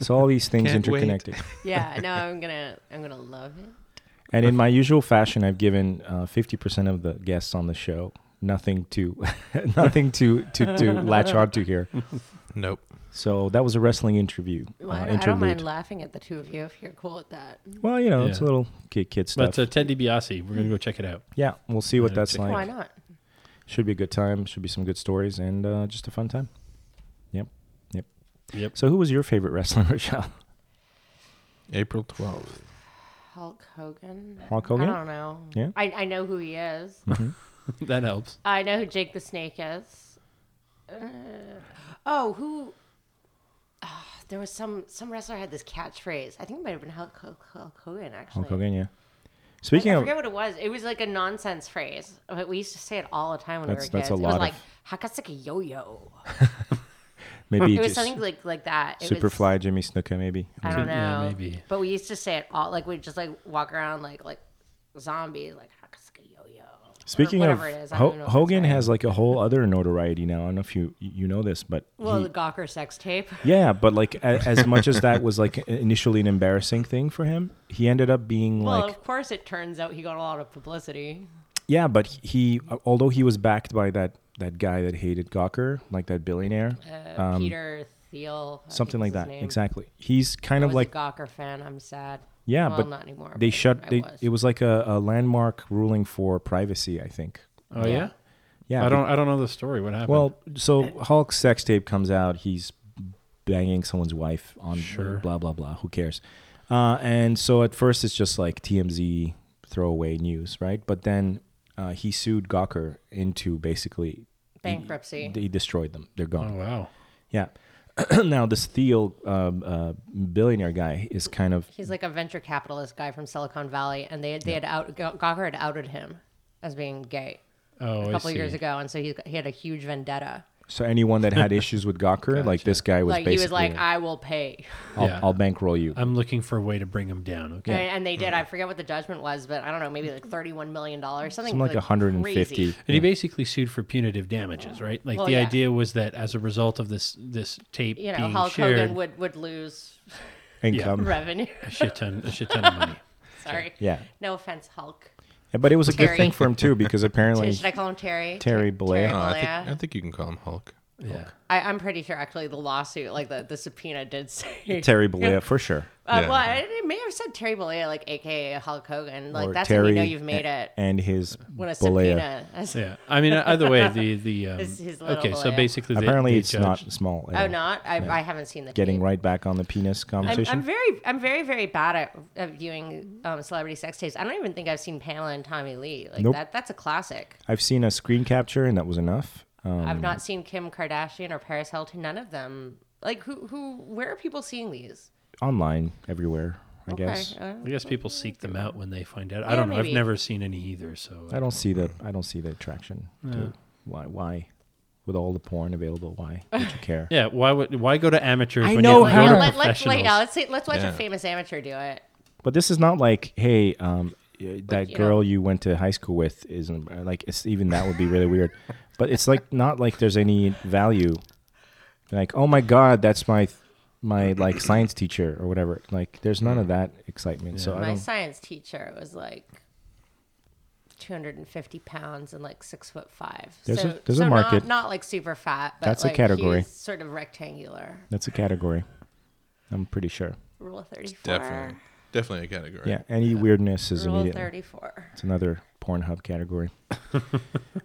[SPEAKER 1] so all these things
[SPEAKER 8] Can't wait.
[SPEAKER 1] interconnected
[SPEAKER 6] Yeah. No, I'm gonna I'm gonna love it.
[SPEAKER 1] And in my usual fashion, I've given uh, fifty percent of the guests on the show nothing to, nothing to to, to latch onto here.
[SPEAKER 2] Nope.
[SPEAKER 1] So that was a wrestling interview.
[SPEAKER 6] Well, I,
[SPEAKER 1] uh,
[SPEAKER 6] don't, I don't mind
[SPEAKER 1] interlude.
[SPEAKER 6] laughing at the two of you if you're cool with that.
[SPEAKER 1] Well, you know, it's a
[SPEAKER 8] Yeah.
[SPEAKER 1] little kid kid stuff.
[SPEAKER 8] But uh, Ted DiBiase, we're gonna go check it out.
[SPEAKER 1] yeah, we'll see what
[SPEAKER 8] Yeah,
[SPEAKER 1] that's
[SPEAKER 8] check it
[SPEAKER 1] like.
[SPEAKER 6] Why not?
[SPEAKER 1] Should be a good time. Should be some good stories and uh, just a fun time. Yep. Yep.
[SPEAKER 8] Yep.
[SPEAKER 1] So who was your favorite wrestler, Rochelle?
[SPEAKER 2] April 12th.
[SPEAKER 6] Hulk Hogan.
[SPEAKER 1] Hulk Hogan?
[SPEAKER 6] I don't know.
[SPEAKER 1] Yeah.
[SPEAKER 6] I, I know who he is.
[SPEAKER 8] that helps.
[SPEAKER 6] I know who Jake the Snake is. Uh, oh, who? ah, there was some some wrestler had this catchphrase. I think it might have been Hulk, Hulk, Hulk Hogan actually.
[SPEAKER 1] Hulk Hogan. Yeah.
[SPEAKER 6] I-
[SPEAKER 1] Speaking
[SPEAKER 6] I,
[SPEAKER 1] of,
[SPEAKER 6] forget what it was. It was like a nonsense phrase, but we used to say it all the time when
[SPEAKER 1] That's-
[SPEAKER 6] we were
[SPEAKER 1] that's
[SPEAKER 6] kids.
[SPEAKER 1] a
[SPEAKER 6] it was
[SPEAKER 1] lot
[SPEAKER 6] like
[SPEAKER 1] of-
[SPEAKER 6] Hakasaki yo yo.
[SPEAKER 1] maybe
[SPEAKER 6] it was
[SPEAKER 1] just
[SPEAKER 6] something like like that. It was,
[SPEAKER 1] Superfly Jimmy Snuka, maybe.
[SPEAKER 6] I don't know.
[SPEAKER 8] Yeah, maybe.
[SPEAKER 6] But we used to say it all. Like we'd just like walk around like like zombies, like Hakasaki yo yo.
[SPEAKER 1] Speaking of,
[SPEAKER 6] whatever it is, I
[SPEAKER 1] Ho-
[SPEAKER 6] don't know if
[SPEAKER 1] Hogan
[SPEAKER 6] that's right.
[SPEAKER 1] has like a whole other notoriety now. I don't know if you you know this, but
[SPEAKER 6] Well,
[SPEAKER 1] he-
[SPEAKER 6] the Gawker sex tape.
[SPEAKER 1] yeah, but like a, as much as that was like initially an embarrassing thing for him, he ended up being
[SPEAKER 6] Well,
[SPEAKER 1] like
[SPEAKER 6] of course, it turns out he got a lot of publicity.
[SPEAKER 1] yeah, but he although he was backed by that that guy that hated Gawker, like that billionaire,
[SPEAKER 6] Uh,
[SPEAKER 1] um,
[SPEAKER 6] Peter Thiel, I think
[SPEAKER 1] something
[SPEAKER 6] is
[SPEAKER 1] like
[SPEAKER 6] his
[SPEAKER 1] that.
[SPEAKER 6] name.
[SPEAKER 1] Exactly. He's kind
[SPEAKER 6] I
[SPEAKER 1] of
[SPEAKER 6] was
[SPEAKER 1] like
[SPEAKER 6] a Gawker fan. I'm sad.
[SPEAKER 1] yeah,
[SPEAKER 6] well,
[SPEAKER 1] but
[SPEAKER 6] not anymore.
[SPEAKER 1] they
[SPEAKER 6] but
[SPEAKER 1] shut
[SPEAKER 6] I
[SPEAKER 1] they,
[SPEAKER 6] was.
[SPEAKER 1] it was like a, a landmark ruling for privacy, I think.
[SPEAKER 8] Oh yeah.
[SPEAKER 6] Yeah.
[SPEAKER 1] Yeah,
[SPEAKER 8] I don't. I don't know the story. What happened?
[SPEAKER 1] Well, so Hulk's sex tape comes out. He's banging someone's wife on blah blah blah. Who cares? Uh, and so at first it's just like TMZ throwaway news, right? But then uh, he sued Gawker into basically
[SPEAKER 6] Bankruptcy.
[SPEAKER 1] He, he destroyed them. They're gone.
[SPEAKER 8] Oh, wow.
[SPEAKER 1] Yeah. now this Thiel um, uh, billionaire guy is kind of
[SPEAKER 6] He's like a venture capitalist guy from Silicon Valley, and they they had out Gaw- Gawker had outed him as being gay
[SPEAKER 8] Oh,
[SPEAKER 6] a
[SPEAKER 8] I
[SPEAKER 6] couple years
[SPEAKER 8] see.
[SPEAKER 6] ago, and so he he had a huge vendetta.
[SPEAKER 1] So anyone that had issues with Gawker, like this guy was
[SPEAKER 6] like
[SPEAKER 1] basically,
[SPEAKER 6] he was like, I will pay.
[SPEAKER 1] I'll,
[SPEAKER 8] Yeah.
[SPEAKER 1] I'll bankroll you.
[SPEAKER 8] I'm looking for a way to bring him down. Okay.
[SPEAKER 6] And, and they did. I forget what the judgment was, but I don't know, maybe like thirty-one million dollars, something,
[SPEAKER 1] Something like 150.
[SPEAKER 6] crazy.
[SPEAKER 8] And he basically sued for punitive damages, right? Like
[SPEAKER 6] Well,
[SPEAKER 8] the
[SPEAKER 6] yeah.
[SPEAKER 8] idea was that as a result of this this tape
[SPEAKER 6] You know,
[SPEAKER 8] being
[SPEAKER 6] Hulk
[SPEAKER 8] shared,
[SPEAKER 6] Hogan would would lose
[SPEAKER 1] Income.
[SPEAKER 6] revenue.
[SPEAKER 8] a shit ton, a shit ton of money.
[SPEAKER 6] Sorry.
[SPEAKER 1] Yeah.
[SPEAKER 6] No offense, Hulk.
[SPEAKER 1] Yeah, But it was a good
[SPEAKER 6] Terry.
[SPEAKER 1] thing for him too because apparently
[SPEAKER 6] Should I call him Terry?
[SPEAKER 1] Terry Blair.
[SPEAKER 6] Terry
[SPEAKER 2] No, Oh, I think,
[SPEAKER 6] Blair.
[SPEAKER 2] I think you can call him Hulk.
[SPEAKER 8] Yeah.
[SPEAKER 6] I, I'm pretty sure actually the lawsuit, like the, the subpoena, did say
[SPEAKER 1] Terry Blair for sure.
[SPEAKER 6] Uh,
[SPEAKER 2] Yeah.
[SPEAKER 6] Well, it, it may have said Terry Bollea, like AKA Hulk Hogan. Like
[SPEAKER 1] Or
[SPEAKER 6] that's
[SPEAKER 1] Terry
[SPEAKER 6] when you know you've made
[SPEAKER 1] a-
[SPEAKER 6] it.
[SPEAKER 1] And his
[SPEAKER 6] When a
[SPEAKER 1] Blair.
[SPEAKER 6] subpoena. As,
[SPEAKER 8] Yeah. I mean, either way, the the um,
[SPEAKER 6] His- his little
[SPEAKER 8] okay. So
[SPEAKER 6] boy.
[SPEAKER 8] basically, the,
[SPEAKER 1] Apparently,
[SPEAKER 8] the
[SPEAKER 1] it's
[SPEAKER 8] judge-
[SPEAKER 1] not small. at
[SPEAKER 6] Oh,
[SPEAKER 1] all.
[SPEAKER 6] not. I, I haven't seen the
[SPEAKER 1] Getting
[SPEAKER 6] tape.
[SPEAKER 1] right back on the penis
[SPEAKER 6] I'm,
[SPEAKER 1] conversation.
[SPEAKER 6] I'm very, I'm very, very bad at, at viewing um, celebrity sex tapes. I don't even think I've seen Pamela and Tommy Lee. Like
[SPEAKER 1] Nope.
[SPEAKER 6] that, that's a classic.
[SPEAKER 1] I've seen a screen capture, and that was enough. Um,
[SPEAKER 6] I've not seen Kim Kardashian or Paris Hilton. None of them. Like who, who, where are people seeing these?
[SPEAKER 1] online, everywhere, I guess.
[SPEAKER 6] Okay. uh,
[SPEAKER 8] I guess people seek them out when they find out. I
[SPEAKER 6] Yeah,
[SPEAKER 8] don't know. I've
[SPEAKER 6] maybe.
[SPEAKER 8] never seen any either. So
[SPEAKER 1] I don't see the I don't see the attraction. To why why, with all the porn available, why would you care?
[SPEAKER 8] yeah, why would why go to amateurs
[SPEAKER 1] I
[SPEAKER 8] when
[SPEAKER 1] know
[SPEAKER 8] you can go
[SPEAKER 1] how-
[SPEAKER 6] Let,
[SPEAKER 8] to
[SPEAKER 6] let's,
[SPEAKER 8] professionals?
[SPEAKER 6] let, yeah, let's see, let's watch
[SPEAKER 2] Yeah.
[SPEAKER 6] a famous amateur do it.
[SPEAKER 1] But this is not like, hey, um, y- that
[SPEAKER 6] you
[SPEAKER 1] girl
[SPEAKER 6] know.
[SPEAKER 1] you went to high school with isn't like it's even that would be really weird. But it's like not like there's any value. Like, oh my god, that's my my like science teacher or whatever. Like, there's none of that excitement. So I
[SPEAKER 6] My
[SPEAKER 1] don't.
[SPEAKER 6] science teacher was like 250 pounds and like six foot five.
[SPEAKER 1] There's
[SPEAKER 6] so,
[SPEAKER 1] a- there's a
[SPEAKER 6] so
[SPEAKER 1] market.
[SPEAKER 6] Not, not like super fat, but
[SPEAKER 1] That's a
[SPEAKER 6] like
[SPEAKER 1] category.
[SPEAKER 6] he's sort of rectangular.
[SPEAKER 1] That's a category. I'm pretty sure.
[SPEAKER 6] Rule of 34.
[SPEAKER 2] Definitely, definitely a category.
[SPEAKER 1] Yeah, any weirdness is
[SPEAKER 6] Rule of
[SPEAKER 1] immediately.
[SPEAKER 6] 34.
[SPEAKER 1] It's another Pornhub category.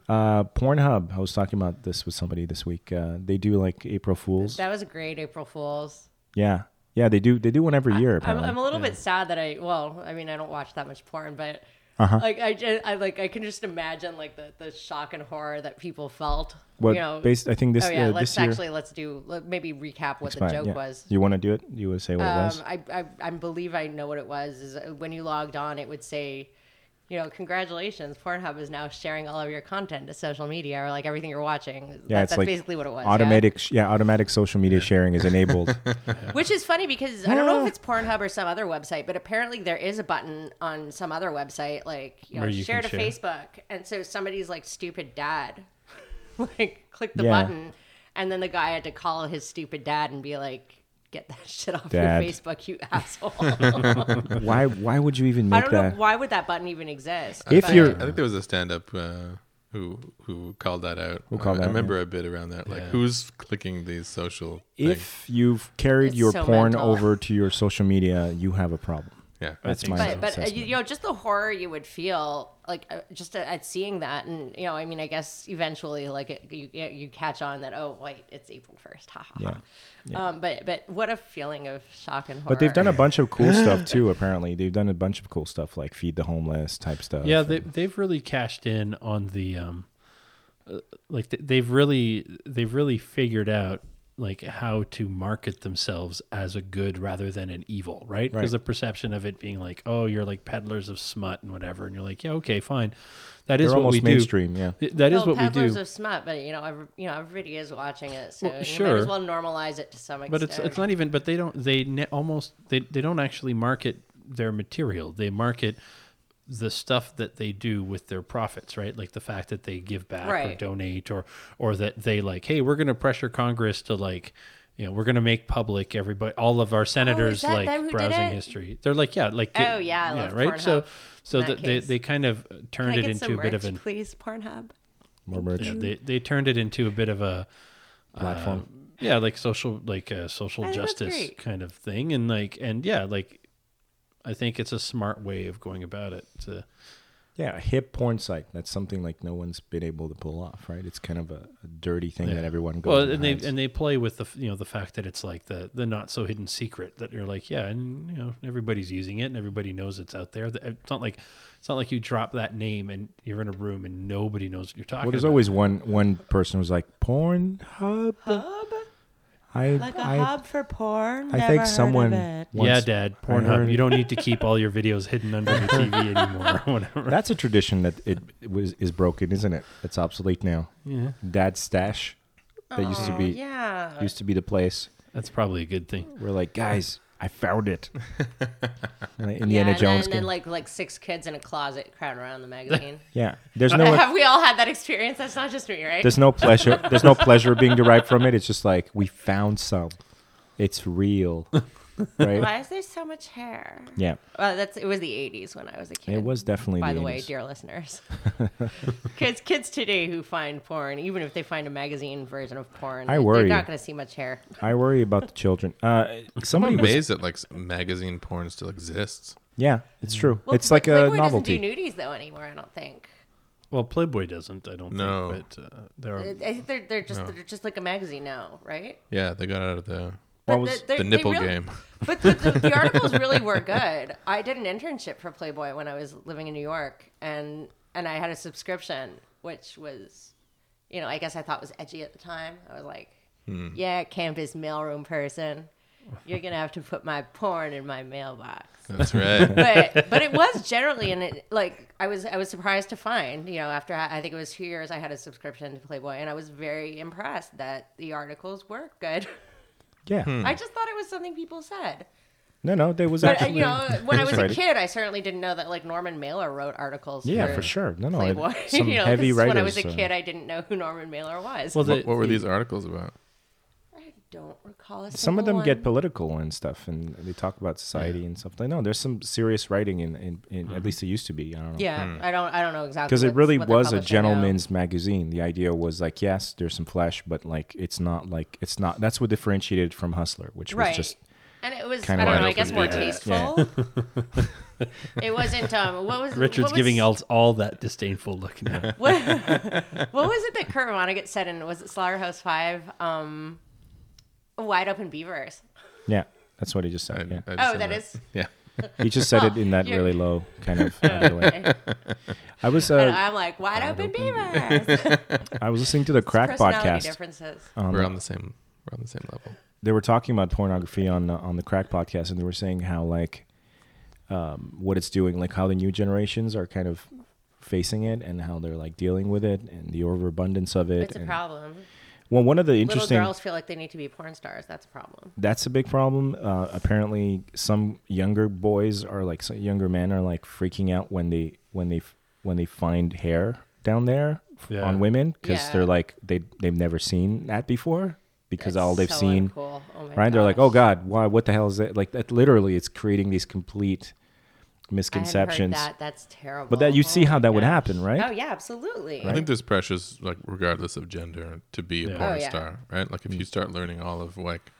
[SPEAKER 1] uh, Pornhub. I was talking about this with somebody this week. Uh, they do like April Fools.
[SPEAKER 6] That was a great April Fool's.
[SPEAKER 1] Yeah, yeah. They do. They do one every year.
[SPEAKER 6] I'm,
[SPEAKER 1] Apparently.
[SPEAKER 6] I'm a little bit sad that I well, I mean, I don't watch that much porn, but
[SPEAKER 1] Uh-huh.
[SPEAKER 6] like I, ju- I like I can just imagine like the, the shock and horror that people felt.
[SPEAKER 1] What
[SPEAKER 6] you know,
[SPEAKER 1] based? I think this.
[SPEAKER 6] oh yeah,
[SPEAKER 1] uh,
[SPEAKER 6] let's
[SPEAKER 1] this year.
[SPEAKER 6] actually let's do let, maybe recap what
[SPEAKER 1] Fine,
[SPEAKER 6] the joke
[SPEAKER 1] yeah.
[SPEAKER 6] was.
[SPEAKER 1] You want to do it? You want to say what it was?
[SPEAKER 6] Um, I, I, I believe I know what it was. Is uh, when you logged on, it would say, you know, congratulations, Pornhub is now sharing all of your content to social media or like everything you're watching.
[SPEAKER 1] Yeah,
[SPEAKER 6] That-
[SPEAKER 1] it's
[SPEAKER 6] that's
[SPEAKER 1] like
[SPEAKER 6] basically what it was. yeah?
[SPEAKER 1] automatic. sh- Yeah, automatic social media sharing is enabled.
[SPEAKER 6] Which is funny because I don't know if it's Pornhub or some other website, but apparently there is a button on some other website like you know,
[SPEAKER 8] Where you
[SPEAKER 6] share to
[SPEAKER 8] can share.
[SPEAKER 6] Facebook, and so somebody's like stupid dad, like click the
[SPEAKER 1] Yeah.
[SPEAKER 6] button, and then the guy had to call his stupid dad and be like. Get that shit off
[SPEAKER 1] Dad.
[SPEAKER 6] your Facebook, you asshole.
[SPEAKER 1] why? Why would you even
[SPEAKER 6] I
[SPEAKER 1] make
[SPEAKER 6] don't
[SPEAKER 1] that?
[SPEAKER 6] know why would that button even exist.
[SPEAKER 1] If
[SPEAKER 6] but-
[SPEAKER 1] you're
[SPEAKER 2] I think there was a stand-up uh, who who called that out. Who
[SPEAKER 1] called
[SPEAKER 2] I,
[SPEAKER 1] that out,
[SPEAKER 2] I remember a bit around that. Like, who's clicking these social? things?
[SPEAKER 1] if you've carried
[SPEAKER 6] It's
[SPEAKER 1] your
[SPEAKER 6] so
[SPEAKER 1] porn
[SPEAKER 6] mental.
[SPEAKER 1] over to your social media, you have a problem.
[SPEAKER 2] yeah,
[SPEAKER 1] That's my
[SPEAKER 6] but but uh,
[SPEAKER 1] assessment.
[SPEAKER 6] you, you know just the horror you would feel like uh, just at, at seeing that and you know I mean I guess eventually like it, you you catch on that oh wait it's April first ha ha ha. Um, but but what a feeling of shock and horror.
[SPEAKER 1] But they've done a bunch of cool stuff too. Apparently, they've done a bunch of cool stuff like feed the homeless type stuff.
[SPEAKER 8] Yeah, they they've really cashed in on the um, uh, like th- they've really they've really figured out like how to market themselves as a good rather than an evil, right? Because
[SPEAKER 1] Right.
[SPEAKER 8] the perception of it being like, oh, you're like peddlers of smut and whatever, and you're like, yeah, okay, fine, that is
[SPEAKER 1] They're
[SPEAKER 8] what we
[SPEAKER 1] almost
[SPEAKER 8] do.
[SPEAKER 1] mainstream, yeah.
[SPEAKER 8] Th- that is
[SPEAKER 6] Well,
[SPEAKER 8] what we
[SPEAKER 6] Oh, peddlers
[SPEAKER 8] do.
[SPEAKER 6] of smut, but you know, every, you know, everybody is watching it, so
[SPEAKER 8] Well,
[SPEAKER 6] you might
[SPEAKER 8] sure.
[SPEAKER 6] as well normalize it to some extent.
[SPEAKER 8] But it's it's not even. But they don't. They ne- almost they they don't actually market their material. They market the stuff that they do with their profits, right? Like the fact that they give back or
[SPEAKER 6] Right.
[SPEAKER 8] donate, or or that they like, hey, we're going to pressure Congress to like. You know, we're going to make public everybody, all of our senators
[SPEAKER 6] Oh, that them who
[SPEAKER 8] like
[SPEAKER 6] did
[SPEAKER 8] browsing
[SPEAKER 6] it?
[SPEAKER 8] history. They're like, yeah, like
[SPEAKER 6] Oh, yeah, I love
[SPEAKER 8] right. So,
[SPEAKER 6] Pornhub
[SPEAKER 8] so
[SPEAKER 6] in that
[SPEAKER 8] that they,
[SPEAKER 6] case.
[SPEAKER 8] they kind of
[SPEAKER 6] Can
[SPEAKER 8] turned
[SPEAKER 6] I
[SPEAKER 8] it
[SPEAKER 6] get
[SPEAKER 8] into
[SPEAKER 6] some
[SPEAKER 8] a bit of
[SPEAKER 6] merch,
[SPEAKER 8] an Mm-hmm.
[SPEAKER 6] please Pornhub.
[SPEAKER 1] more merch.
[SPEAKER 8] yeah, they um, they turned it into a bit of a
[SPEAKER 1] Platform.
[SPEAKER 8] yeah like social like a social
[SPEAKER 6] I think that's
[SPEAKER 8] justice
[SPEAKER 6] great.
[SPEAKER 8] kind of thing and like and yeah like i think it's a smart way of going about it to
[SPEAKER 1] Yeah, a hip porn site. That's something like no one's been able to pull off, right? It's kind of a, a dirty thing that everyone goes.
[SPEAKER 8] well and they
[SPEAKER 1] hides.
[SPEAKER 8] and they play with the f- you know the fact that it's like the the not so hidden secret that you're like yeah and you know everybody's using it and everybody knows it's out there That- it's not like it's not like you drop that name and you're in a room and nobody knows what you're talking
[SPEAKER 1] well, there's
[SPEAKER 8] about.
[SPEAKER 1] always one one person who's like porn hub.
[SPEAKER 6] Hub,
[SPEAKER 1] I
[SPEAKER 4] Like a
[SPEAKER 1] I,
[SPEAKER 4] hub for porn.
[SPEAKER 1] I
[SPEAKER 4] Never
[SPEAKER 1] think
[SPEAKER 4] heard of
[SPEAKER 1] someone.
[SPEAKER 4] it.
[SPEAKER 1] once-
[SPEAKER 8] yeah, Dad,
[SPEAKER 1] I heard-
[SPEAKER 8] Pornhub. You don't need to keep all your videos hidden under the TV anymore, or whatever.
[SPEAKER 1] That's a tradition that it, it was is broken, isn't it? It's obsolete now. Yeah. Dad stash. That used to
[SPEAKER 6] Oh,
[SPEAKER 1] be
[SPEAKER 6] yeah.
[SPEAKER 1] used to be the place
[SPEAKER 8] That's probably a good thing.
[SPEAKER 1] where like guys, I found it. And a Indiana
[SPEAKER 6] yeah, and
[SPEAKER 1] Jones
[SPEAKER 6] then,
[SPEAKER 1] game.
[SPEAKER 6] then like like six kids in a closet crowd around the magazine.
[SPEAKER 1] yeah, there's no
[SPEAKER 6] Have we all had that experience? That's not just me, right?
[SPEAKER 1] there's no pleasure there's no pleasure being derived from it. It's just like we found some. It's real, right?
[SPEAKER 6] Why is there so much hair?
[SPEAKER 1] Yeah.
[SPEAKER 6] Well, that's it was the 80s when I was a kid.
[SPEAKER 1] It was definitely
[SPEAKER 6] By
[SPEAKER 1] the
[SPEAKER 6] the, way,
[SPEAKER 1] 80s.
[SPEAKER 6] dear listeners, kids kids today who find porn, even if they find a magazine version of porn,
[SPEAKER 1] I worry.
[SPEAKER 6] they're not going to see much hair.
[SPEAKER 1] I worry about the children. Uh, somebody
[SPEAKER 2] I'm
[SPEAKER 1] was
[SPEAKER 2] amazed that like s- magazine porn still exists.
[SPEAKER 1] Yeah, it's true.
[SPEAKER 6] Well,
[SPEAKER 1] it's like a
[SPEAKER 6] Playboy
[SPEAKER 1] novelty.
[SPEAKER 6] doesn't do nudies though anymore. I don't think.
[SPEAKER 8] Well, Playboy doesn't, I don't
[SPEAKER 2] No.
[SPEAKER 8] think. But uh, there
[SPEAKER 6] I
[SPEAKER 8] are.
[SPEAKER 6] think they're they're just they're just like a magazine now, right?
[SPEAKER 2] Yeah, they got out of the
[SPEAKER 1] What
[SPEAKER 6] But
[SPEAKER 1] was-
[SPEAKER 6] they're-
[SPEAKER 2] the
[SPEAKER 6] they
[SPEAKER 2] nipple
[SPEAKER 6] really-
[SPEAKER 2] game.
[SPEAKER 6] But the, the, the articles really were good. I did an internship for Playboy when I was living in New York, and and I had a subscription, which was, you know, I guess I thought was edgy at the time. I was like,
[SPEAKER 2] Hmm.
[SPEAKER 6] yeah, campus mailroom person, you're gonna have to put my porn in my mailbox.
[SPEAKER 2] That's right.
[SPEAKER 6] But but it was generally, and it like I was I was surprised to find, you know, after I I think it was two years, I had a subscription to Playboy, and I was very impressed that the articles were good.
[SPEAKER 1] Yeah.
[SPEAKER 6] I just thought it was something people said.
[SPEAKER 1] No, no, there was
[SPEAKER 6] But uh,
[SPEAKER 1] actually.
[SPEAKER 6] you know, when I was a
[SPEAKER 1] Right.
[SPEAKER 6] kid, I certainly didn't know that like Norman Mailer wrote articles.
[SPEAKER 1] yeah, for sure. No, no, it-
[SPEAKER 6] Playboy.
[SPEAKER 1] some
[SPEAKER 6] you know,
[SPEAKER 1] heavy
[SPEAKER 6] 'cause
[SPEAKER 1] writers.
[SPEAKER 6] When I was a
[SPEAKER 1] uh,
[SPEAKER 6] kid, I didn't know who Norman Mailer was.
[SPEAKER 8] Well, the,
[SPEAKER 2] what, what were these articles about?
[SPEAKER 6] I don't recall a
[SPEAKER 1] some of
[SPEAKER 6] single
[SPEAKER 1] them
[SPEAKER 6] one.
[SPEAKER 1] get political and stuff, and they talk about society and stuff. Like, no, there's some serious writing in, in, in at least it used to be. I don't know.
[SPEAKER 6] Yeah, I don't. I don't know exactly.
[SPEAKER 1] Because Hmm. it
[SPEAKER 6] what's-
[SPEAKER 1] really
[SPEAKER 6] what they're
[SPEAKER 1] was a
[SPEAKER 6] published, I know.
[SPEAKER 1] gentleman's magazine. The idea was like, yes, there's some flesh, but like, it's not like it's not. That's what differentiated it from Hustler, which was
[SPEAKER 6] right?
[SPEAKER 1] just
[SPEAKER 6] and it was. I
[SPEAKER 1] kinda
[SPEAKER 6] don't know.
[SPEAKER 1] wide
[SPEAKER 6] I
[SPEAKER 1] open
[SPEAKER 6] guess more
[SPEAKER 1] data. Yeah.
[SPEAKER 6] tasteful. it wasn't. Um, what was
[SPEAKER 8] Richard's
[SPEAKER 6] what was,
[SPEAKER 8] giving all, all that disdainful look now.
[SPEAKER 6] what, what was it that Kurt Vonnegut said in was it Slaughterhouse Five? Um, wide open beavers.
[SPEAKER 1] yeah. That's what he just said.
[SPEAKER 2] I-
[SPEAKER 1] yeah.
[SPEAKER 2] I just
[SPEAKER 6] Oh,
[SPEAKER 2] said
[SPEAKER 6] that is.
[SPEAKER 2] Yeah.
[SPEAKER 1] He just said it in that
[SPEAKER 6] You're-
[SPEAKER 1] really low kind of. underlay. I was
[SPEAKER 6] And
[SPEAKER 1] uh,
[SPEAKER 6] I'm like wide open beavers.
[SPEAKER 1] I was listening to the Crack
[SPEAKER 6] uh, Personality
[SPEAKER 1] podcast. Oh,
[SPEAKER 6] differences.
[SPEAKER 2] we're on the same we're on the same level.
[SPEAKER 1] they were talking about pornography on uh, on the crack podcast and they were saying how like um, what it's doing like how the new generations are kind of facing it and how they're like dealing with it and the overabundance of it
[SPEAKER 6] It's a
[SPEAKER 1] and,
[SPEAKER 6] problem.
[SPEAKER 1] well one of the
[SPEAKER 6] Little
[SPEAKER 1] interesting
[SPEAKER 6] girls feel like they need to be porn stars. That's a problem.
[SPEAKER 1] that's a big problem uh, apparently some younger boys are like some younger men are like freaking out when they when they when they find hair down there f-
[SPEAKER 8] Yeah.
[SPEAKER 1] on women because
[SPEAKER 6] Yeah.
[SPEAKER 1] they're like they they've never seen that before because all they've
[SPEAKER 6] so
[SPEAKER 1] seen
[SPEAKER 6] uncool. Oh my
[SPEAKER 1] right? They're like,
[SPEAKER 6] gosh.
[SPEAKER 1] oh God, why? What the hell is that? Like that. Literally, it's creating these complete
[SPEAKER 6] I hadn't heard
[SPEAKER 1] misconceptions.
[SPEAKER 6] that. That's terrible.
[SPEAKER 1] But that you see
[SPEAKER 6] Oh
[SPEAKER 1] how
[SPEAKER 6] my
[SPEAKER 1] that would
[SPEAKER 6] gosh.
[SPEAKER 1] happen, right?
[SPEAKER 6] Oh yeah, absolutely.
[SPEAKER 2] I think there's pressures like regardless of gender to be a porn
[SPEAKER 6] Oh, yeah.
[SPEAKER 2] star, right? Like
[SPEAKER 1] Mm-hmm.
[SPEAKER 2] if you start learning all of like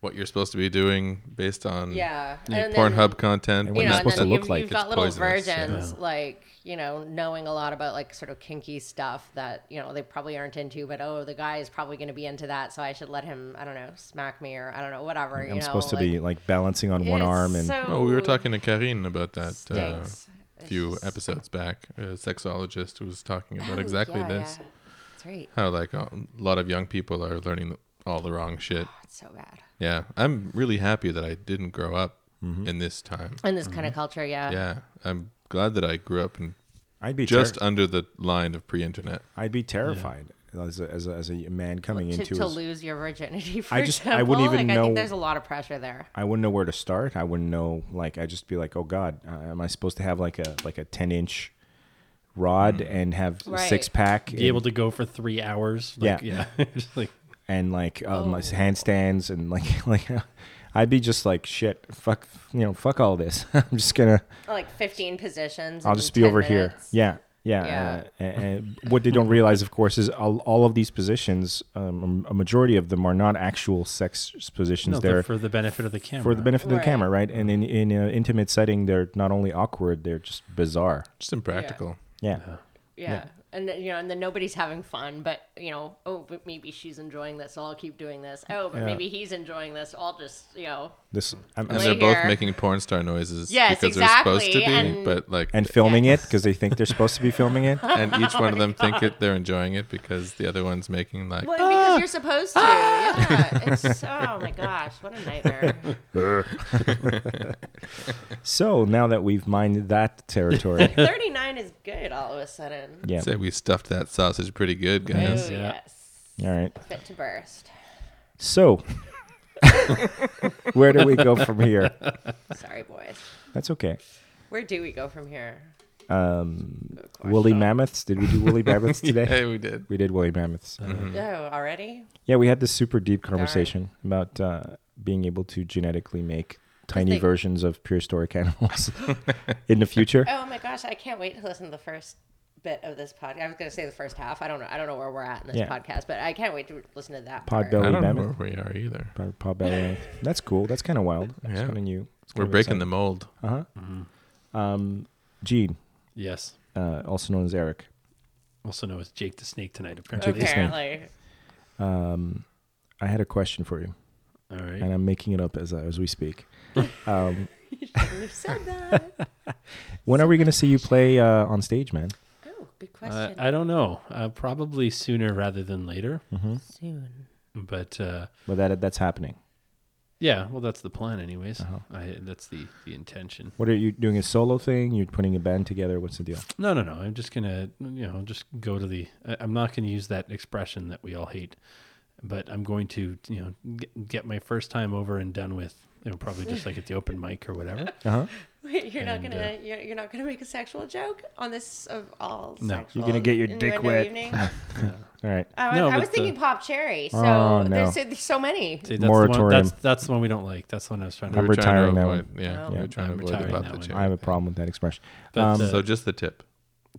[SPEAKER 2] what you're supposed to be doing based on
[SPEAKER 6] Yeah,
[SPEAKER 2] your
[SPEAKER 6] and then-
[SPEAKER 2] Pornhub content,
[SPEAKER 1] And
[SPEAKER 6] You
[SPEAKER 1] what
[SPEAKER 6] know,
[SPEAKER 1] it's
[SPEAKER 6] and
[SPEAKER 1] supposed
[SPEAKER 6] then
[SPEAKER 1] to
[SPEAKER 6] you've,
[SPEAKER 1] look like.
[SPEAKER 2] It's
[SPEAKER 6] you've got little
[SPEAKER 2] poisonous, yeah.
[SPEAKER 6] virgins, like you know, knowing a lot about like sort of kinky stuff that you know they probably aren't into, but oh, the guy is probably going to be into that, so I should let him, I don't know, smack me or I don't know, whatever. you
[SPEAKER 1] I'm
[SPEAKER 6] know,
[SPEAKER 1] supposed to
[SPEAKER 6] like,
[SPEAKER 1] be like balancing on one
[SPEAKER 6] it's
[SPEAKER 1] arm and
[SPEAKER 6] so
[SPEAKER 2] Oh, we were talking to Karine about that uh,
[SPEAKER 6] stinks. It's
[SPEAKER 2] few
[SPEAKER 6] just-
[SPEAKER 2] episodes back. A sexologist was talking about
[SPEAKER 6] Oh,
[SPEAKER 2] exactly
[SPEAKER 6] yeah,
[SPEAKER 2] this.
[SPEAKER 6] yeah. That's right.
[SPEAKER 2] How like a lot of young people are learning all the wrong shit.
[SPEAKER 6] That's so bad.
[SPEAKER 2] Yeah, I'm really happy that I didn't grow up
[SPEAKER 1] Mm-hmm.
[SPEAKER 2] in this time.
[SPEAKER 6] In this kind of culture, yeah.
[SPEAKER 2] Yeah, I'm glad that I grew up in
[SPEAKER 1] I'd be
[SPEAKER 2] just
[SPEAKER 1] just
[SPEAKER 2] under the line of pre-internet.
[SPEAKER 1] I'd be terrified as, a, as, a, as a man coming
[SPEAKER 6] To,
[SPEAKER 1] into
[SPEAKER 6] to
[SPEAKER 1] his,
[SPEAKER 6] lose your virginity, for
[SPEAKER 1] I just- I
[SPEAKER 6] example,
[SPEAKER 1] wouldn't even
[SPEAKER 6] like, I
[SPEAKER 1] know-
[SPEAKER 6] think there's a lot of pressure there.
[SPEAKER 1] I wouldn't know where to start. I wouldn't know like I'd just be like, oh God, uh, am I supposed to have like a like a ten inch rod and have a
[SPEAKER 6] Right.
[SPEAKER 1] six pack?
[SPEAKER 8] Mm. Be able to go for three hours. Like,
[SPEAKER 1] Yeah.
[SPEAKER 8] Yeah. Just like,
[SPEAKER 1] and like um,
[SPEAKER 6] Oh.
[SPEAKER 1] my handstands and like like I'd be just like shit, fuck you know, fuck all this. I'm just gonna
[SPEAKER 6] Like 15 positions.
[SPEAKER 1] I'll
[SPEAKER 6] in
[SPEAKER 1] just be
[SPEAKER 6] 10
[SPEAKER 1] over here.
[SPEAKER 6] minutes.
[SPEAKER 1] Yeah, yeah.
[SPEAKER 6] Yeah.
[SPEAKER 1] uh, and- and what they don't realize, of course, is all, all of these positions, um, a majority of them are not actual sex positions.
[SPEAKER 8] no,
[SPEAKER 1] they're
[SPEAKER 8] they're for the benefit of the camera.
[SPEAKER 1] for the benefit of the
[SPEAKER 6] Right.
[SPEAKER 1] camera, right? And in in an intimate setting, they're not only awkward, they're just bizarre.
[SPEAKER 2] Just impractical.
[SPEAKER 1] Yeah.
[SPEAKER 6] Yeah. And then, you know, and then nobody's having fun, but you know, oh, but maybe she's enjoying this, so I'll keep doing this. Oh, but
[SPEAKER 1] Yeah.
[SPEAKER 6] maybe he's enjoying this, so I'll just, you know,
[SPEAKER 1] This I'm,
[SPEAKER 2] And
[SPEAKER 1] I'm-
[SPEAKER 2] they're
[SPEAKER 6] Right
[SPEAKER 2] both
[SPEAKER 6] here.
[SPEAKER 2] making porn star noises
[SPEAKER 6] Yes,
[SPEAKER 2] because they're supposed to be,
[SPEAKER 6] exactly, and-
[SPEAKER 2] but like
[SPEAKER 1] and filming it because they think they're supposed to be filming it.
[SPEAKER 2] and each one of them think it they're enjoying it because the other one's making like
[SPEAKER 6] well, because you're supposed to. Ah! Yeah. It's, oh my gosh, what a nightmare.
[SPEAKER 1] So now that we've mined that territory,
[SPEAKER 6] 39 is good all of a sudden.
[SPEAKER 1] yeah,
[SPEAKER 2] say we stuffed that sausage pretty good,
[SPEAKER 6] Oh,
[SPEAKER 2] guys.
[SPEAKER 8] Yeah.
[SPEAKER 6] yes.
[SPEAKER 1] All right.
[SPEAKER 6] Fit to burst.
[SPEAKER 1] So, where do we go from here?
[SPEAKER 6] Sorry, boys.
[SPEAKER 1] That's okay.
[SPEAKER 6] Where do we go from here?
[SPEAKER 1] Um, woolly mammoths. Did we do woolly mammoths today?
[SPEAKER 2] Yeah, we did.
[SPEAKER 1] We did woolly mammoths. Mm-hmm.
[SPEAKER 6] Oh, already?
[SPEAKER 1] Yeah, we had this super deep conversation about uh, being able to genetically make tiny
[SPEAKER 6] think-
[SPEAKER 1] versions of prehistoric animals in the future.
[SPEAKER 6] Oh my gosh, I can't wait to listen to the first bit of this podcast. I was going to say the first half. I don't know. I don't know where we're at in this
[SPEAKER 1] Yeah.
[SPEAKER 6] podcast, but I can't wait to listen to that. part.
[SPEAKER 1] Podbelly
[SPEAKER 2] I don't know
[SPEAKER 1] mammoth.
[SPEAKER 2] where we are either.
[SPEAKER 1] Pod- Podbelly mammoth. That's cool. That's kind of wild. It's
[SPEAKER 2] Yeah.
[SPEAKER 1] kind of new. It's
[SPEAKER 2] We're
[SPEAKER 1] kinda
[SPEAKER 2] breaking the
[SPEAKER 1] exciting.
[SPEAKER 2] mold.
[SPEAKER 1] Uh-huh. Um, Gene,
[SPEAKER 8] Yes.
[SPEAKER 1] uh, also known as Eric.
[SPEAKER 8] Also known as Jake the Snake tonight, apparently.
[SPEAKER 6] Apparently.
[SPEAKER 1] Um, I had a question for you,
[SPEAKER 8] All right.
[SPEAKER 1] and I'm making it up as uh, as we speak. Um,
[SPEAKER 6] You said that.
[SPEAKER 1] when are we going to see you play uh, on stage, man?
[SPEAKER 6] Oh, good
[SPEAKER 8] Uh,
[SPEAKER 6] question.
[SPEAKER 8] I don't know. Uh, probably sooner rather than later.
[SPEAKER 1] Mm-hmm.
[SPEAKER 6] Soon.
[SPEAKER 8] But uh,
[SPEAKER 1] But that that's happening.
[SPEAKER 8] yeah, well, that's the plan, anyways.
[SPEAKER 1] Uh-huh.
[SPEAKER 8] I, that's the, the intention.
[SPEAKER 1] What are you doing? A solo thing? You're putting a band together? What's the deal?
[SPEAKER 8] No, no, no. I'm just gonna, you know, just go to the. I- I'm not gonna use that expression that we all hate, but I'm going to, you know, get, get my first time over and done with. You know, probably just like at the open mic or whatever.
[SPEAKER 1] Uh-huh.
[SPEAKER 6] Wait, you're
[SPEAKER 8] And, uh,
[SPEAKER 6] not gonna you're, you're not gonna make a sexual joke on this of all.
[SPEAKER 8] No.
[SPEAKER 1] You're gonna get your
[SPEAKER 6] sexual
[SPEAKER 1] dick
[SPEAKER 6] innuendo
[SPEAKER 1] wet.
[SPEAKER 6] Evening?
[SPEAKER 1] All right.
[SPEAKER 6] I was,
[SPEAKER 8] No,
[SPEAKER 6] I
[SPEAKER 8] but
[SPEAKER 6] was thinking
[SPEAKER 8] the-
[SPEAKER 6] pop cherry. So
[SPEAKER 1] Oh,
[SPEAKER 6] there's,
[SPEAKER 1] no.
[SPEAKER 6] there's so many.
[SPEAKER 8] See, that's The
[SPEAKER 1] Moratorium.
[SPEAKER 8] one, that's that's the one we don't like. That's the one I was trying to.
[SPEAKER 1] I'm
[SPEAKER 2] We were trying to
[SPEAKER 1] retiring that
[SPEAKER 2] avoid- Yeah,
[SPEAKER 6] Oh.
[SPEAKER 2] we
[SPEAKER 1] Yeah.
[SPEAKER 2] were trying
[SPEAKER 8] I'm
[SPEAKER 2] to avoid
[SPEAKER 8] retiring
[SPEAKER 2] about
[SPEAKER 8] that
[SPEAKER 2] the
[SPEAKER 8] one.
[SPEAKER 2] chair.
[SPEAKER 1] I have a problem with that expression.
[SPEAKER 8] But,
[SPEAKER 1] Um,
[SPEAKER 8] uh,
[SPEAKER 2] So just the tip.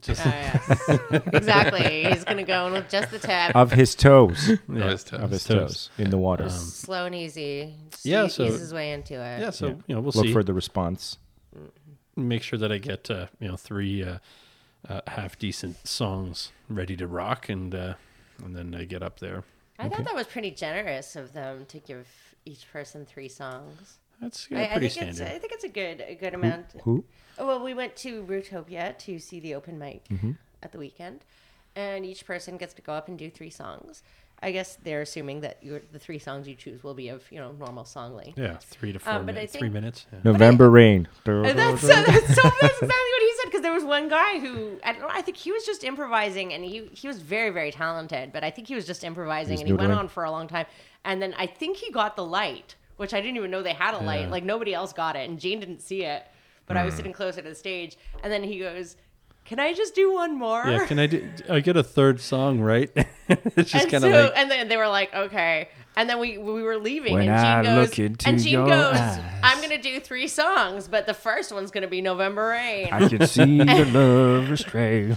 [SPEAKER 8] just,
[SPEAKER 6] Ah, yes. exactly. He's gonna go in with just the tip,
[SPEAKER 1] of his toes,
[SPEAKER 8] yeah.
[SPEAKER 2] Oh, his toes.
[SPEAKER 1] of his toes,
[SPEAKER 8] Toes.
[SPEAKER 1] in the water.
[SPEAKER 6] slow and easy. Just
[SPEAKER 8] Yeah,
[SPEAKER 6] e-
[SPEAKER 8] so-
[SPEAKER 6] ease his way into it.
[SPEAKER 8] yeah, so you know, we'll
[SPEAKER 1] Look
[SPEAKER 8] see.
[SPEAKER 1] for the response.
[SPEAKER 8] Make sure that I get, uh, you know, three uh, uh, half decent songs ready to rock, and uh, and then I get up there.
[SPEAKER 6] I thought that was pretty generous of them to give each person three songs.
[SPEAKER 8] That's
[SPEAKER 6] I,
[SPEAKER 8] yeah,
[SPEAKER 6] I
[SPEAKER 8] pretty
[SPEAKER 6] think it's I
[SPEAKER 8] standard.
[SPEAKER 6] think it's a good a good amount.
[SPEAKER 1] Who?
[SPEAKER 6] Oh, Well, we went to Rootopia to see the open mic
[SPEAKER 8] Mm-hmm.
[SPEAKER 6] at the weekend, and each person gets to go up and do three songs. I guess they're assuming that your, the three songs you choose will be of you know normal song length.
[SPEAKER 8] Yeah, three to four
[SPEAKER 6] Um, but I
[SPEAKER 8] minutes. Three
[SPEAKER 6] think-
[SPEAKER 8] minutes. Yeah.
[SPEAKER 1] November rain.
[SPEAKER 6] And that's, so, that's, so, that's exactly what he said because there was one guy who I don't know, I think he was just improvising and he he was very very talented, but I think he was just improvising
[SPEAKER 1] He was
[SPEAKER 6] and he went
[SPEAKER 1] noodling.
[SPEAKER 6] on for a long time, and then I think he got the light, which I didn't even know they had a light. Like nobody else got it, and Jane didn't see it, but
[SPEAKER 8] Mm.
[SPEAKER 6] I was sitting closer to the stage, and then he goes, "Can I just do one more?"
[SPEAKER 8] Yeah, can I do? I get a third song, right? it's just
[SPEAKER 6] and
[SPEAKER 8] kind
[SPEAKER 6] so
[SPEAKER 8] of like
[SPEAKER 6] and then they were like, "Okay." And then we we were leaving,
[SPEAKER 1] When
[SPEAKER 6] and Gene
[SPEAKER 1] I
[SPEAKER 6] goes,
[SPEAKER 1] look into
[SPEAKER 6] and Gene
[SPEAKER 1] your
[SPEAKER 6] goes,
[SPEAKER 1] eyes.
[SPEAKER 6] "I'm gonna do three songs, but the first one's gonna be November Rain."
[SPEAKER 1] I can see the love astray.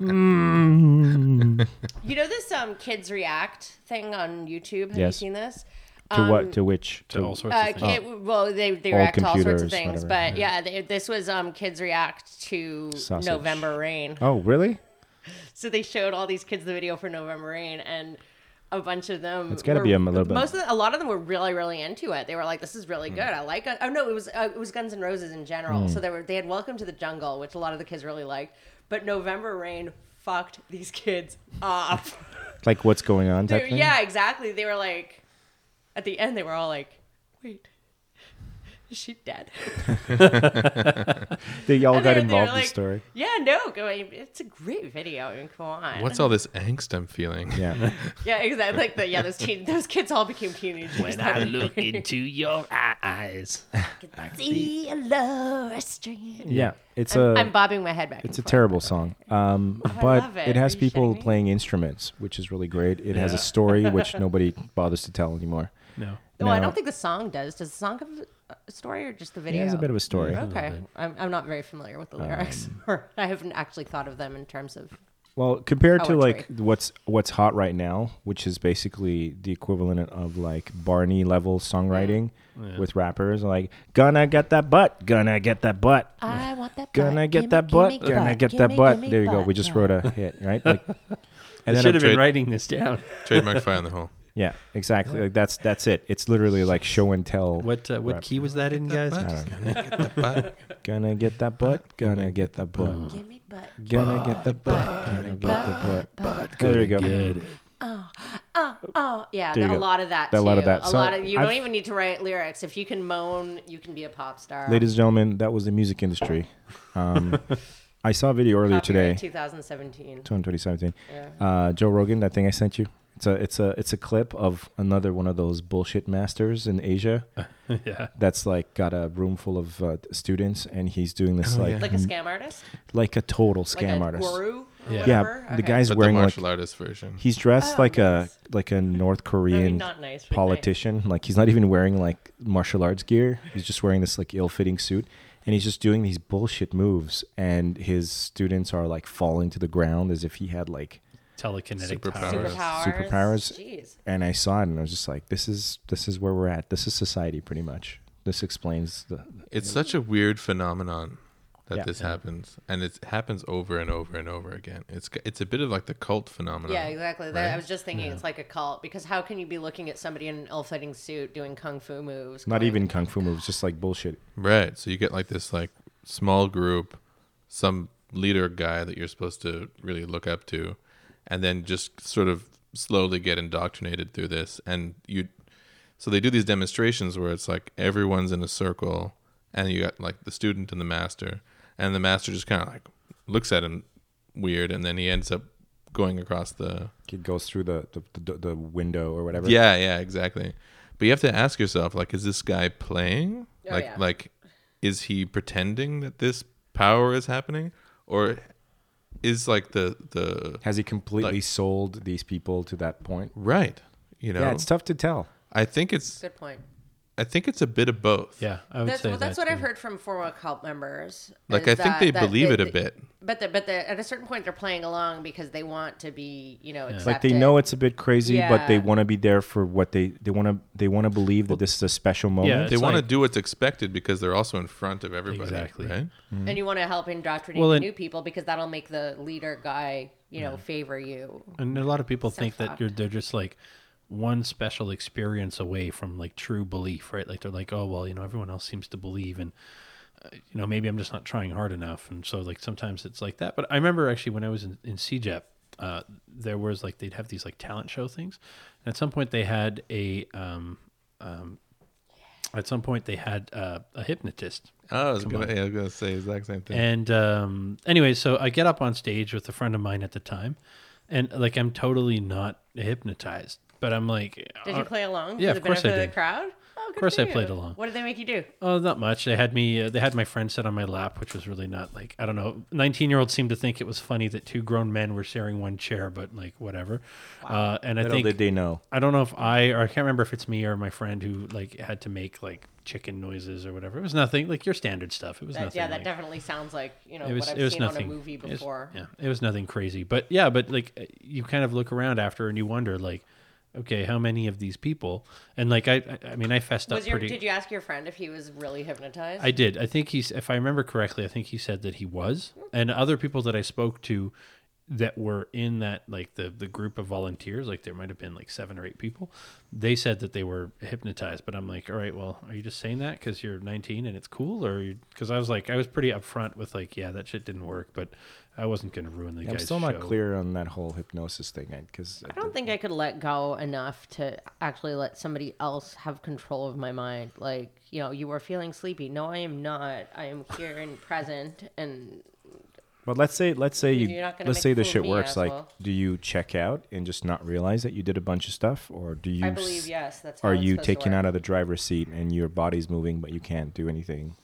[SPEAKER 1] Mm.
[SPEAKER 6] You know this um kids react thing on YouTube? Have
[SPEAKER 1] Yes.
[SPEAKER 6] you seen this? Um,
[SPEAKER 1] to what? To which?
[SPEAKER 8] to all sorts
[SPEAKER 6] Uh,
[SPEAKER 8] of things.
[SPEAKER 6] kid, well, they, they
[SPEAKER 1] Old
[SPEAKER 6] react to all sorts
[SPEAKER 1] computers,
[SPEAKER 6] of things,
[SPEAKER 1] whatever,
[SPEAKER 6] but yeah, they, this was um kids react to
[SPEAKER 1] Sausage.
[SPEAKER 6] November Rain.
[SPEAKER 1] Oh, really?
[SPEAKER 6] So they showed all these kids the video for November Rain, and a bunch of them.
[SPEAKER 1] It's gotta
[SPEAKER 6] were-
[SPEAKER 1] be a little bit- Hmm.
[SPEAKER 6] Most of the, a lot of them were really really into it. They were like, "This is really good. I like it." Oh no, it was uh, it was Guns N' Roses in general. So they were they had Welcome to the Jungle, which a lot of the kids really liked, but November Rain fucked these kids off.
[SPEAKER 1] Like what's going on?
[SPEAKER 6] They-
[SPEAKER 1] Type thing?
[SPEAKER 6] yeah, exactly. They were like, at the end, they were all like, "Wait, is she dead?"
[SPEAKER 1] They all
[SPEAKER 6] And
[SPEAKER 1] got
[SPEAKER 6] they- they were
[SPEAKER 1] involved in the
[SPEAKER 6] like,
[SPEAKER 1] story.
[SPEAKER 6] Yeah, no, go. I mean, It's a great video. I mean, come on.
[SPEAKER 2] What's all this angst I'm feeling?
[SPEAKER 1] Yeah.
[SPEAKER 6] Yeah, exactly. Like the, yeah, those teen, those kids all became teenagers. When I look into your eyes, see a love restraint.
[SPEAKER 1] Yeah. It's a.
[SPEAKER 6] I'm, I'm bobbing my head back.
[SPEAKER 1] Uh, It's a
[SPEAKER 6] and forth.
[SPEAKER 1] terrible song, um,
[SPEAKER 6] I
[SPEAKER 1] but
[SPEAKER 6] love
[SPEAKER 1] it.
[SPEAKER 6] it.
[SPEAKER 1] has
[SPEAKER 6] Are you
[SPEAKER 1] people
[SPEAKER 6] kidding me?
[SPEAKER 1] playing instruments, which is really great. It has a story which nobody bothers to tell anymore.
[SPEAKER 8] no,
[SPEAKER 6] Well, I
[SPEAKER 1] No.
[SPEAKER 6] don't think the song does. Does the song have a story or just the
[SPEAKER 1] It
[SPEAKER 6] video?
[SPEAKER 1] has a bit of a story. Um,
[SPEAKER 6] Okay, I'm, I'm not very familiar with the lyrics, or I haven't actually thought of them in terms of.
[SPEAKER 1] Well,
[SPEAKER 6] Oh,
[SPEAKER 1] compared to like
[SPEAKER 6] Poetry.
[SPEAKER 1] what's what's hot right now, which is basically the equivalent of like Barney level songwriting with rappers, like gonna get that butt, gonna get that butt,
[SPEAKER 6] I want that.
[SPEAKER 1] gonna get that butt, gonna get that butt. There you go. We just wrote a hit, right? Like, and
[SPEAKER 8] I should have
[SPEAKER 2] tried-
[SPEAKER 8] been writing this down.
[SPEAKER 2] Trademark fire in the hole.
[SPEAKER 1] yeah, exactly. Like that's that's it. It's literally like show and tell.
[SPEAKER 8] What uh, what key was that in, guys?
[SPEAKER 1] Gonna get that butt, gonna get that butt,
[SPEAKER 6] Give me butt.
[SPEAKER 1] gonna get the butt, gonna get the butt. There you go.
[SPEAKER 6] Oh yeah,
[SPEAKER 1] There you
[SPEAKER 6] a
[SPEAKER 1] go.
[SPEAKER 6] lot of that.
[SPEAKER 1] A
[SPEAKER 6] too.
[SPEAKER 1] lot of that.
[SPEAKER 6] A
[SPEAKER 1] So
[SPEAKER 6] lot of you
[SPEAKER 1] I've-
[SPEAKER 6] don't even need to write lyrics. If you can moan, you can be a pop star.
[SPEAKER 1] Ladies and gentlemen, that was the music industry. Um, I saw a video earlier
[SPEAKER 6] Copyright
[SPEAKER 1] today,
[SPEAKER 6] 2017.
[SPEAKER 1] 2017.
[SPEAKER 6] Yeah.
[SPEAKER 1] Uh, Joe Rogan, that thing I sent you. It's a it's a it's a clip of another one of those bullshit masters in Asia.
[SPEAKER 8] Yeah.
[SPEAKER 1] That's like got a room full of uh, students, and he's doing this
[SPEAKER 8] Oh,
[SPEAKER 1] like
[SPEAKER 8] yeah.
[SPEAKER 6] Like a scam artist?
[SPEAKER 1] like a total scam
[SPEAKER 6] like a
[SPEAKER 1] artist.
[SPEAKER 6] Guru? or
[SPEAKER 8] Yeah.
[SPEAKER 1] Yeah,
[SPEAKER 6] whatever?
[SPEAKER 1] the
[SPEAKER 6] Okay.
[SPEAKER 1] guy's
[SPEAKER 2] But the
[SPEAKER 1] wearing like
[SPEAKER 2] martial artist version.
[SPEAKER 1] he's dressed
[SPEAKER 6] Oh,
[SPEAKER 1] like
[SPEAKER 6] nice.
[SPEAKER 1] a like a North Korean
[SPEAKER 6] not nice, but nice.
[SPEAKER 1] politician. Like he's not even wearing like martial arts gear. He's just wearing this like ill-fitting suit, and he's just doing these bullshit moves. And his students are like falling to the ground as if he had like.
[SPEAKER 8] Telekinetic
[SPEAKER 2] Superpowers.
[SPEAKER 8] power.
[SPEAKER 6] Superpowers.
[SPEAKER 1] Superpowers.
[SPEAKER 6] Jeez.
[SPEAKER 1] And I saw it, and I was just like, "This is this is where we're at. This is society, pretty much. This explains the
[SPEAKER 2] It's such a weird phenomenon that
[SPEAKER 1] Yeah.
[SPEAKER 2] this happens, and it happens over and over and over again. It's it's a bit of like the cult phenomenon.
[SPEAKER 6] Yeah, exactly. That,
[SPEAKER 2] right?
[SPEAKER 6] I was just thinking it's like a cult because how can you be looking at somebody in an ill-fitting suit doing kung fu moves?
[SPEAKER 1] not
[SPEAKER 6] going-
[SPEAKER 1] even kung fu moves, just like bullshit.
[SPEAKER 2] Right. So you get like this like small group, some leader guy that you're supposed to really look up to, and then just sort of slowly get indoctrinated through this. And you, so they do these demonstrations where it's like everyone's in a circle, and you got like the student and the master, and the master just kind of like looks at him weird, and then he ends up going across the
[SPEAKER 1] It goes through the the, the, the window or whatever.
[SPEAKER 2] yeah, yeah, exactly. But you have to ask yourself, like, is this guy playing?
[SPEAKER 6] Oh,
[SPEAKER 2] like,
[SPEAKER 6] yeah.
[SPEAKER 2] like, is he pretending that this power is happening, or is like the the
[SPEAKER 1] Has he completely
[SPEAKER 2] Like-
[SPEAKER 1] sold these people to that point?
[SPEAKER 2] right? You know,
[SPEAKER 1] Yeah, it's tough to tell.
[SPEAKER 2] I think it's
[SPEAKER 6] Good point.
[SPEAKER 2] I think it's a bit of both.
[SPEAKER 8] Yeah, I would
[SPEAKER 6] That's,
[SPEAKER 8] say
[SPEAKER 6] well, that's
[SPEAKER 8] that
[SPEAKER 6] what
[SPEAKER 8] too.
[SPEAKER 6] I've heard from former cult members.
[SPEAKER 2] Like,
[SPEAKER 6] is
[SPEAKER 2] I think
[SPEAKER 6] that-
[SPEAKER 2] they
[SPEAKER 6] that
[SPEAKER 2] believe it a bit.
[SPEAKER 6] But the, but the, at a certain point, they're playing along because they want to be, you know, accepted.
[SPEAKER 1] Like they know it's a bit crazy, but they
[SPEAKER 6] Yeah.
[SPEAKER 1] want to be there for what they they want to they want to believe that this is a special moment.
[SPEAKER 2] They
[SPEAKER 8] It's
[SPEAKER 2] want to
[SPEAKER 8] like-
[SPEAKER 2] do what's expected because they're also in front of everybody.
[SPEAKER 8] Exactly.
[SPEAKER 2] Right?
[SPEAKER 6] and you want to help indoctrinate
[SPEAKER 8] Well,
[SPEAKER 6] the
[SPEAKER 8] and-
[SPEAKER 6] new people because that'll make the leader guy, you know, favor you.
[SPEAKER 8] And a lot of people
[SPEAKER 6] So
[SPEAKER 8] think that
[SPEAKER 6] fucked.
[SPEAKER 8] you're they're just like one special experience away from like true belief, right? Like they're like, oh well, you know, everyone else seems to believe, and uh, you know, maybe I'm just not trying hard enough, and so like sometimes it's like that. But I remember actually when I was in in CJEP, uh, there was like they'd have these like talent show things, and at some point they had a um, um, at some point they had uh, a hypnotist
[SPEAKER 2] Oh, I was, gonna, yeah, I was gonna say exact same thing.
[SPEAKER 8] and um, anyway, so I get up on stage with a friend of mine at the time, and like I'm totally not hypnotized, but I'm like,
[SPEAKER 6] Did you play along?
[SPEAKER 8] Uh, yeah,
[SPEAKER 6] for
[SPEAKER 8] of
[SPEAKER 6] the
[SPEAKER 8] course I
[SPEAKER 6] benefit Of
[SPEAKER 8] did.
[SPEAKER 6] the crowd. Oh, good
[SPEAKER 8] course
[SPEAKER 6] for
[SPEAKER 8] I played
[SPEAKER 6] you.
[SPEAKER 8] along.
[SPEAKER 6] What did they make you do?
[SPEAKER 8] Oh, not much. They had me. Uh, they had my friend sit on my lap, which was really not like I don't know. Nineteen-year-olds seemed to think it was funny that two grown men were sharing one chair, but like whatever. Uh, and I
[SPEAKER 1] Little
[SPEAKER 8] think
[SPEAKER 1] did they know.
[SPEAKER 8] I don't know if I or I can't remember if it's me or my friend who like had to make like chicken noises or whatever. It was nothing like your standard stuff. It was
[SPEAKER 6] That,
[SPEAKER 8] nothing.
[SPEAKER 6] yeah, that
[SPEAKER 8] like,
[SPEAKER 6] definitely sounds like you know
[SPEAKER 8] it was
[SPEAKER 6] what I've
[SPEAKER 8] it was
[SPEAKER 6] seen
[SPEAKER 8] nothing
[SPEAKER 6] on a movie
[SPEAKER 8] it was-
[SPEAKER 6] before.
[SPEAKER 8] yeah, it was nothing crazy, but yeah, but like uh, you kind of look around after and you wonder like, okay, how many of these people? And like I, I- I mean, I fessed
[SPEAKER 6] Was
[SPEAKER 8] up
[SPEAKER 6] your,
[SPEAKER 8] pretty.
[SPEAKER 6] Did you ask your friend if he was really hypnotized?
[SPEAKER 8] I did. I think he's, if I remember correctly, I think he said that he was, and other people that I spoke to that were in that like the the group of volunteers like there might have been like seven or eight people they said that they were hypnotized but i'm like all right well are you just saying that because you're 19 and it's cool or because i was like i was pretty upfront with like yeah that shit didn't work but i wasn't gonna ruin the
[SPEAKER 1] I'm
[SPEAKER 8] guy's
[SPEAKER 1] still not
[SPEAKER 8] show.
[SPEAKER 1] clear on that whole hypnosis thing because
[SPEAKER 6] I don't think I could let go enough to actually let somebody else have control of my mind. Like, you know, you were feeling sleepy. No, I am not. I am here and present. And
[SPEAKER 1] But let's say let's say you
[SPEAKER 6] You're not gonna
[SPEAKER 1] let's
[SPEAKER 6] make
[SPEAKER 1] say
[SPEAKER 6] a
[SPEAKER 1] this
[SPEAKER 6] fool
[SPEAKER 1] shit
[SPEAKER 6] of me,
[SPEAKER 1] works. Like,
[SPEAKER 6] asshole.
[SPEAKER 1] do you check out and just not realize that you did a bunch of stuff, or do you?
[SPEAKER 6] I
[SPEAKER 1] s-
[SPEAKER 6] believe, yes, that's how
[SPEAKER 1] Are
[SPEAKER 6] it's
[SPEAKER 1] you
[SPEAKER 6] supposed to
[SPEAKER 1] taken
[SPEAKER 6] work.
[SPEAKER 1] out of the driver's seat and your body's moving, but you can't do anything?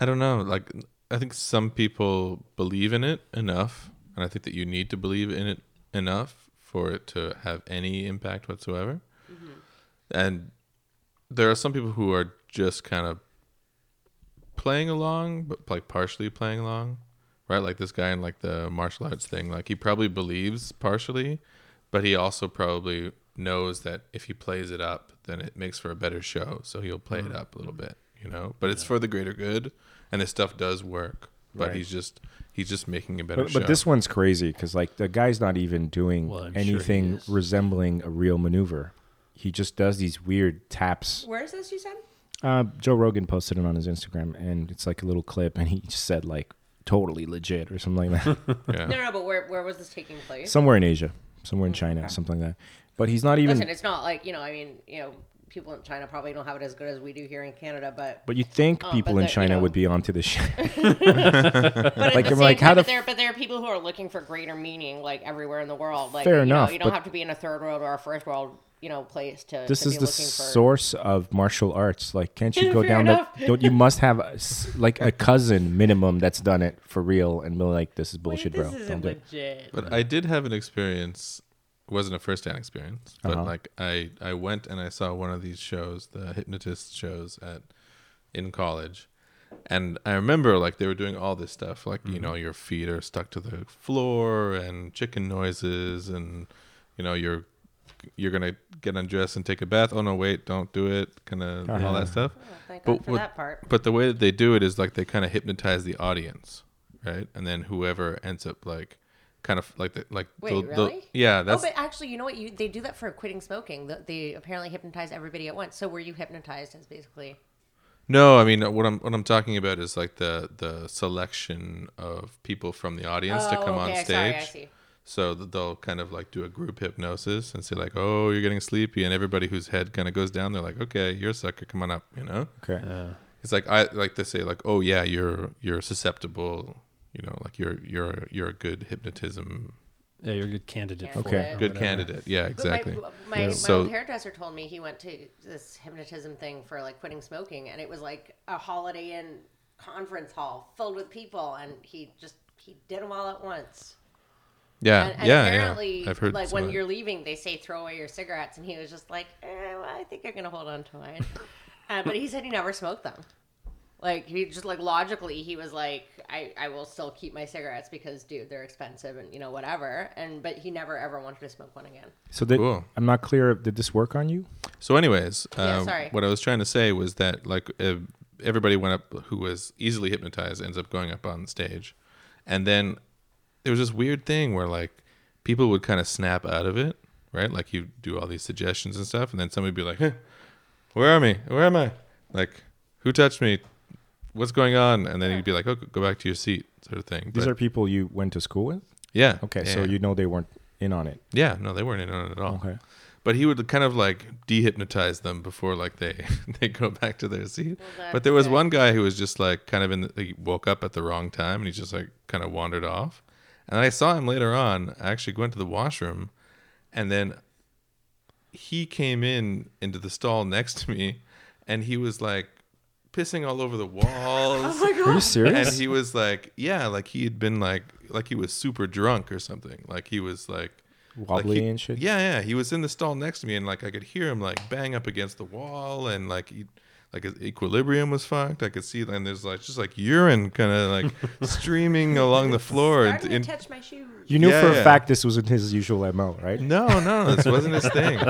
[SPEAKER 2] I don't know. Like, I think some people believe in it enough, and I think that you need to believe in it enough for it to have any impact whatsoever. And there are some people who are just kind of playing along, but like partially playing along, right? Like this guy in like the martial arts thing. Like he probably believes partially, but he also probably knows that if he plays it up, then it makes for a better show. So he'll play it up a little bit, you know. But it's for the greater good, and this stuff does work. But
[SPEAKER 1] Right.
[SPEAKER 2] he's just he's just making a better
[SPEAKER 1] But,
[SPEAKER 2] show.
[SPEAKER 1] but this one's crazy because like the guy's not even doing
[SPEAKER 8] Well, I'm sure he
[SPEAKER 1] anything
[SPEAKER 8] is.
[SPEAKER 1] resembling a real maneuver. He just does these weird taps.
[SPEAKER 6] where is this you said?
[SPEAKER 1] Uh, Joe Rogan posted it on his Instagram, and it's like a little clip, and he just said like totally legit or something like that.
[SPEAKER 2] yeah.
[SPEAKER 6] No, no, but where, where was this taking place?
[SPEAKER 1] somewhere in Asia, somewhere in China, something like that. But he's not even.
[SPEAKER 6] Listen, it's not like, you know, I mean, you know, people in China probably don't have it as good as we do here in Canada, but
[SPEAKER 1] But you think
[SPEAKER 6] Uh,
[SPEAKER 1] people
[SPEAKER 6] but
[SPEAKER 1] in
[SPEAKER 6] the- you
[SPEAKER 1] China
[SPEAKER 6] know.
[SPEAKER 1] would be onto this shit?
[SPEAKER 6] but at
[SPEAKER 1] Like,
[SPEAKER 6] the
[SPEAKER 1] I'm
[SPEAKER 6] same
[SPEAKER 1] like,
[SPEAKER 6] time,
[SPEAKER 1] how the
[SPEAKER 6] but there but there are people who are looking for greater meaning like everywhere in the world. Like
[SPEAKER 1] Fair
[SPEAKER 6] you
[SPEAKER 1] enough,
[SPEAKER 6] know, you don't
[SPEAKER 1] but-
[SPEAKER 6] have to be in a third world or a first world, you know, place to
[SPEAKER 1] this
[SPEAKER 6] to
[SPEAKER 1] is
[SPEAKER 6] be
[SPEAKER 1] the
[SPEAKER 6] looking for
[SPEAKER 1] source of martial arts. Like, can't you go
[SPEAKER 6] Fair
[SPEAKER 1] down? The,
[SPEAKER 6] enough.
[SPEAKER 1] don't you must have a s like a cousin minimum that's done it for real and be like, this is bullshit, bro. Don't do it.
[SPEAKER 2] But I did have an experience. It wasn't a first-hand experience, but
[SPEAKER 1] Uh-huh.
[SPEAKER 2] like I, I went and I saw one of these shows, the hypnotist shows at in college, and I remember like they were doing all this stuff, like you know your feet are stuck to the floor and chicken noises, and you know you're you're gonna get undressed and take a bath. Oh no, wait, don't do it. Gonna and all
[SPEAKER 1] Uh-huh.
[SPEAKER 2] that stuff.
[SPEAKER 6] thank
[SPEAKER 2] but
[SPEAKER 6] God for
[SPEAKER 2] what-
[SPEAKER 6] that part.
[SPEAKER 2] But the way that they do it is like they kind of hypnotize the audience, right? And then whoever ends up like kind of like the like
[SPEAKER 6] Wait,
[SPEAKER 2] they'll- they'll-
[SPEAKER 6] really?
[SPEAKER 2] yeah, that's
[SPEAKER 6] Oh, but actually, you know what? You they do that for quitting smoking. The, they apparently hypnotize everybody at once. So were you hypnotized? Is basically
[SPEAKER 2] no. I mean, what I'm what I'm talking about is like the the selection of people from the audience to
[SPEAKER 6] Oh,
[SPEAKER 2] come on
[SPEAKER 6] okay,
[SPEAKER 2] stage.
[SPEAKER 6] sorry, I see.
[SPEAKER 2] So th- they'll kind of like do a group hypnosis and say like, "Oh, you're getting sleepy," and everybody whose head kind of goes down, they're like, "Okay, you're a sucker. Come on up," you know.
[SPEAKER 1] Okay.
[SPEAKER 2] It's like I like to say like, oh yeah, you're you're susceptible, you know, like you're you're you're a good hypnotism,
[SPEAKER 8] Yeah, you're a good candidate. For
[SPEAKER 1] Okay.
[SPEAKER 8] it or
[SPEAKER 2] good
[SPEAKER 8] whatever.
[SPEAKER 2] candidate. Yeah,
[SPEAKER 6] But my-
[SPEAKER 2] exactly.
[SPEAKER 6] My, my,
[SPEAKER 2] So-
[SPEAKER 6] old hairdresser told me he went to this hypnotism thing for like quitting smoking, and it was like a Holiday Inn conference hall filled with people, and he just he did them all at once.
[SPEAKER 2] Yeah,
[SPEAKER 6] And, and
[SPEAKER 2] yeah,
[SPEAKER 6] apparently,
[SPEAKER 2] yeah. I've heard
[SPEAKER 6] like
[SPEAKER 2] some
[SPEAKER 6] when
[SPEAKER 2] of that.
[SPEAKER 6] you're leaving, they say throw away your cigarettes, and he was just like, eh, well, I think I'm gonna hold on to mine. uh, but he said he never smoked them. Like he just like logically, he was like, I I will still keep my cigarettes because dude, they're expensive and you know whatever. And but he never ever wanted to smoke one again.
[SPEAKER 1] So did,
[SPEAKER 2] Cool.
[SPEAKER 1] I'm not clear. Did this work on you?
[SPEAKER 2] So, anyways,
[SPEAKER 6] Yeah,
[SPEAKER 2] um,
[SPEAKER 6] sorry.
[SPEAKER 2] what I was trying to say was that like uh, everybody went up who was easily hypnotized ends up going up on stage, and then there was this weird thing where like people would kind of snap out of it, right? Like you do all these suggestions and stuff, and then somebody would be like, huh, "Where am I? Where am I? Like, who touched me? What's going on?" And then you'd be like, "Oh, go back to your seat," sort of thing.
[SPEAKER 1] These
[SPEAKER 2] But-
[SPEAKER 1] are people you went to school with.
[SPEAKER 2] yeah.
[SPEAKER 1] Okay,
[SPEAKER 2] yeah.
[SPEAKER 1] so you know they weren't in on it.
[SPEAKER 2] Yeah, no, they weren't in on it at all.
[SPEAKER 1] Okay.
[SPEAKER 2] But he would kind of like dehypnotize them before like they they go back to their seat. but there was one guy who was just like kind of in the, he woke up at the wrong time and he just like kind of wandered off. And I saw him later on. I actually went to the washroom and then he came in into the stall next to me and he was like pissing all over the walls.
[SPEAKER 1] Are you serious?
[SPEAKER 2] and he was like, yeah, like he had been like, like he was super drunk or something. Like he was like like,
[SPEAKER 1] Wobbly
[SPEAKER 2] he-
[SPEAKER 1] and shit.
[SPEAKER 2] Yeah, yeah. He was in the stall next to me, and like I could hear him like bang up against the wall, and like he, like his equilibrium was fucked. I could see, and there's like just like urine kind of like streaming along the floor.
[SPEAKER 6] Starting
[SPEAKER 2] in-
[SPEAKER 6] to touch my shoes.
[SPEAKER 1] You knew
[SPEAKER 2] Yeah,
[SPEAKER 1] for a
[SPEAKER 2] yeah. Mm-hmm.
[SPEAKER 1] fact this wasn't his usual mo, right?
[SPEAKER 2] no, no, this wasn't his thing.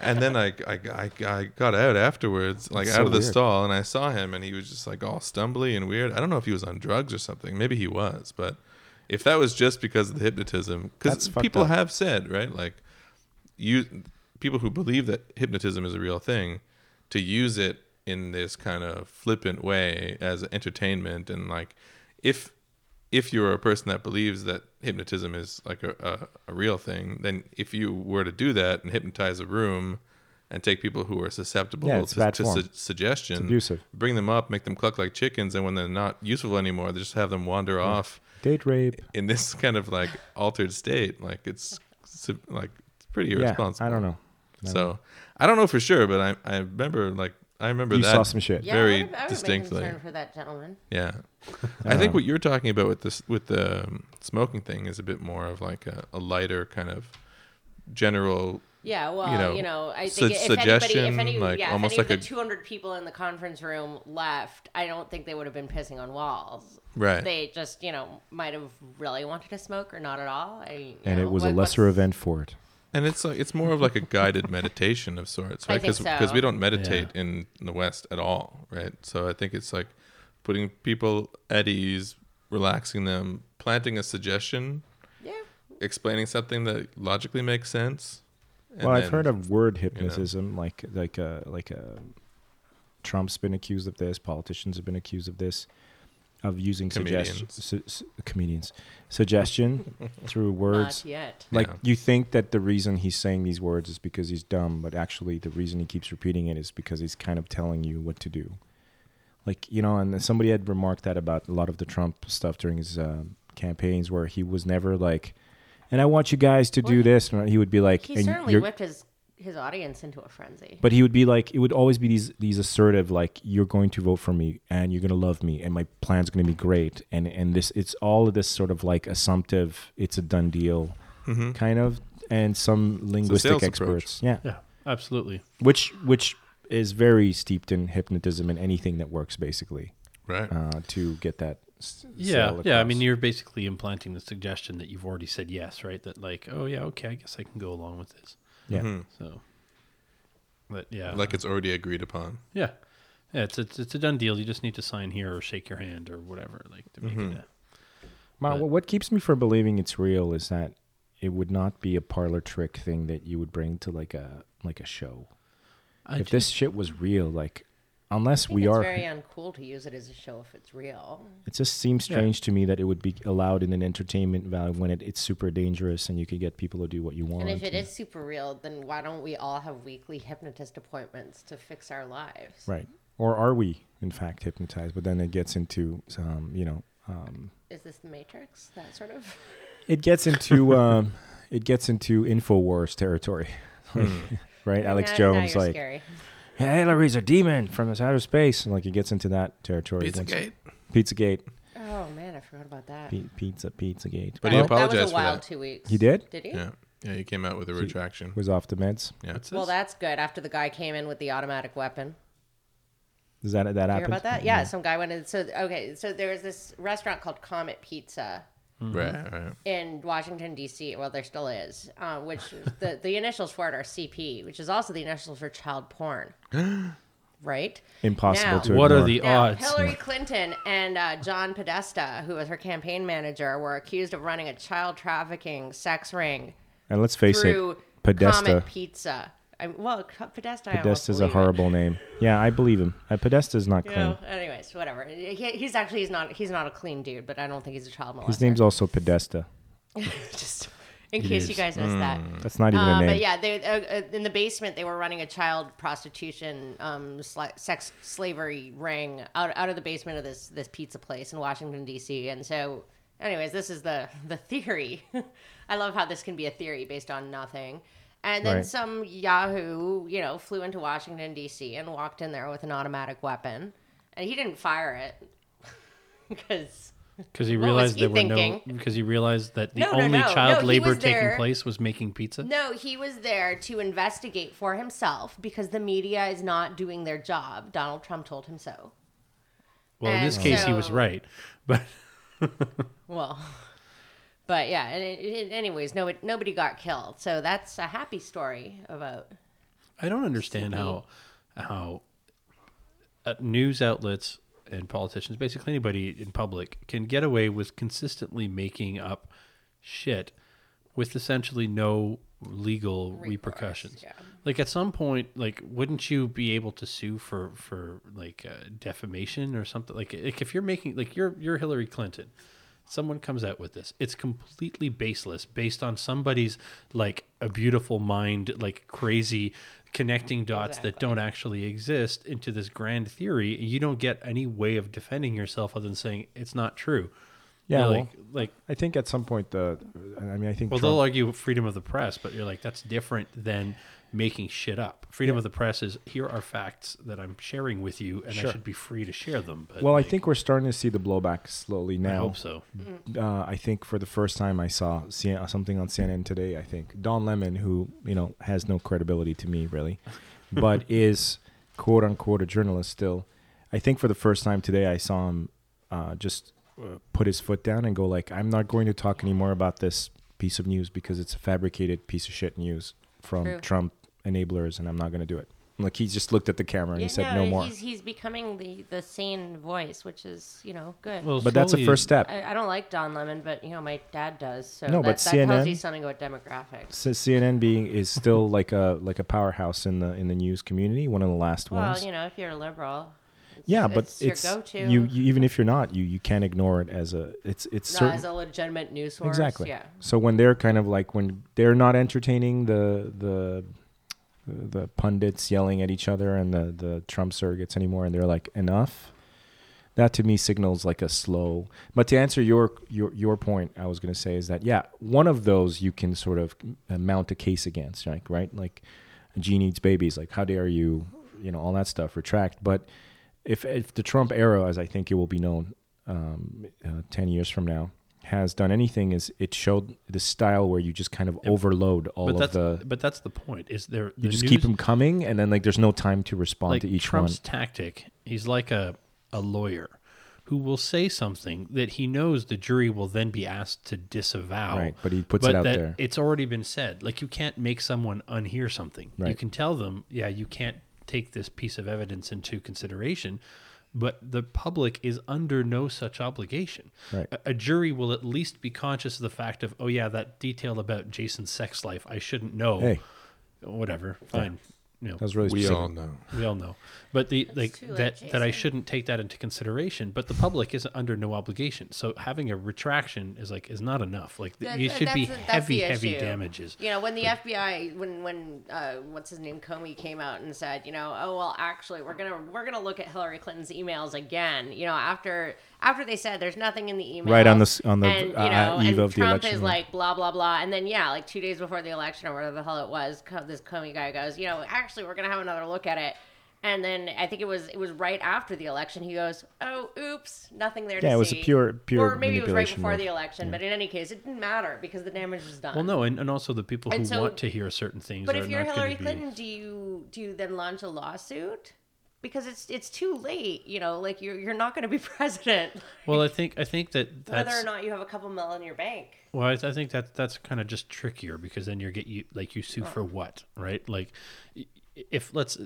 [SPEAKER 2] And then I, I, I, I got out afterwards, like
[SPEAKER 1] That's
[SPEAKER 2] out
[SPEAKER 1] so
[SPEAKER 2] of the
[SPEAKER 1] weird.
[SPEAKER 2] stall, and I saw him, and he was just like all stumbly and weird. I don't know if he was on drugs or something. Maybe he was, but if that was just because of the hypnotism,
[SPEAKER 1] That's
[SPEAKER 2] because
[SPEAKER 1] fucked
[SPEAKER 2] people
[SPEAKER 1] up.
[SPEAKER 2] have said right, like you, people who believe that hypnotism is a real thing, to use it in this kind of flippant way as entertainment, and like if if you're a person that believes that hypnotism is like a, a, a real thing, then if you were to do that and hypnotize a room and take people who are susceptible
[SPEAKER 1] Yeah, it's
[SPEAKER 2] to,
[SPEAKER 1] bad
[SPEAKER 2] to
[SPEAKER 1] form.
[SPEAKER 2] su- suggestion,
[SPEAKER 1] abusive.
[SPEAKER 2] bring them up, make them cluck like chickens, and when they're not useful anymore, they just have them wander off
[SPEAKER 1] Date rape.
[SPEAKER 2] in this kind of like altered state. Like it's su- like it's pretty
[SPEAKER 1] Yeah,
[SPEAKER 2] irresponsible.
[SPEAKER 1] I don't know.
[SPEAKER 2] So I don't know for sure, but I I remember like I remember
[SPEAKER 1] You
[SPEAKER 2] that
[SPEAKER 1] saw some shit. Yeah,
[SPEAKER 6] I
[SPEAKER 2] very
[SPEAKER 6] would've- I would've been
[SPEAKER 2] distinctly.
[SPEAKER 6] concerned for that gentleman.
[SPEAKER 2] Yeah, I
[SPEAKER 1] Um,
[SPEAKER 2] think what you're talking about with this with the um, smoking thing is a bit more of like a, a lighter kind of general.
[SPEAKER 6] Yeah, well, you
[SPEAKER 2] know,
[SPEAKER 6] know, I
[SPEAKER 2] su-
[SPEAKER 6] think if anybody,
[SPEAKER 2] suggestion,
[SPEAKER 6] if any,
[SPEAKER 2] like,
[SPEAKER 6] yeah,
[SPEAKER 2] almost
[SPEAKER 6] if any
[SPEAKER 2] like
[SPEAKER 6] of
[SPEAKER 2] a-
[SPEAKER 6] the 200 people in the conference room left, I don't think they would have been pissing on walls.
[SPEAKER 2] Right.
[SPEAKER 6] They just, you know, might have really wanted to smoke or not at all. I, you
[SPEAKER 1] And
[SPEAKER 6] know,
[SPEAKER 1] it was
[SPEAKER 6] what-
[SPEAKER 1] a
[SPEAKER 6] what's-
[SPEAKER 1] lesser event for it.
[SPEAKER 2] And it's like it's more of like a guided meditation of sorts,
[SPEAKER 6] I
[SPEAKER 2] right?
[SPEAKER 6] think
[SPEAKER 2] Because
[SPEAKER 6] so.
[SPEAKER 2] we don't meditate in, in the West at all, right? So I think it's like putting people at ease, relaxing them, planting a suggestion,
[SPEAKER 6] Yeah.
[SPEAKER 2] explaining something that logically makes sense. and
[SPEAKER 1] well, I've
[SPEAKER 2] then-
[SPEAKER 1] heard of word hypnotism, like like uh, like uh, Trump's been accused of this. Politicians have been accused of this. of using
[SPEAKER 2] Comedians.
[SPEAKER 1] suggestions, su- su- comedians suggestion through words.
[SPEAKER 6] yet.
[SPEAKER 1] Like
[SPEAKER 2] Yeah.
[SPEAKER 1] you think that the reason he's saying these words is because he's dumb, but actually the reason he keeps repeating it is because he's kind of telling you what to do. Like you know, and then somebody had remarked that about a lot of the Trump stuff during his uh, campaigns, where he was never like, "And I want you guys to do this," and he would be like,
[SPEAKER 6] He
[SPEAKER 1] "And
[SPEAKER 6] certainly
[SPEAKER 1] you're-
[SPEAKER 6] whipped his his audience into a frenzy.
[SPEAKER 1] but he would be like, it would always be these these assertive, like you're going to vote for me and you're going to love me and my plan's going to be great and and this it's all of this sort of like assumptive, it's a done deal, kind of, and some linguistic
[SPEAKER 2] sales
[SPEAKER 1] experts, yeah.
[SPEAKER 8] Yeah, absolutely.
[SPEAKER 1] which which is very steeped in hypnotism and anything that works basically
[SPEAKER 2] Right.
[SPEAKER 1] uh, to get that. s-
[SPEAKER 8] Yeah,
[SPEAKER 1] sale
[SPEAKER 8] yeah. I
[SPEAKER 1] across.
[SPEAKER 8] mean, you're basically implanting the suggestion that you've already said yes, right? That like, oh yeah, okay, I guess I can go along with this.
[SPEAKER 1] yeah.
[SPEAKER 8] So, but yeah,
[SPEAKER 2] like it's already agreed upon.
[SPEAKER 8] yeah, yeah. It's it's it's a done deal. You just need to sign here or shake your hand or whatever, like to make
[SPEAKER 1] Mm-hmm.
[SPEAKER 8] it. A,
[SPEAKER 1] Ma, wh- what keeps me from believing it's real is that it would not be a parlor trick thing that you would bring to like a like a show.
[SPEAKER 8] I
[SPEAKER 1] if this shit was real, like, unless
[SPEAKER 6] I think
[SPEAKER 1] we
[SPEAKER 6] it's
[SPEAKER 1] are,
[SPEAKER 6] very uh, uncool to use it as a show if it's real.
[SPEAKER 1] it just seems strange to me that it would be allowed in an entertainment value when it, it's super dangerous and you can get people to do what you want.
[SPEAKER 6] And if it is super real, then why don't we all have weekly hypnotist appointments to fix our lives?
[SPEAKER 1] right, or are we in fact hypnotized? But then it gets into, um, you know, um,
[SPEAKER 6] Is this the Matrix? That sort of.
[SPEAKER 1] it gets into, um, it gets into Infowars territory, right? Alex
[SPEAKER 6] Now- now
[SPEAKER 1] Jones,
[SPEAKER 6] you're
[SPEAKER 1] like,
[SPEAKER 6] scary.
[SPEAKER 1] hey, Hillary's a demon from this outer space, and like it gets into that territory.
[SPEAKER 2] Pizza
[SPEAKER 1] once-
[SPEAKER 2] Gate.
[SPEAKER 1] Pizzagate,
[SPEAKER 6] Oh man, I forgot about that.
[SPEAKER 1] P- pizza, Pizzagate.
[SPEAKER 2] But
[SPEAKER 1] Well,
[SPEAKER 2] he
[SPEAKER 1] it
[SPEAKER 6] that
[SPEAKER 2] apologized
[SPEAKER 6] was
[SPEAKER 2] for
[SPEAKER 6] a wild
[SPEAKER 2] that.
[SPEAKER 6] two weeks.
[SPEAKER 1] He did?
[SPEAKER 6] Did he?
[SPEAKER 2] Yeah. Yeah, he came out with a retraction.
[SPEAKER 1] was off the meds.
[SPEAKER 2] Yeah.
[SPEAKER 8] What's
[SPEAKER 6] Well,
[SPEAKER 8] this?
[SPEAKER 6] that's good. After the guy came in with the automatic weapon.
[SPEAKER 1] Is that that
[SPEAKER 6] Hear
[SPEAKER 1] happened?
[SPEAKER 6] about that? Yeah, some guy went in. So okay, so there was this restaurant called Comet Pizza
[SPEAKER 2] Right, right.
[SPEAKER 6] in Washington D.C. Well, there still is, uh, which the the initials for it are CP, which is also the initials for child porn. Right.
[SPEAKER 1] Impossible
[SPEAKER 6] Now-
[SPEAKER 1] to.
[SPEAKER 8] what are
[SPEAKER 1] ignore.
[SPEAKER 8] the
[SPEAKER 6] Now,
[SPEAKER 8] odds?
[SPEAKER 6] Hillary Clinton and uh, John Podesta, who was her campaign manager, were accused of running a child trafficking sex ring
[SPEAKER 1] And let's face
[SPEAKER 6] through
[SPEAKER 1] it, Podesta.
[SPEAKER 6] Comet Pizza. I, well, Co- Podesta. I almost
[SPEAKER 1] Podesta's a
[SPEAKER 6] believe it.
[SPEAKER 1] horrible name. Yeah, I believe him. Uh, Podesta's not
[SPEAKER 6] You
[SPEAKER 1] clean.
[SPEAKER 6] know, anyways, whatever. He, he's actually he's not he's not a clean dude, but I don't think he's a child molester.
[SPEAKER 1] His name's also Podesta.
[SPEAKER 6] just in case you guys missed that.
[SPEAKER 1] That's not even a
[SPEAKER 6] Uh,
[SPEAKER 1] name.
[SPEAKER 6] but yeah, they, uh, uh, in the basement they were running a child prostitution, um, sla- sex slavery ring out, out of the basement of this this pizza place in Washington D.C. And so, anyways, this is the the theory. I love how this can be a theory based on nothing. And then
[SPEAKER 1] Right.
[SPEAKER 6] some Yahoo, you know, flew into Washington D.C. and walked in there with an automatic weapon, and he didn't fire it because
[SPEAKER 8] Because he
[SPEAKER 6] What was
[SPEAKER 8] realized
[SPEAKER 6] he
[SPEAKER 8] there were no.
[SPEAKER 6] thinking?
[SPEAKER 8] Because he realized that the
[SPEAKER 6] No, no,
[SPEAKER 8] only
[SPEAKER 6] no. No,
[SPEAKER 8] child
[SPEAKER 6] he
[SPEAKER 8] labor
[SPEAKER 6] was
[SPEAKER 8] taking
[SPEAKER 6] there.
[SPEAKER 8] place was making pizza.
[SPEAKER 6] No, he was there to investigate for himself because the media is not doing their job. Donald Trump told him so.
[SPEAKER 8] well, in this
[SPEAKER 6] and
[SPEAKER 8] case, he was
[SPEAKER 6] so-
[SPEAKER 8] right, but
[SPEAKER 6] Well, but yeah. And it, it- anyways, no, nobody got killed, so that's a happy story about.
[SPEAKER 8] I don't understand how how uh, news outlets and politicians, basically anybody in public, can get away with consistently making up shit with essentially no legal repercussions. Like at some point, like wouldn't you be able to sue for for like uh, defamation or something? Like, like if you're making like you're you're Hillary Clinton. Someone comes out with this. It's completely baseless, based on somebody's like a beautiful mind, like crazy connecting dots that don't actually exist into this grand theory. You don't get any way of defending yourself other than saying it's not true.
[SPEAKER 1] Yeah,
[SPEAKER 8] You're
[SPEAKER 1] well,
[SPEAKER 8] like like
[SPEAKER 1] I think at some point the, I mean, I think
[SPEAKER 8] well,
[SPEAKER 1] Trump-
[SPEAKER 8] they'll argue freedom of the press, but you're like, that's different than making shit up. Freedom of the press is here are facts that I'm sharing with you, and I should be free to share them. But
[SPEAKER 1] well, I
[SPEAKER 8] like,
[SPEAKER 1] think we're starting to see the blowback slowly now.
[SPEAKER 8] I hope so.
[SPEAKER 1] uh, I think for the first time I saw C- something on CNN today. I think Don Lemon, who you know has no credibility to me really, but is quote unquote a journalist still. I think for the first time today I saw him uh, just uh, put his foot down and go like, "I'm not going to talk anymore about this piece of news because it's a fabricated piece of shit news from
[SPEAKER 6] True.
[SPEAKER 1] Trump enablers, and I'm not going to do it." Like he just looked at the camera and he said, "No, more."
[SPEAKER 6] He's he's becoming the the sane voice, which is you know good.
[SPEAKER 8] Well,
[SPEAKER 1] But that's the
[SPEAKER 8] slowly-
[SPEAKER 1] first step.
[SPEAKER 6] I, I don't like Don Lemon, but you know my dad does, so
[SPEAKER 1] No,
[SPEAKER 6] that,
[SPEAKER 1] but
[SPEAKER 6] that tells
[SPEAKER 1] CNN
[SPEAKER 6] you something about demographics.
[SPEAKER 1] So CNN being is still like a like a powerhouse in the in the news community, one of the last
[SPEAKER 6] Well,
[SPEAKER 1] ones.
[SPEAKER 6] you know, if you're a liberal,
[SPEAKER 1] yeah, but
[SPEAKER 6] it's
[SPEAKER 1] it's,
[SPEAKER 6] your go-to.
[SPEAKER 1] You, you even if you're not, you you can't ignore it as a it's it's
[SPEAKER 6] No,
[SPEAKER 1] certain,
[SPEAKER 6] as a legitimate news source.
[SPEAKER 1] exactly.
[SPEAKER 6] Yeah.
[SPEAKER 1] So when they're kind of like when they're not entertaining the the the pundits yelling at each other and the the Trump surrogates anymore, and they're like enough. That to me signals like a slow. But to answer your your your point, I was going to say is that yeah, one of those you can sort of uh, mount a case against, like right, like Gene eats babies, like how dare you, you know, all that stuff. Retract, but if if the Trump era, as I think it will be known, um, uh, ten years from now, has done anything, is it showed the style where you just kind of overload all
[SPEAKER 8] but
[SPEAKER 1] of
[SPEAKER 8] that's
[SPEAKER 1] the
[SPEAKER 8] but that's the point. Is there
[SPEAKER 1] you
[SPEAKER 8] the
[SPEAKER 1] just
[SPEAKER 8] news,
[SPEAKER 1] keep them coming and then like there's no time to respond
[SPEAKER 8] like
[SPEAKER 1] to each
[SPEAKER 8] Trump's
[SPEAKER 1] one
[SPEAKER 8] tactic? He's like a a lawyer who will say something that he knows the jury will then be asked to disavow.
[SPEAKER 1] Right, but he puts it out
[SPEAKER 8] that
[SPEAKER 1] there.
[SPEAKER 8] It's already been said. Like you can't make someone unhear something. You
[SPEAKER 1] Right.
[SPEAKER 8] can tell them, yeah, you can't take this piece of evidence into consideration. But the public is under no such obligation.
[SPEAKER 1] Right.
[SPEAKER 8] A- a jury will at least be conscious of the fact of, oh yeah, that detail about Jason's sex life I shouldn't know
[SPEAKER 1] hey
[SPEAKER 8] whatever, fine. You know,
[SPEAKER 1] that was really
[SPEAKER 2] We
[SPEAKER 1] specific.
[SPEAKER 2] all know.
[SPEAKER 8] we all know. But the like
[SPEAKER 6] too late,
[SPEAKER 8] that that I
[SPEAKER 6] Jason.
[SPEAKER 8] shouldn't take that into consideration. But the public is under no obligation. So having a retraction is like is not enough. Like th-
[SPEAKER 6] That-
[SPEAKER 8] you
[SPEAKER 6] that-
[SPEAKER 8] should be
[SPEAKER 6] that's the- that's
[SPEAKER 8] heavy,
[SPEAKER 6] the
[SPEAKER 8] heavy
[SPEAKER 6] issue.
[SPEAKER 8] damages.
[SPEAKER 6] You know, when the FBI, when when uh, what's his name, Comey came out and said, you know, oh well, actually, we're gonna we're gonna look at Hillary Clinton's emails again. You know, after after they said there's nothing in the email,
[SPEAKER 1] Right on the s- on the,
[SPEAKER 6] and, you know,
[SPEAKER 1] uh, eve
[SPEAKER 6] and
[SPEAKER 1] of the
[SPEAKER 6] Trump
[SPEAKER 1] election,
[SPEAKER 6] is
[SPEAKER 1] yeah.
[SPEAKER 6] like blah blah blah, and then yeah, like two days before the election or whatever the hell it was, Co- this Comey guy goes, you know, actually, we're gonna have another look at it. And then I think it was it was right after the election. He goes, "Oh, oops, nothing there to see."
[SPEAKER 1] Yeah, it was a pure- pure
[SPEAKER 6] Or maybe it was right
[SPEAKER 1] manipulation
[SPEAKER 6] before
[SPEAKER 1] move.
[SPEAKER 6] the election, but in any case, it didn't matter because the damage was done.
[SPEAKER 8] Well, no, and, and also the people who
[SPEAKER 6] And so-
[SPEAKER 8] want to hear certain things.
[SPEAKER 6] But
[SPEAKER 8] are
[SPEAKER 6] if you're
[SPEAKER 8] not
[SPEAKER 6] Hillary
[SPEAKER 8] gonna be,
[SPEAKER 6] Clinton, do you do you then launch a lawsuit? Because it's it's too late, you know. Like you're you're not going to be president,
[SPEAKER 8] well, I think I think that that's
[SPEAKER 6] whether or not you have a couple mil in your bank.
[SPEAKER 8] Well, I, I think that that's kind of just trickier because then you're get you like you sue for what, right? Like, i- if let's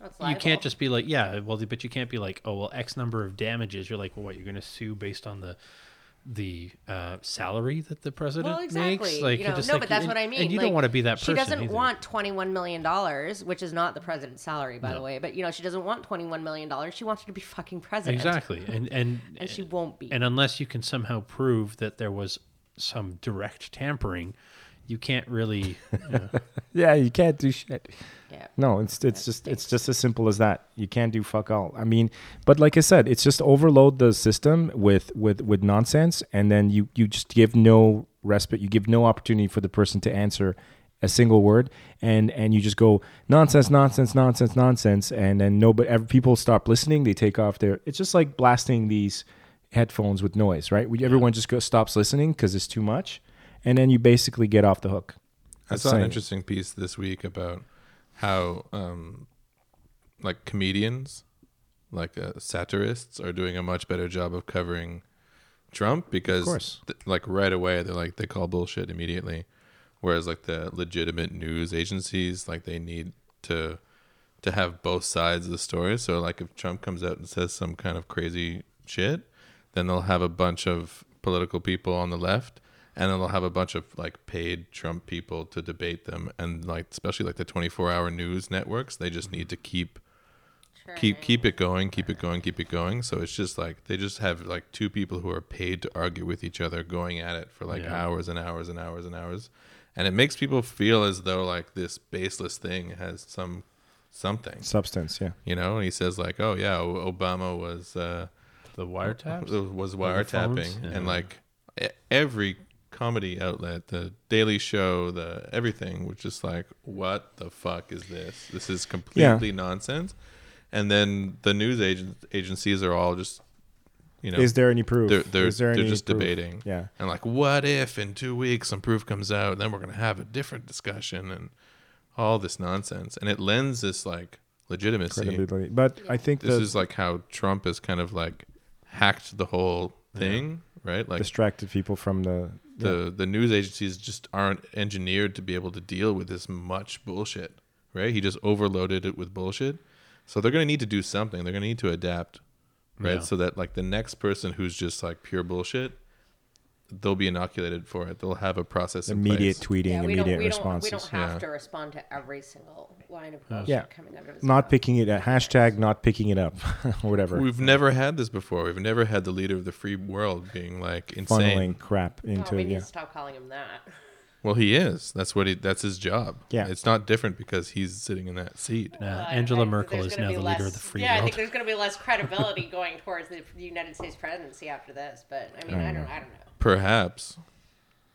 [SPEAKER 6] That's
[SPEAKER 8] you can't
[SPEAKER 6] libel.
[SPEAKER 8] just be like, yeah, well, but you can't be like, oh, well, X number of damages. You're like, well, what? You're going to sue based on the the uh, salary that the president
[SPEAKER 6] well, exactly.
[SPEAKER 8] makes. Like,
[SPEAKER 6] you
[SPEAKER 8] you're
[SPEAKER 6] know,
[SPEAKER 8] just
[SPEAKER 6] no,
[SPEAKER 8] like-
[SPEAKER 6] but that's
[SPEAKER 8] and-
[SPEAKER 6] what I mean.
[SPEAKER 8] And you
[SPEAKER 6] Like,
[SPEAKER 8] don't want to be that
[SPEAKER 6] She
[SPEAKER 8] person.
[SPEAKER 6] doesn't
[SPEAKER 8] either.
[SPEAKER 6] want twenty-one million dollars, which is not the president's salary, by the way. But you know, she doesn't want twenty-one million dollars. She wants you to be fucking president.
[SPEAKER 8] exactly, and and
[SPEAKER 6] and she won't be.
[SPEAKER 8] and unless you can somehow prove that there was some direct tampering, you can't really.
[SPEAKER 1] yeah you can't do shit
[SPEAKER 6] yeah.
[SPEAKER 1] no it's it's just it's just as simple as that you can't do fuck all i mean but like i said it's just overload the system with with with nonsense and then you you just give no respite you give no opportunity for the person to answer a single word and and you just go nonsense nonsense nonsense nonsense and then nobody ever, people stop listening they take off their it's just like blasting these headphones with noise right We- everyone just go, stops listening because it's too much and then you basically get off the hook
[SPEAKER 2] I
[SPEAKER 1] That's
[SPEAKER 2] saw an
[SPEAKER 1] saying-
[SPEAKER 2] interesting piece this week about how, um, like comedians, like uh, satirists, are doing a much better job of covering Trump because,
[SPEAKER 1] course.
[SPEAKER 2] th- like, right away they're like they call bullshit immediately, whereas like the legitimate news agencies, like they need to to have both sides of the story. So like, if Trump comes out and says some kind of crazy shit, then they'll have a bunch of political people on the left and then they'll have a bunch of like paid Trump people to debate them and like especially like the 24-hour news networks they just need to keep keep keep it going keep it going keep it going so it's just like they just have like two people who are paid to argue with each other going at it for like hours and hours and hours and hours and it makes people feel as though like this baseless thing has some something
[SPEAKER 1] substance yeah
[SPEAKER 2] you know and he says like oh yeah O- Obama was uh
[SPEAKER 8] the wiretaps.
[SPEAKER 2] it was
[SPEAKER 8] phones?
[SPEAKER 2] wiretapping
[SPEAKER 8] Yeah.
[SPEAKER 2] and like e- every comedy outlet the daily show the everything was just like what the fuck is this this is completely nonsense and then the news agent agencies are all just you know
[SPEAKER 1] is there any proof
[SPEAKER 2] they're, they're,
[SPEAKER 1] is there
[SPEAKER 2] they're
[SPEAKER 1] any
[SPEAKER 2] just
[SPEAKER 1] proof?
[SPEAKER 2] debating
[SPEAKER 1] yeah
[SPEAKER 2] and like what if in two weeks some proof comes out and then we're going to have a different discussion and all this nonsense and it lends this like legitimacy
[SPEAKER 1] credibility. But I think
[SPEAKER 2] this
[SPEAKER 1] the
[SPEAKER 2] is like how Trump has kind of like hacked the whole thing, right? Like
[SPEAKER 1] distracted people from the.
[SPEAKER 2] the the news agencies just aren't engineered to be able to deal with this much bullshit, right? He just overloaded it with bullshit. So they're going to need to do something. They're going to need to adapt, right?
[SPEAKER 8] Yeah.
[SPEAKER 2] So that like the next person who's just like pure bullshit they'll be inoculated for it. They'll have a process in
[SPEAKER 1] Immediate
[SPEAKER 2] place.
[SPEAKER 1] tweeting,
[SPEAKER 6] Yeah, we
[SPEAKER 1] immediate
[SPEAKER 6] don't, we don't, we
[SPEAKER 1] responses.
[SPEAKER 6] don't have
[SPEAKER 2] yeah.
[SPEAKER 6] to respond to every single line of bullshit
[SPEAKER 1] yeah,
[SPEAKER 6] coming out of his
[SPEAKER 1] not
[SPEAKER 6] mouth.
[SPEAKER 1] picking it. Hashtag not picking it up, or whatever.
[SPEAKER 2] We've never had this before. We've never had the leader of the free world being like
[SPEAKER 1] Funneling
[SPEAKER 2] insane.
[SPEAKER 1] crap
[SPEAKER 6] Oh,
[SPEAKER 1] into
[SPEAKER 6] we
[SPEAKER 1] it.
[SPEAKER 6] need
[SPEAKER 1] yeah.
[SPEAKER 6] to stop calling him that.
[SPEAKER 2] Well, he is. That's what he. That's his job.
[SPEAKER 1] Yeah.
[SPEAKER 2] It's not different because he's sitting in that seat.
[SPEAKER 8] Uh,
[SPEAKER 6] Well, I-
[SPEAKER 8] Angela
[SPEAKER 6] I think
[SPEAKER 8] Merkel
[SPEAKER 6] there's
[SPEAKER 8] is
[SPEAKER 6] gonna
[SPEAKER 8] now
[SPEAKER 6] be
[SPEAKER 8] the
[SPEAKER 6] less,
[SPEAKER 8] leader of the free
[SPEAKER 6] yeah, I
[SPEAKER 8] world.
[SPEAKER 6] think there's going to be less credibility going towards the United States presidency after this. But I mean, I don't, I don't know.
[SPEAKER 2] Perhaps.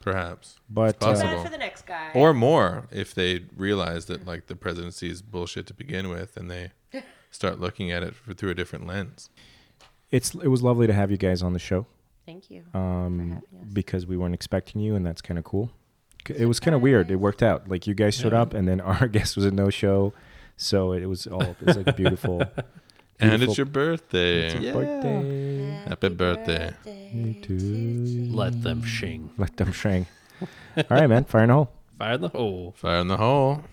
[SPEAKER 2] Perhaps.
[SPEAKER 1] But,
[SPEAKER 2] It's
[SPEAKER 1] uh,
[SPEAKER 6] Bad
[SPEAKER 2] possible.
[SPEAKER 6] for the next guy.
[SPEAKER 2] or more if they realize that like the presidency is bullshit to begin with, and they start looking at it for, through a different lens.
[SPEAKER 1] It's it was lovely to have you guys on the show
[SPEAKER 6] Thank you.
[SPEAKER 1] um, because we weren't expecting you, and that's kind of cool. C- It was kind of weird. It worked out. Like you guys showed up, and then our guest was a no show, so it was all it was like beautiful.
[SPEAKER 2] And
[SPEAKER 1] Beautiful.
[SPEAKER 2] it's your birthday.
[SPEAKER 1] Birthday.
[SPEAKER 2] Happy birthday.
[SPEAKER 8] Let
[SPEAKER 6] Hmm.
[SPEAKER 8] them shing.
[SPEAKER 1] Let them sing. All right, man. Fire in the hole.
[SPEAKER 8] Fire in the hole.
[SPEAKER 2] Fire in the hole.